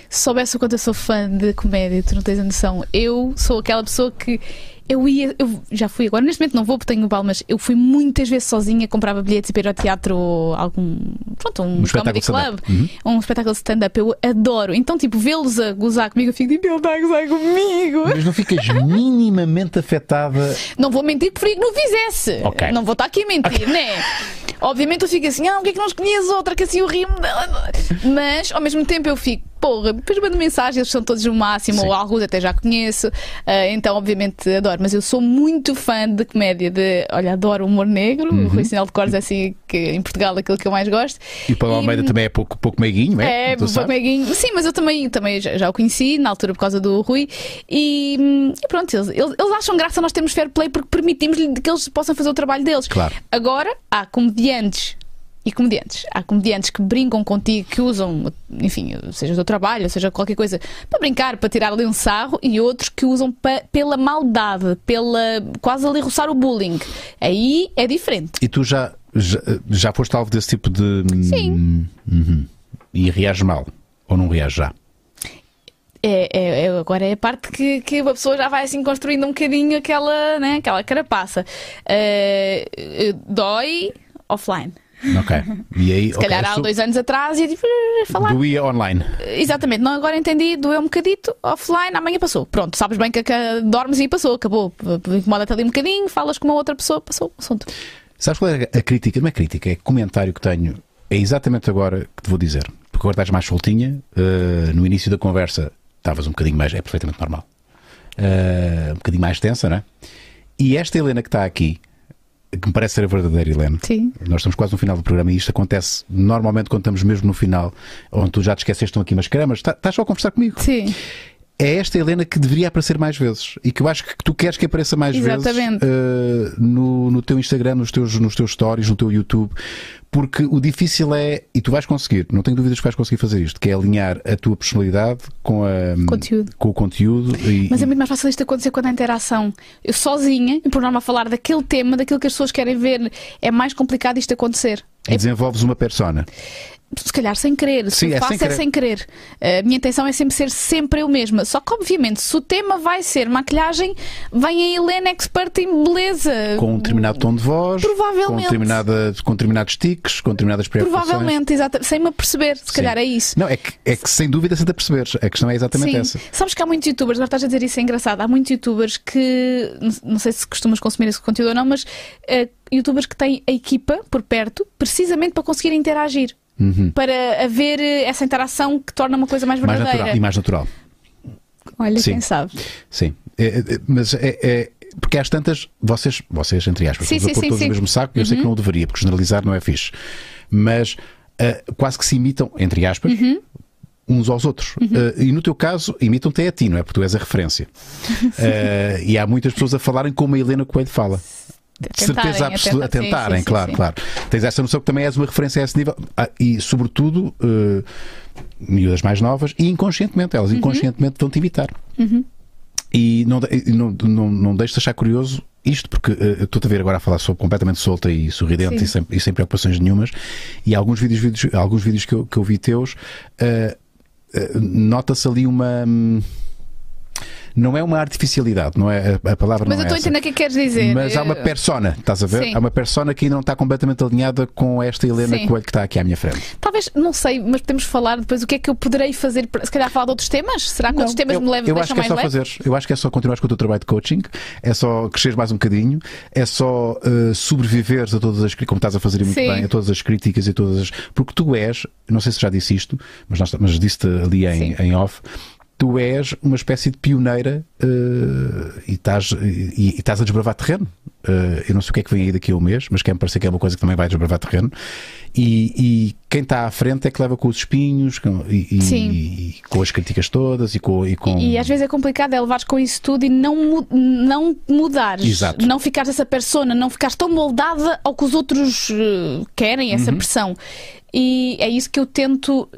S2: Se soubesse o quanto eu sou fã de comédia, tu não tens a noção. Eu sou aquela pessoa que. Eu ia, eu já fui agora, neste momento não vou porque tenho o bal, mas eu fui muitas vezes sozinha, comprava bilhetes e para ir ao teatro ou algum. Pronto, um,
S1: espetáculo
S2: comedy
S1: de stand-up. Uhum.
S2: club, um espetáculo de stand-up. Eu adoro. Então, tipo, vê-los a gozar comigo, eu fico tipo, ele está a gozar comigo.
S1: Mas não ficas (laughs) minimamente afetada.
S2: Não vou mentir, preferia que não fizesse.
S1: Ok.
S2: Não vou estar aqui a mentir, né? Obviamente eu fico assim, ah, porque é que não escolhias outra que assim eu rimo dela? Mas ao mesmo tempo eu fico, porra, depois mando mensagem, eles são todos o máximo,
S1: Sim.
S2: ou alguns até já conheço, ah, então obviamente adoro. Mas eu sou muito fã de comédia, de, olha, adoro o humor negro,
S1: Uhum.
S2: o Rui Sinal de Cores é assim, que em Portugal é aquilo que eu mais gosto.
S1: E o Paulo Almeida também é pouco, pouco meiguinho, não é?
S2: É,
S1: Tu
S2: Bob
S1: sabes?
S2: Meguinho. Sim, mas eu também, também já, já o conheci na altura por causa do Rui. E, hum, e pronto, eles, eles, eles acham graça nós termos fair play porque permitimos que eles possam fazer o trabalho deles.
S1: Claro.
S2: Agora, há comediantes. E comediantes. Há comediantes que brincam contigo, que usam, enfim, seja o teu trabalho, seja qualquer coisa, para brincar, para tirar ali um sarro, e outros que usam pa- pela maldade, pela quase ali roçar o bullying. Aí é diferente.
S1: E tu já, já, já foste alvo desse tipo de.
S2: Sim.
S1: Uhum. E reages mal. Ou não reages já.
S2: É, é- é- agora é a parte que, que a pessoa já vai assim construindo um bocadinho aquela, né, aquela carapaça. Eh, eh, dói offline.
S1: Ok. E aí.
S2: Se calhar há dois anos atrás ia tipo, eh, falar.
S1: Doía é online.
S2: Exatamente, não agora entendi, doeu um bocadito, offline, amanhã passou. Pronto, sabes bem que, que dormes e passou, acabou. Incomoda-te ali um bocadinho, falas com uma outra pessoa, passou o assunto.
S1: Sabes qual é a crítica? Não é crítica, é comentário que tenho. É exatamente agora que te vou dizer. Porque agora estás mais soltinha. eh, no início da conversa estavas um bocadinho mais. É perfeitamente normal. Eh, um bocadinho mais tensa, não é? E esta Helena que está aqui, que me parece ser a verdadeira Helena.
S2: Sim.
S1: Nós estamos quase no final do programa e isto acontece normalmente quando estamos mesmo no final, onde tu já te esqueceste, estão aqui umas cremas, tá- estás só a conversar comigo.
S2: Sim.
S1: É esta Helena que deveria aparecer mais vezes e que eu acho que tu queres que apareça mais vezes
S2: Exatamente.
S1: eh, no, no teu Instagram, nos teus, nos teus stories, no teu YouTube, porque o difícil é, e tu vais conseguir, não tenho dúvidas que vais conseguir fazer isto, que é alinhar a tua personalidade com, a,
S2: Conteúdo.
S1: com o conteúdo e,
S2: Mas é muito mais fácil isto acontecer quando há interação. Eu sozinha, e por norma falar daquele tema, daquilo que as pessoas querem ver, é mais complicado isto acontecer.
S1: e desenvolves uma persona.
S2: se calhar sem querer, se
S1: Sim,
S2: o
S1: é
S2: faço
S1: sem querer.
S2: é sem querer. A minha intenção é sempre ser sempre eu mesma. Só que, obviamente, se o tema vai ser maquilhagem, vem a Helena expert em beleza.
S1: Com um determinado tom de voz, com,
S2: Provavelmente.
S1: determinada, com determinados tiques, com determinadas preocupações.
S2: Provavelmente, exato. Sem me aperceber, se calhar é isso.
S1: Não, é que, é que sem dúvida se te aperceberes. A questão é exatamente
S2: Sim.
S1: essa.
S2: Sabes que há muitos youtubers, agora estás a dizer isso, é engraçado. Há muitos youtubers que, não- não sei se costumas consumir esse conteúdo ou não, mas eh, youtubers que têm a equipa por perto, precisamente para conseguir interagir. Para haver eh, essa interação que torna uma coisa mais
S1: Uhum. Mais
S2: É verdadeira.
S1: natural. E mais natural.
S2: Olha,
S1: Sim.
S2: quem sabe.
S1: Sim. É, é, é, mas é, é- Porque às tantas, vocês, vocês entre aspas,
S2: Sim,
S1: estamos a
S2: sim,
S1: pôr
S2: sim,
S1: todos
S2: sim. Uhum.
S1: no mesmo saco, eu sei que não o deveria, porque generalizar não é fixe. Mas ah, quase que se imitam, entre aspas,
S2: Uhum.
S1: uns aos outros. Ah, e no teu caso, imitam-te é a ti, não é? Porque tu és a
S2: (laughs)
S1: referência. Ah, e há muitas pessoas a falarem como a Helena Coelho fala. De
S2: Tentarem,
S1: certeza
S2: a
S1: absoluta. A
S2: tentar- sim,
S1: tentarem,
S2: sim, sim,
S1: claro,
S2: sim.
S1: claro. Tens essa noção que também és uma referência a esse nível. Ah, e, sobretudo, eh, miúdas mais novas, e inconscientemente, elas
S2: Uhum.
S1: inconscientemente vão-te imitar. E não, de- e não, não, não deixes de achar curioso isto, porque eh, estou-te a ver agora a falar sobre completamente solta e sorridente
S2: Sim.
S1: e sem, e sem preocupações nenhumas. E alguns vídeos, vídeos, alguns vídeos que, eu, que eu vi teus, eh, eh, nota-se ali uma. hum, Não é uma artificialidade, não é? A, a palavra
S2: Mas eu
S1: não é
S2: estou a
S1: essa.
S2: entender o que é que queres dizer.
S1: Mas há uma
S2: Eu-
S1: persona, estás a ver?
S2: Sim.
S1: Há uma persona que ainda não está completamente alinhada com esta Helena
S2: Sim.
S1: Coelho que está aqui à minha frente.
S2: Talvez, não sei, mas podemos falar depois o que é que eu poderei fazer. para- Se calhar falar de outros temas? Será que outros temas
S1: eu,
S2: me levam,
S1: eu acho
S2: deixam
S1: que é
S2: mais
S1: só
S2: leve?
S1: fazer. Eu acho que é só continuares com o teu trabalho de coaching, é só cresceres mais um bocadinho, é só eh, sobreviveres a todas as críticas, como estás a fazer e muito
S2: Sim.
S1: bem, a todas as críticas e todas as. Porque tu és, não sei se já disse isto, mas, nós- mas disse-te ali em,
S2: Sim.
S1: em off. Tu és uma espécie de pioneira eh, e, estás, e- e- e estás a desbravar terreno. Eh, eu não sei o que é que vem aí daqui a um mês, mas quer-me parecer que é uma coisa que também vai desbravar terreno. E, e quem está à frente é que leva com os espinhos com- e, e-
S2: Sim.
S1: e com as críticas todas e com. E, com...
S2: E, e às vezes é complicado é levares com isso tudo e não, mu- não mudares.
S1: Exato.
S2: Não ficares essa persona, não ficares tão moldada ao que os outros eh, querem, essa
S1: Uhum.
S2: pressão. E é isso que eu tento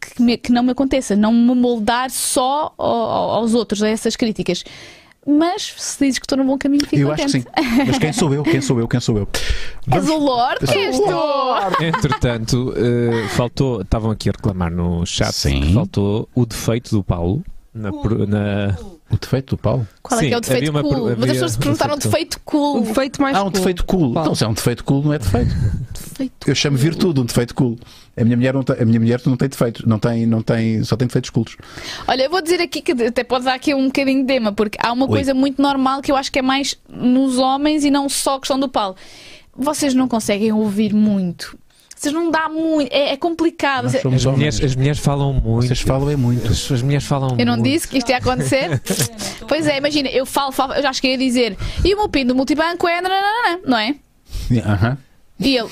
S2: que, me- que não me aconteça, não me moldar só ao- ao- aos outros, a essas críticas. Mas se dizes que estou no bom caminho, fico
S1: eu acho que
S2: contente. (laughs)
S1: sim. Mas quem sou eu? Quem sou eu? Quem sou eu?
S2: És o Lorde, é que és tu!
S4: Entretanto, eh, faltou. Estavam aqui a reclamar no chat
S1: Sim.
S4: que faltou o defeito do Paulo. Na,
S2: Uh.
S4: pro- na-
S1: O defeito do Paulo?
S2: Qual é
S4: Sim,
S2: que é o defeito
S4: havia uma
S2: cool?
S4: per-
S2: Mas as
S4: havia
S2: pessoas se
S4: um
S2: perguntaram
S4: defeito.
S2: defeito cool.
S3: O defeito mais
S1: Ah, um
S3: cool.
S1: defeito cool.
S3: Paulo.
S1: Então, se é um defeito cool, não é defeito.
S2: defeito.
S1: Eu chamo virtude um defeito cool. A minha mulher não tem, a minha mulher não tem defeitos. Não tem, não tem, só tem defeitos cultos.
S2: Olha, eu vou dizer aqui que até pode dar aqui um bocadinho de tema, porque há uma
S1: Oi.
S2: coisa muito normal que eu acho que é mais nos homens e não só a questão do Paulo. Vocês não conseguem ouvir muito. Vocês não dá muito. É, é complicado. Vocês-
S4: as, mulheres, as mulheres falam muito.
S1: Vocês falam é muito.
S4: As, as mulheres falam muito.
S2: Eu não disse que isto ia
S4: (laughs)
S2: acontecer? pois é, imagina, eu falo, falo, eu já cheguei a dizer. E o meu PIN do multibanco é. nananana", Não é?
S1: Aham.
S2: E ele.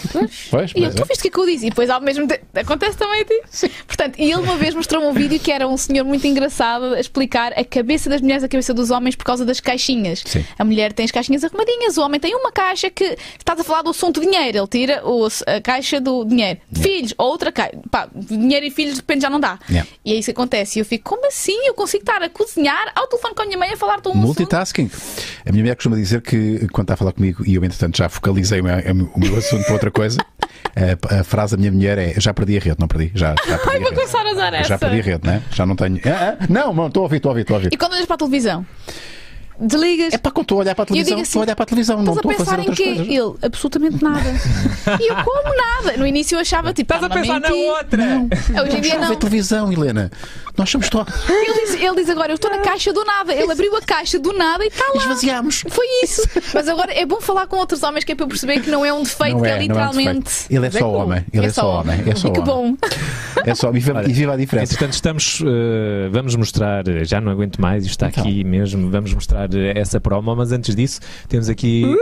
S1: Pois,
S2: E eu,
S1: pois
S2: tu
S1: é.
S2: viste o que é que eu disse? E depois ao mesmo tempo. Acontece também a ti. Portanto, e ele uma vez mostrou-me um vídeo que era um senhor muito engraçado a explicar a cabeça das mulheres e a cabeça dos homens por causa das caixinhas.
S1: Sim.
S2: A mulher tem as caixinhas arrumadinhas, o homem tem uma caixa que estás a falar do assunto dinheiro. Ele tira o- a caixa do dinheiro. Filhos, outra caixa. Pá, dinheiro e filhos de repente já não dá.
S1: Yeah.
S2: E é isso que acontece. E eu fico, como assim? Eu consigo estar a cozinhar ao telefone com a minha mãe a falar de um assunto?
S1: Multitasking. A minha mulher costuma dizer que, quando está a falar comigo, e eu, entretanto, já focalizei o meu, o meu assunto para outra coisa, (laughs) a, a frase da minha mulher é: Já perdi a rede, não perdi? Já, já perdi. a
S2: é Vou
S1: rede.
S2: começar a usar
S1: Eu já
S2: essa.
S1: perdi a rede, né? Já não tenho. Ah, ah, não, não, estou a ouvir, estou a ouvir, estou a ouvir.
S2: E quando olhas para a televisão? Desligas.
S1: É para quando estou a olhar para a televisão,
S2: digo assim,
S1: estou a olhar para a televisão, não
S2: Estás
S1: estou
S2: a
S1: a fazer
S2: pensar em
S1: outras
S2: quê?
S1: coisas.
S2: Ele, absolutamente nada. e eu, como nada? No início eu achava tipo.
S4: Estás a pensar na
S2: "Mamãe, ti."
S4: outra!
S2: Hoje em dia
S1: Não
S2: não.
S1: vê televisão, Helena. Nós somos só.
S2: Ele diz, ele diz agora, eu estou na caixa do nada. Ele abriu a caixa do nada e está lá.
S1: Esvaziámos.
S2: Foi isso. Mas agora é bom falar com outros homens que é para eu perceber que não é um defeito,
S1: Não
S2: que é,
S1: não um defeito.
S2: literalmente.
S1: Ele é só homem. Ele é só homem. É só
S2: e (laughs) que
S1: homem.
S2: bom.
S1: É só. E viva- E viva a diferença.
S4: Entretanto, estamos, eh, vamos mostrar, eh, já não aguento mais, isto está
S1: Então.
S4: aqui mesmo, vamos mostrar eh, essa promo, mas antes disso, temos aqui
S1: Uh!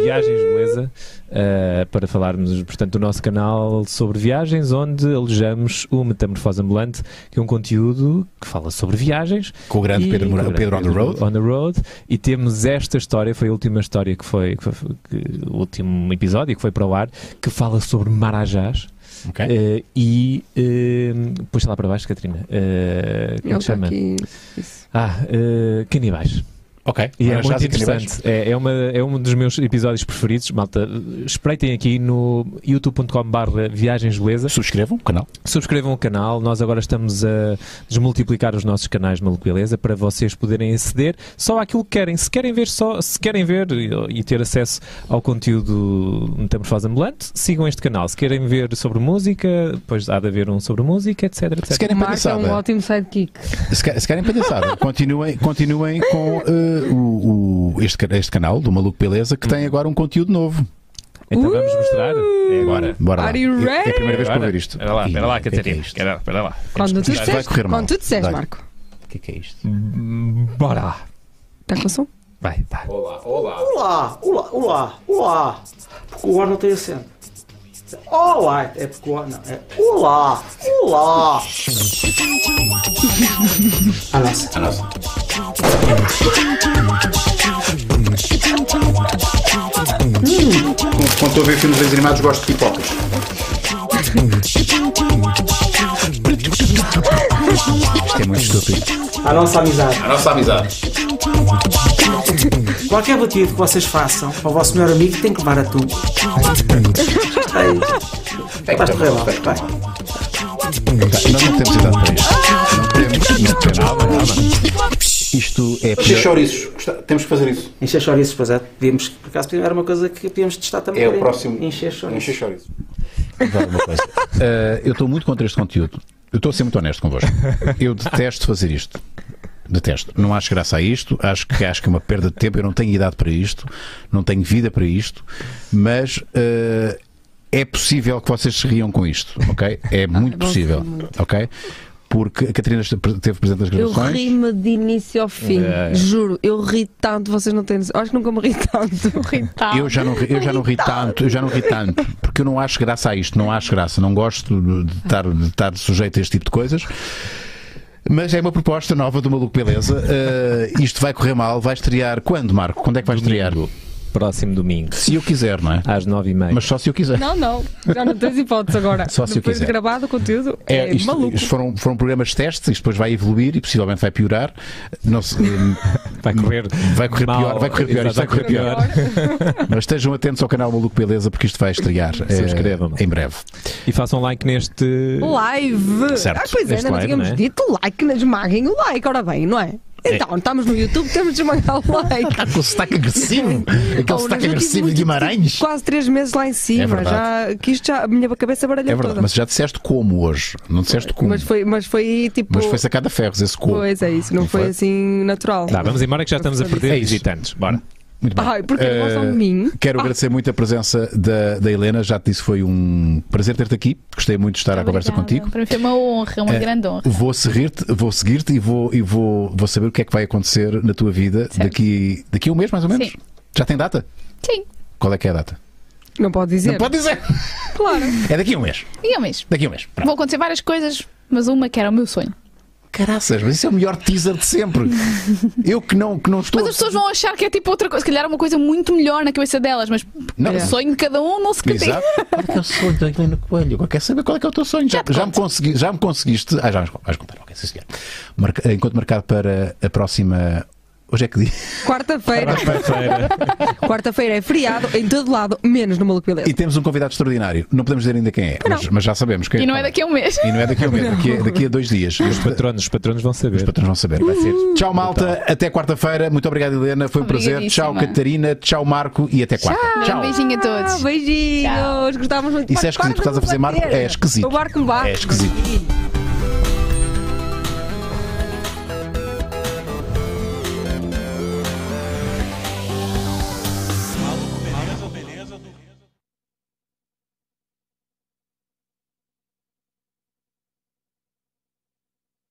S4: o Viagens Beleza, eh, para falarmos, portanto, do nosso canal sobre viagens, onde alojamos o Metamorfose Ambulante, que é um conteúdo que fala sobre viagens.
S1: Com o grande
S4: e-
S1: Pedro Moura-
S4: com o
S1: Pedro on the road.
S4: on the road. E temos esta história, foi a última história que foi, que foi- que- o último episódio que foi para o ar, que fala sobre Marajás.
S1: Ok?
S4: Eh, e eh, puxa lá para baixo, Catarina. Eh, como é
S3: Ele tá
S4: que se
S3: está
S4: chama?
S3: aqui. Isso.
S4: Ah, eh, canibais.
S1: Ok.
S4: E é
S1: Agora já
S4: muito
S1: sei que níveis.
S4: interessante. É, é, uma, é um dos meus episódios preferidos. Malta, eh, espreitem aqui no youtube.com/barra viagens beleza.
S1: Subscrevam o canal.
S4: Subscrevam o canal, nós agora estamos a desmultiplicar os nossos canais Maluco Beleza para vocês poderem aceder só àquilo que querem. Se querem ver, só, se querem ver e, e ter acesso ao conteúdo Metamorfose Ambulante, sigam este canal. Se querem ver sobre música, depois há de haver um sobre música, etc. etc.
S1: Se querem
S6: Marco é um
S1: palhaçada,
S6: ótimo sidekick.
S1: se que- se querem
S2: (laughs)
S1: palhaçada, continuem, continuem com eh, o, o- este, ca- este canal do Maluco Beleza que tem agora um conteúdo novo.
S4: Então vamos mostrar. É agora.
S1: Bora lá.
S3: Are you
S1: É- É
S3: ready?
S1: a primeira vez que eu vou
S4: Agora.
S1: ver isto.
S4: Espera lá,
S1: Ih,
S4: espera lá,
S1: o que é que é
S4: Catarina.
S1: isto?
S4: Espera, espera lá.
S3: Quando tu
S1: Vai
S3: disseste,
S1: correr mal.
S3: quando tu disseste,
S1: Vai.
S3: Marco.
S1: O que é que é isto?
S4: Bora lá.
S3: Está com som?
S4: Vai, tá.
S7: Olá, olá, olá, olá. Porque o ar não tem acento. Olá, é porque o ar não. É olá, olá.
S1: Quando estou a ver filmes animados, gosto de pipocas. Isto é muito estúpido.
S7: A nossa amizade.
S1: A nossa amizade.
S7: Qualquer batido que vocês façam ao vosso melhor amigo tem que levar a tu. Vais
S8: tá
S7: correr lá, vai.
S1: Nós não temos idade para isto. Não temos, não temos. Nada, nada. Isto é pior.
S8: chouriços. Gosta- Temos que fazer isso.
S7: Encher chouriços, pois é. Podíamos, por acaso, era uma coisa que podíamos testar também.
S8: É o próximo.
S7: Encher chouriços.
S8: Encher chouriços.
S1: Vale uma coisa. Ah, eu estou muito contra este conteúdo. Eu estou a ser muito honesto convosco. Eu detesto fazer isto. Detesto. Não acho graça a isto. Acho que, acho que é uma perda de tempo. Eu não tenho idade para isto. Não tenho vida para isto. Mas ah, é possível que vocês se riam com isto. Ok? É muito possível. Ok? Porque a Catarina esteve presente nas
S6: Eu
S1: gravações.
S6: ri-me de início ao fim,
S1: É.
S6: juro. Eu ri tanto, vocês não têm noção. Acho que nunca me ri tanto.
S3: (laughs)
S2: Tá.
S1: Eu já não, ri- eu já não ri tanto, eu já não ri tanto, porque eu não acho graça a isto, não acho graça, não gosto de estar, de estar sujeito a este tipo de coisas. Mas é uma proposta nova do Maluco Beleza. Eh, isto vai correr mal, vai estrear quando, Marco? Quando é que vai estrear?
S4: Próximo domingo,
S1: Se eu quiser, não é?
S4: às nove e meia.
S1: Mas só se eu quiser.
S3: Não, não. Já não tens hipótese agora.
S1: Só se eu
S3: Depois de
S1: quiser.
S3: gravado o conteúdo, é,
S1: É, isto,
S3: maluco.
S1: isto foram, foram programas de teste, isto depois vai evoluir e possivelmente vai piorar. Não se- eh,
S4: Vai correr.
S1: vai correr
S4: mal.
S1: pior, vai correr pior,
S4: Exato,
S1: isto vai correr pior. Mas estejam atentos ao canal Maluco Beleza porque isto vai estrear eh,
S4: Subscrevam.
S1: em breve.
S4: E façam like neste.
S6: Live!
S1: Certo.
S6: Ah, pois é,
S4: Este
S6: ainda não
S4: live,
S6: tínhamos
S4: não é?
S6: dito like, não esmaguem o like, ora bem, não é? Então, estamos no YouTube, temos de esmagar o like.
S1: Aquele Tá
S6: (laughs)
S1: sotaque agressivo, aquele
S6: Oh,
S1: sotaque
S6: eu tive
S1: agressivo de
S6: muito-
S1: Guimarães. É
S6: Quase três meses lá em cima,
S1: verdade.
S6: já, que isto já, a minha cabeça baralhou
S1: É verdade,
S6: toda.
S1: mas já disseste como hoje, não disseste como.
S6: Mas
S1: Mas foi,
S6: foi, mas foi tipo.
S1: sacada a ferros esse como.
S6: Pois é, isso não
S1: Não
S6: foi,
S1: foi?
S6: assim natural.
S4: Tá, vamos embora que já estamos a perder
S1: É isso.
S4: visitantes. Bora.
S1: Muito bem.
S6: Ai, porque não Ah. gostam
S1: Eh,
S6: de mim.
S1: Quero agradecer muito a presença da, da Helena, já te disse foi um prazer ter-te aqui, gostei muito de estar à conversa contigo.
S2: Para mim foi uma honra, uma
S1: É.
S2: grande honra.
S1: Vou seguir-te, vou seguir-te e vou e vou, vou saber o que é que vai acontecer na tua vida daqui daqui a um mês mais ou menos.
S2: Sim.
S1: Já tem data?
S2: Sim,
S1: Qual é que é a data?
S6: Não pode dizer.
S1: Não pode dizer.
S6: Claro.
S1: É daqui a um mês.
S2: e eu mesmo.
S1: Daqui a um mês. Pronto.
S2: Vão acontecer várias coisas, mas uma que era o meu sonho.
S1: Caraças, mas isso é o melhor teaser de
S2: (laughs)
S1: sempre. Eu que não que não estou.
S2: Mas as pessoas vão achar que é tipo outra coisa, se calhar é uma coisa muito melhor na cabeça delas, mas
S1: Não.
S2: o sonho de cada um não se critica.
S1: Exato. Qual é que é o sonho da Helena Coelho? Agora quer saber qual é que é o teu sonho? Já,
S2: Já te
S1: já me, consegui, já me conseguiste. Ah, já me vais contar. Ok, sim, senhor. Marca, enquanto marcado para a próxima. Hoje é que dia. (laughs)
S6: Quarta-feira.
S1: Tá
S6: (laughs) Quarta-feira é feriado em todo lado, menos no Maluco Beleza.
S1: E temos um convidado extraordinário. Não podemos dizer ainda quem é, mas, mas já sabemos quem
S2: E não é daqui a um mês.
S1: E não é daqui
S2: (laughs)
S1: a um mês, daqui a, daqui a dois dias. Os pat-
S4: Patronos, os patronos vão saber.
S1: os patrões vão saber.
S2: Uhum.
S1: Tchau, malta. Até quarta-feira. Muito obrigado, Helena. Foi um prazer. Tchau,
S2: Tá Obrigadíssima.
S1: Catarina. Tchau, Marco. E até quarta.
S2: Um beijinho a todos.
S6: Ah, beijinhos. Gostávamos muito.
S1: Isso é
S6: Marco,
S1: esquisito. O que estás
S6: quarta
S1: a fazer,
S6: vamos
S1: Marco,
S6: bater.
S1: é esquisito.
S6: O barco me bate.
S1: É esquisito.